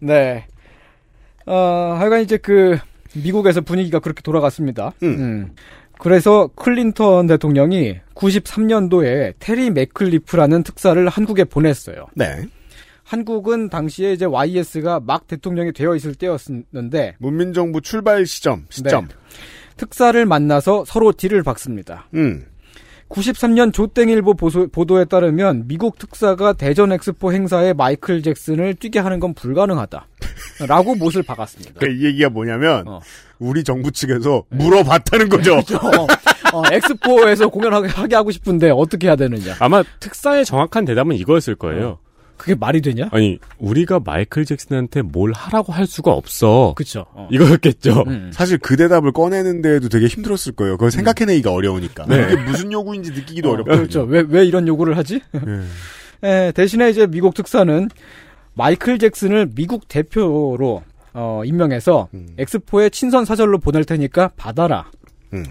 [SPEAKER 9] 네. 어, 하여간 이제 그 미국에서 분위기가 그렇게 돌아갔습니다. 음. 그래서 클린턴 대통령이 93년도에 테리 맥클리프라는 특사를 한국에 보냈어요.
[SPEAKER 2] 네.
[SPEAKER 9] 한국은 당시에 이제 YS가 막 대통령이 되어 있을 때였는데
[SPEAKER 2] 문민정부 출발 시점 시점.
[SPEAKER 9] 특사를 만나서 서로 뒤를 박습니다.
[SPEAKER 3] 네.
[SPEAKER 2] 음.
[SPEAKER 9] 93년 조땡일보 보소- 보도에 따르면 미국 특사가 대전 엑스포 행사에 마이클 잭슨을 뛰게 하는 건 불가능하다. 라고 못을 박았습니다.
[SPEAKER 2] 그러니까 이 얘기가 뭐냐면
[SPEAKER 3] 어.
[SPEAKER 2] 우리 정부 측에서 물어봤다는 거죠
[SPEAKER 9] 어, 엑스포에서 공연하게 하게 하고 싶은데 어떻게 해야 되느냐.
[SPEAKER 3] 아마 특사의 정확한 대답은 이거였을 거예요.
[SPEAKER 2] 음.
[SPEAKER 9] 그게 말이 되냐?
[SPEAKER 3] 아니 우리가 마이클 잭슨한테 뭘 하라고 할 수가 없어.
[SPEAKER 9] 그쵸.
[SPEAKER 3] 이거였겠죠.
[SPEAKER 9] 음.
[SPEAKER 2] 사실 그 대답을 꺼내는데도 되게 힘들었을 거예요. 그걸 생각해내기가 어려우니까.
[SPEAKER 3] 네.
[SPEAKER 2] 이게 무슨 요구인지 느끼기도
[SPEAKER 9] 어,
[SPEAKER 2] 어렵거든요.
[SPEAKER 9] 그렇죠. 네. 왜, 왜 이런 요구를 하지? 에, 대신에 이제 미국 특사는 마이클 잭슨을 미국 대표로 어, 임명해서 엑스포에 친선 사절로 보낼 테니까 받아라.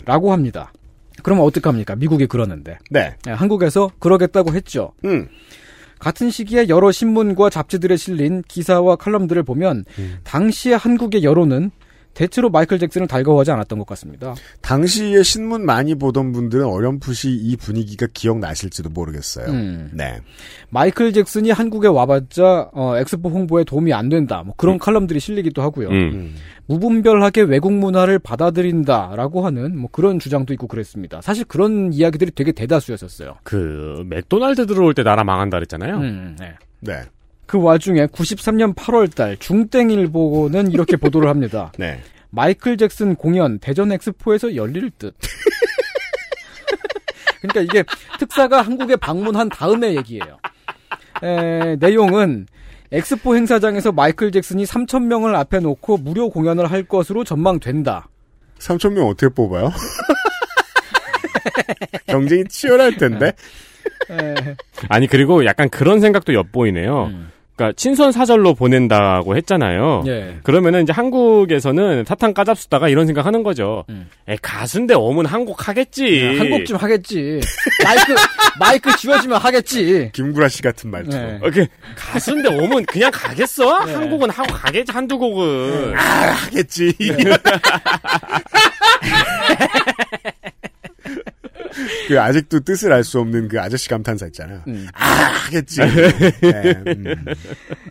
[SPEAKER 9] 라고 합니다. 그러면 어떡합니까? 미국이 그러는데.
[SPEAKER 2] 네.
[SPEAKER 9] 예, 한국에서 그러겠다고 했죠.
[SPEAKER 2] 음.
[SPEAKER 9] 같은 시기에 여러 신문과 잡지들에 실린 기사와 칼럼들을 보면 당시의 한국의 여론은 대체로 마이클 잭슨을 달가워하지 않았던 것 같습니다.
[SPEAKER 2] 당시에 신문 많이 보던 분들은 어렴풋이 이 분위기가 기억나실지도 모르겠어요.
[SPEAKER 9] 음.
[SPEAKER 2] 네.
[SPEAKER 9] 마이클 잭슨이 한국에 와봤자 어, 엑스포 홍보에 도움이 안 된다. 뭐 그런 칼럼들이 실리기도 하고요.
[SPEAKER 3] 음.
[SPEAKER 9] 무분별하게 외국 문화를 받아들인다라고 하는 뭐 그런 주장도 있고 그랬습니다. 사실 그런 이야기들이 되게 대다수였었어요.
[SPEAKER 3] 그 맥도날드 들어올 때 나라 망한다 그랬잖아요.
[SPEAKER 9] 음, 네.
[SPEAKER 2] 네.
[SPEAKER 9] 그 와중에 93년 8월달 중땡일보는 이렇게 보도를 합니다.
[SPEAKER 2] 네.
[SPEAKER 9] 마이클 잭슨 공연 대전 엑스포에서 열릴 듯. 그러니까 이게 특사가 한국에 방문한 다음의 얘기예요. 에, 내용은 엑스포 행사장에서 마이클 잭슨이 3천 명을 앞에 놓고 무료 공연을 할 것으로 전망된다.
[SPEAKER 2] 3,000명 어떻게 뽑아요? 경쟁이 치열할 텐데.
[SPEAKER 3] 아니 그리고 약간 그런 생각도 엿보이네요. 그러니까 친선 사절로 보낸다고
[SPEAKER 2] 어.
[SPEAKER 3] 했잖아요.
[SPEAKER 9] 음. 예.
[SPEAKER 3] 그러면은 이제 한국에서는 사탕 까잡수다가 이런 생각하는 거죠. 에 가수인데 오면 한국
[SPEAKER 2] 예.
[SPEAKER 3] 하겠지.
[SPEAKER 9] 음. 예, 한국쯤 하겠지. 마이크 마이크 지워지면 하겠지.
[SPEAKER 2] 김구라 씨 같은 말투.
[SPEAKER 9] 네.
[SPEAKER 3] 이렇게 어, 그 가수인데 오면 그냥 가겠어?
[SPEAKER 9] 예.
[SPEAKER 3] 한국은 하고 가겠지 한두 곡은. 아
[SPEAKER 2] 하겠지. 그 아직도 뜻을 알 수 없는 그 아저씨 감탄사 있잖아요. 아, 하겠지. 네. 음.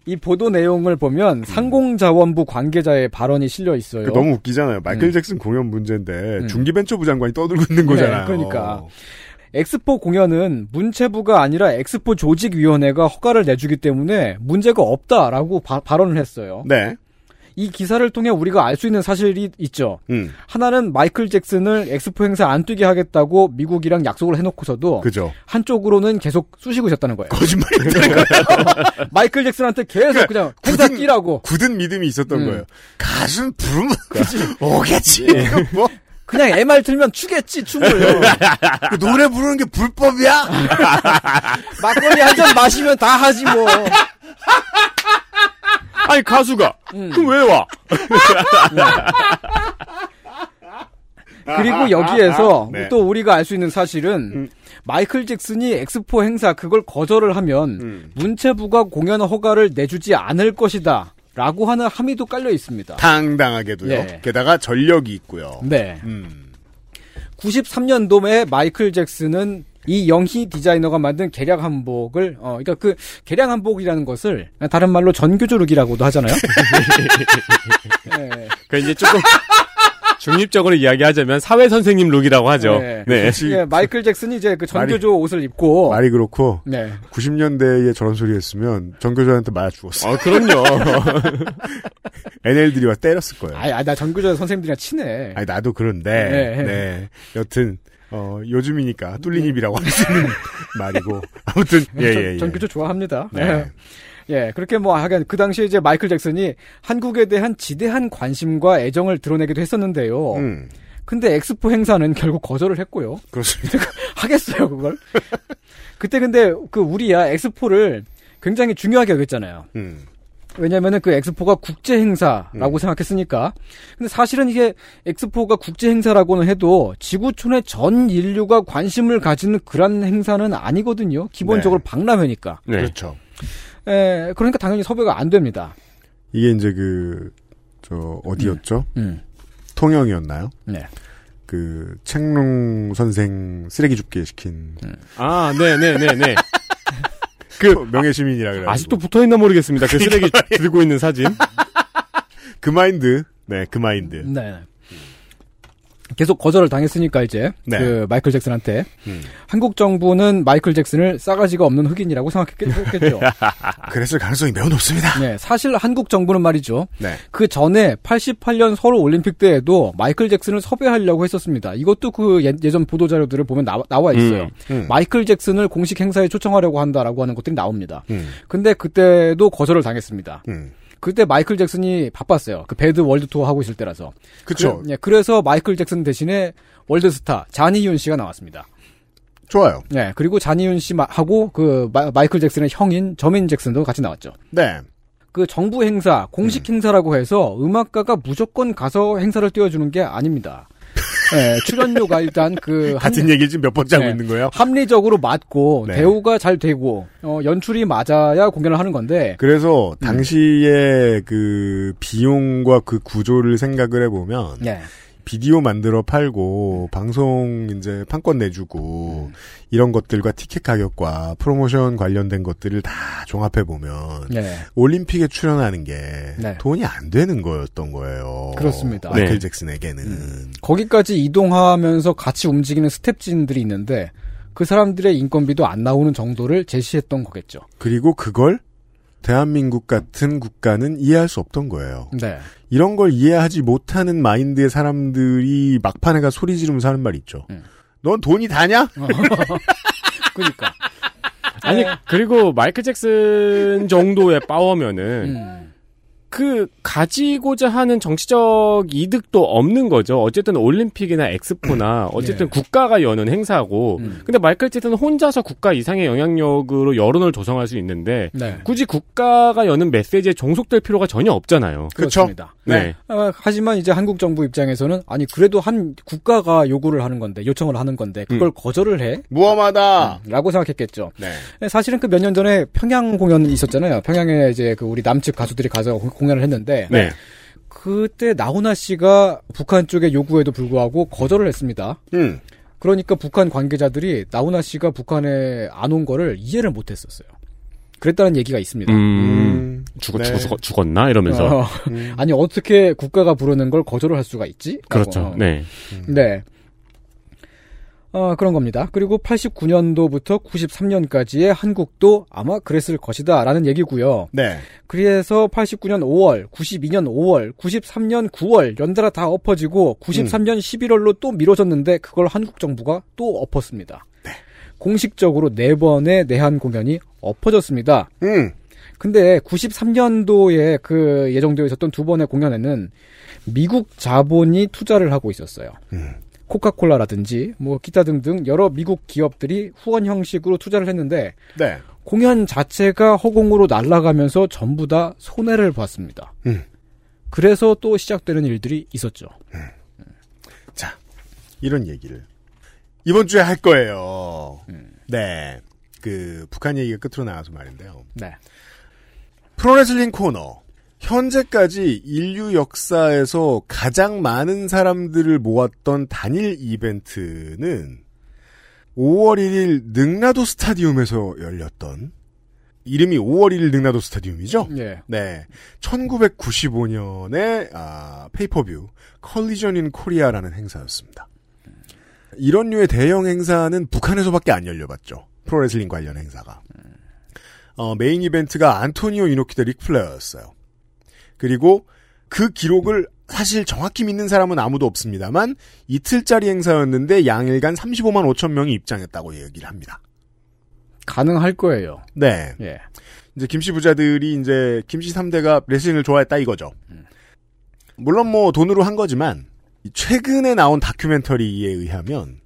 [SPEAKER 9] 이 보도 내용을 보면 상공자원부 관계자의 발언이 실려 있어요.
[SPEAKER 2] 그 너무 웃기잖아요. 마이클 잭슨 공연 문제인데 중기벤처부 장관이 떠들고 있는 거잖아요.
[SPEAKER 9] 네, 그러니까 엑스포 공연은 문체부가 아니라 엑스포 조직위원회가 허가를 내주기 때문에 문제가 없다라고 바- 발언을 했어요.
[SPEAKER 2] 네.
[SPEAKER 9] 이 기사를 통해 우리가 알 수 있는 사실이 있죠.
[SPEAKER 2] 음.
[SPEAKER 9] 하나는 마이클 잭슨을 엑스포 행사 안 뛰게 하겠다고 미국이랑 약속을 해놓고서도
[SPEAKER 2] 그죠.
[SPEAKER 9] 한쪽으로는 계속 쑤시고 있었다는 거예요.
[SPEAKER 2] 거짓말이었다는 그
[SPEAKER 9] 거예요. 마이클 잭슨한테 계속 그냥 행사 뛰라고.
[SPEAKER 2] 굳은 믿음이 있었던 거예요. 가슴 부르면 그지 오겠지. 뭐
[SPEAKER 9] 그냥 MR 틀면 추겠지 춤을.
[SPEAKER 2] 그 노래 부르는 게 불법이야?
[SPEAKER 9] 막걸리 한 잔 마시면 다 하지 뭐.
[SPEAKER 3] 아니 가수가
[SPEAKER 2] 음.
[SPEAKER 3] 그럼 왜 와?
[SPEAKER 9] 그리고 여기에서
[SPEAKER 3] 네.
[SPEAKER 9] 또 우리가 알 수 있는 사실은 마이클 잭슨이 엑스포 행사 그걸 거절을 하면 문체부가 공연 허가를 내주지 않을 것이다. 라고 하는 함의도 깔려 있습니다.
[SPEAKER 2] 당당하게도요.
[SPEAKER 9] 네.
[SPEAKER 2] 게다가 전력이 있고요.
[SPEAKER 9] 네.
[SPEAKER 2] 음.
[SPEAKER 9] 93년도에 마이클 잭슨은 이 영희 디자이너가 만든 계량 한복을 어 그러니까 그 계량 한복이라는 것을 다른 말로 전교조룩이라고도 하잖아요.
[SPEAKER 3] 그 이제 조금 중립적으로 이야기하자면 사회 선생님 룩이라고 하죠. 네.
[SPEAKER 9] 예, 마이클 잭슨이 이제 그 전교조 옷을 입고
[SPEAKER 2] 말이 그렇고
[SPEAKER 9] 네.
[SPEAKER 2] 90년대에 저런 소리 했으면 정교조한테 맞아 죽었어.
[SPEAKER 3] 아, 그럼요.
[SPEAKER 2] NL들이 와 때렸을 거예요.
[SPEAKER 9] 아이, 아, 나 전교조 선생님들이랑 친해.
[SPEAKER 2] 아니 나도 그런데
[SPEAKER 9] 네.
[SPEAKER 2] 네. 여튼 어, 요즘이니까 뚫린 입이라고 할 수 있는 말이고 아무튼
[SPEAKER 9] 네. 전-
[SPEAKER 2] 예예예.
[SPEAKER 9] 전교조 좋아합니다.
[SPEAKER 2] 네.
[SPEAKER 9] 예, 그렇게 뭐 하여간 그 당시에 이제 마이클 잭슨이 한국에 대한 지대한 관심과 애정을 드러내기도 했었는데요.
[SPEAKER 2] 음.
[SPEAKER 9] 근데 엑스포 행사는 결국 거절을 했고요.
[SPEAKER 2] 그렇습니다.
[SPEAKER 9] 하겠어요, 그걸? 그때 근데 그 우리야 엑스포를 굉장히 중요하게 여겼잖아요.
[SPEAKER 2] 음.
[SPEAKER 9] 왜냐면은 그 엑스포가 국제 행사라고 생각했으니까. 근데 사실은 이게 엑스포가 국제 행사라고는 해도 지구촌의 전 인류가 관심을 가지는 그런 행사는 아니거든요. 기본적으로
[SPEAKER 2] 네.
[SPEAKER 9] 박람회니까.
[SPEAKER 3] 네.
[SPEAKER 2] 그렇죠.
[SPEAKER 9] 예, 그러니까 당연히 섭외가 안 됩니다.
[SPEAKER 2] 이게 이제 그, 저, 어디였죠?
[SPEAKER 9] 음.
[SPEAKER 2] 통영이었나요?
[SPEAKER 9] 네.
[SPEAKER 2] 그, 책룽 선생 쓰레기 줍게 시킨.
[SPEAKER 9] 네.
[SPEAKER 3] 아, 네네네네.
[SPEAKER 2] 그, 명예시민이라 그래요.
[SPEAKER 3] 아직도 붙어 있나 모르겠습니다. 그 쓰레기 들고 있는 사진.
[SPEAKER 2] 그 마인드. 네, 그 마인드.
[SPEAKER 9] 네. 계속 거절을 당했으니까 이제
[SPEAKER 2] 네.
[SPEAKER 9] 그 마이클 잭슨한테
[SPEAKER 2] 음.
[SPEAKER 9] 한국 정부는 마이클 잭슨을 싸가지가 없는 흑인이라고 생각했겠죠.
[SPEAKER 2] 그랬을 가능성이 매우 높습니다.
[SPEAKER 9] 네, 사실 한국 정부는 말이죠.
[SPEAKER 2] 네.
[SPEAKER 9] 그 전에 88년 서울 올림픽 때에도 마이클 잭슨을 섭외하려고 했었습니다. 이것도 그 예- 예전 보도 자료들을 보면 나와, 나와 있어요.
[SPEAKER 6] 음, 음.
[SPEAKER 9] 마이클 잭슨을 공식 행사에 초청하려고 한다라고 하는 것들이 나옵니다. 근데 그때도 거절을 당했습니다.
[SPEAKER 2] 음.
[SPEAKER 9] 그때 마이클 잭슨이 바빴어요. 그 배드 월드 투어 하고 있을 때라서.
[SPEAKER 2] 그쵸.
[SPEAKER 9] 그, 예, 그래서 마이클 잭슨 대신에 월드스타 잔이윤 씨가 나왔습니다.
[SPEAKER 2] 좋아요.
[SPEAKER 9] 네, 그리고 잔이윤 씨하고 그 마, 마이클 잭슨의 형인 저민 잭슨도 같이 나왔죠.
[SPEAKER 2] 네.
[SPEAKER 9] 그 정부 행사, 공식
[SPEAKER 2] 음.
[SPEAKER 9] 행사라고 해서 음악가가 무조건 가서 행사를 띄워주는 게 아닙니다. 예, 출연료가 일단 그
[SPEAKER 2] 같은 얘기 지금 몇 번째 하고
[SPEAKER 9] 네.
[SPEAKER 2] 있는 거예요?
[SPEAKER 9] 합리적으로 맞고
[SPEAKER 2] 네.
[SPEAKER 9] 배우가 잘 되고 어, 연출이 맞아야 공연을 하는 건데 음.
[SPEAKER 2] 그래서, 당시에 그, 비용과 그 구조를 생각을 해보면,
[SPEAKER 9] 네.
[SPEAKER 2] 비디오 만들어 팔고 방송 이제 판권 내주고
[SPEAKER 9] 음.
[SPEAKER 2] 이런 것들과 티켓 가격과 프로모션 관련된 것들을 다 종합해 보면
[SPEAKER 9] 네.
[SPEAKER 2] 올림픽에 출연하는 게
[SPEAKER 9] 네.
[SPEAKER 2] 돈이 안 되는 거였던 거예요.
[SPEAKER 9] 그렇습니다.
[SPEAKER 2] 마이클
[SPEAKER 9] 네. 음.
[SPEAKER 2] 잭슨에게는
[SPEAKER 9] 거기까지 이동하면서 같이 움직이는 스텝진들이 있는데 그 사람들의 인건비도 안 나오는 정도를 제시했던 거겠죠.
[SPEAKER 2] 그리고 그걸 대한민국 같은 국가는 이해할 수 없던 거예요.
[SPEAKER 9] 네.
[SPEAKER 2] 이런 걸 이해하지 못하는 마인드의 사람들이 막판에 가 소리 지르면서 하는 말 있죠.
[SPEAKER 9] 음.
[SPEAKER 2] 넌 돈이 다냐?
[SPEAKER 9] 그러니까.
[SPEAKER 3] 아니 그리고 마이클 잭슨 정도의 파워면은
[SPEAKER 9] 음.
[SPEAKER 3] 그 가지고자 하는 정치적 이득도 없는 거죠. 어쨌든 올림픽이나 엑스포나 어쨌든 국가가 여는 행사고. 근데 마이클 잭슨은 혼자서 국가 이상의 영향력으로 여론을 조성할 수 있는데
[SPEAKER 9] 네.
[SPEAKER 3] 굳이 국가가 여는 메시지에 종속될 필요가 전혀 없잖아요.
[SPEAKER 2] 그렇죠?
[SPEAKER 9] 그렇습니다.
[SPEAKER 3] 네.
[SPEAKER 9] 아, 하지만 이제 한국 정부 입장에서는 아니 그래도 한 국가가 요구를 하는 건데 요청을 하는 건데 그걸
[SPEAKER 3] 음.
[SPEAKER 9] 거절을 해
[SPEAKER 2] 무엄하다
[SPEAKER 9] 라고 생각했겠죠. 사실은 그 몇 년 전에 평양 공연 있었잖아요. 평양에 이제 그 우리 남측 가수들이 가서 공- 공연을 했는데
[SPEAKER 3] 네.
[SPEAKER 9] 그때 나훈아 씨가 북한 쪽의 요구에도 불구하고 거절을 했습니다.
[SPEAKER 2] 음.
[SPEAKER 9] 그러니까 북한 관계자들이 나훈아 씨가 북한에 안 온 거를 이해를 못 했었어요. 그랬다는 얘기가 있습니다.
[SPEAKER 3] 음, 죽어,
[SPEAKER 9] 네.
[SPEAKER 3] 죽어, 죽어, 죽었나? 이러면서.
[SPEAKER 9] 어, 아니 어떻게
[SPEAKER 3] 어. 네.
[SPEAKER 9] 국가가 부르는 걸 거절을 할 수가 있지? 라고.
[SPEAKER 3] 그렇죠. 네.
[SPEAKER 9] 네. 어, 그런 겁니다. 그리고 89년도부터 93년까지의 한국도 아마 그랬을 것이다 라는 얘기고요.
[SPEAKER 2] 네.
[SPEAKER 9] 그래서 89년 5월, 92년 5월, 93년 9월 연달아 다 엎어지고 93년 11월로 또 미뤄졌는데 그걸 한국 정부가 또 엎었습니다. 공식적으로 네 번의 내한 공연이 엎어졌습니다.
[SPEAKER 2] 음.
[SPEAKER 9] 근데 93년도에 그 예정되어 있었던 두 번의 공연에는 미국 자본이 투자를 하고 있었어요.
[SPEAKER 2] 음.
[SPEAKER 9] 코카콜라라든지 뭐 기타 등등 여러 미국 기업들이 후원 형식으로 투자를 했는데
[SPEAKER 2] 네.
[SPEAKER 9] 공연 자체가 허공으로 날아가면서 전부 다 손해를 봤습니다.
[SPEAKER 2] 음.
[SPEAKER 9] 그래서 또 시작되는 일들이 있었죠.
[SPEAKER 2] 자, 이런 얘기를 이번 주에 할 거예요.
[SPEAKER 9] 음.
[SPEAKER 2] 네. 그 북한 얘기가 끝으로 나와서 말인데요.
[SPEAKER 9] 네.
[SPEAKER 2] 프로레슬링 코너. 현재까지 인류 역사에서 가장 많은 사람들을 모았던 단일 이벤트는 5월 1일 능라도 스타디움에서 열렸던 이름이 5월 1일 능라도 스타디움이죠?
[SPEAKER 9] 예.
[SPEAKER 2] 네. 1995년에 아, 페이퍼뷰 컬리전 인 코리아라는 행사였습니다. 이런 류의 대형 행사는 북한에서밖에 안 열려봤죠. 프로레슬링 관련 행사가. 어, 메인 이벤트가 안토니오 이노키대 릭플레어였어요. 그리고 그 기록을 사실 정확히 믿는 사람은 아무도 없습니다만 이틀짜리 행사였는데 양일간 35만 5천 명이 입장했다고 얘기를 합니다.
[SPEAKER 9] 가능할 거예요.
[SPEAKER 2] 네.
[SPEAKER 9] 예.
[SPEAKER 2] 이제 김씨 부자들이 이제 김씨 3대가 레슬링을 좋아했다 이거죠. 물론 뭐 돈으로 한 거지만 이 최근에 나온 다큐멘터리에 의하면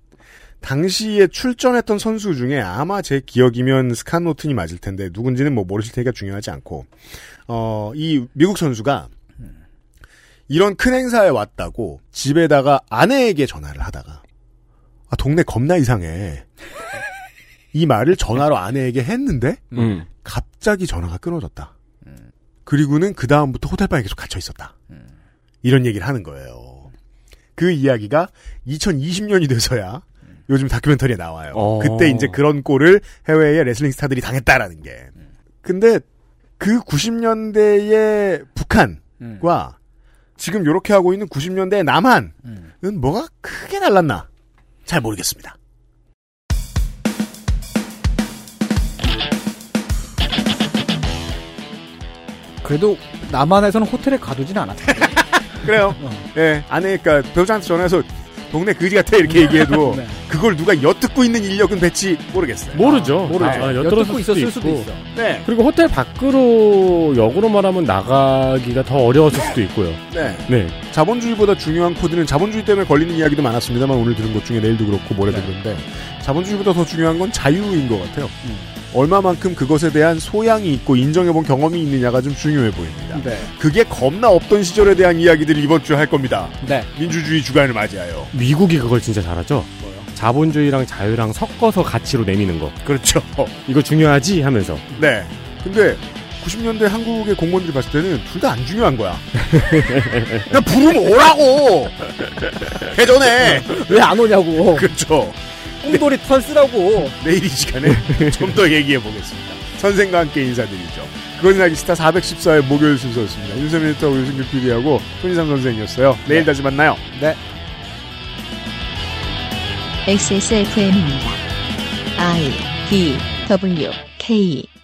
[SPEAKER 2] 당시에 출전했던 선수 중에 아마 제 기억이면 스칸 노튼이 맞을 텐데 누군지는 뭐 모르실 테니까 중요하지 않고 어, 이 미국 선수가 이런 큰 행사에 왔다고 집에다가 아내에게 전화를 하다가 아 동네 겁나 이상해 이 말을 전화로 아내에게 했는데
[SPEAKER 3] 음.
[SPEAKER 2] 갑자기 전화가 끊어졌다. 그리고는 그 다음부터 호텔방에 계속 갇혀 있었다. 이런 얘기를 하는 거예요. 그 이야기가 2020년이 돼서야 요즘 다큐멘터리에 나와요.
[SPEAKER 3] 어.
[SPEAKER 2] 그때 이제 그런 꼴을 해외의 레슬링 스타들이 당했다라는 게. 근데 그 90년대의 북한과 지금 요렇게 하고 있는 90년대의 남한은 뭐가 크게 달랐나? 잘 모르겠습니다.
[SPEAKER 9] 그래도 남한에서는 호텔에 가두진 않았다.
[SPEAKER 2] 그래요. 예, 아내, 그니까, 배우자한테 전화해서 동네 그지 같아, 이렇게 얘기해도
[SPEAKER 3] 어,
[SPEAKER 9] 네.
[SPEAKER 2] 그걸 누가 엿듣고 있는 인력은 배치 모르겠어요.
[SPEAKER 3] 모르죠.
[SPEAKER 2] 모르죠.
[SPEAKER 3] 아, 엿들었을 수도 있고.
[SPEAKER 2] 네.
[SPEAKER 3] 그리고 호텔 밖으로 역으로 말하면 나가기가 더 어려웠을 수도 있고요.
[SPEAKER 2] 네.
[SPEAKER 3] 네.
[SPEAKER 2] 자본주의보다 중요한 코드는 자본주의 때문에 걸리는 이야기도 많았습니다만 오늘 들은 것 중에 내일도 그렇고 모레도 그런데 자본주의보다 더 중요한 건 자유인 것 같아요. 얼마만큼 그것에 대한 소양이 있고 인정해본 경험이 있느냐가 좀 중요해 보입니다.
[SPEAKER 9] 네.
[SPEAKER 2] 그게 겁나 없던 시절에 대한 이야기들을 이번 주에 할 겁니다.
[SPEAKER 9] 네.
[SPEAKER 2] 민주주의 주간을 맞이하여.
[SPEAKER 3] 미국이 그걸 진짜 잘하죠. 자본주의랑 자유랑 섞어서 가치로 내미는 거.
[SPEAKER 2] 그렇죠.
[SPEAKER 3] 이거 중요하지 하면서.
[SPEAKER 2] 네. 근데 90년대 한국의 공무원들이 봤을 때는 둘 다 안 중요한 거야. 그냥 부르면 오라고! 대전에!
[SPEAKER 9] 왜 안 오냐고.
[SPEAKER 2] 그렇죠.
[SPEAKER 9] 꽁돌이 털 쓰라고.
[SPEAKER 3] 네.
[SPEAKER 2] 내일 이 시간에 좀 더 얘기해 보겠습니다. 선생과 함께 인사드리죠. 그건 알기 스타 414의 목요일 순서였습니다. 윤세민 리터하고 유승규 PD하고 손희상 선생이었어요. 내일 다시 만나요.
[SPEAKER 9] 네.
[SPEAKER 1] XSFM입니다. I D W K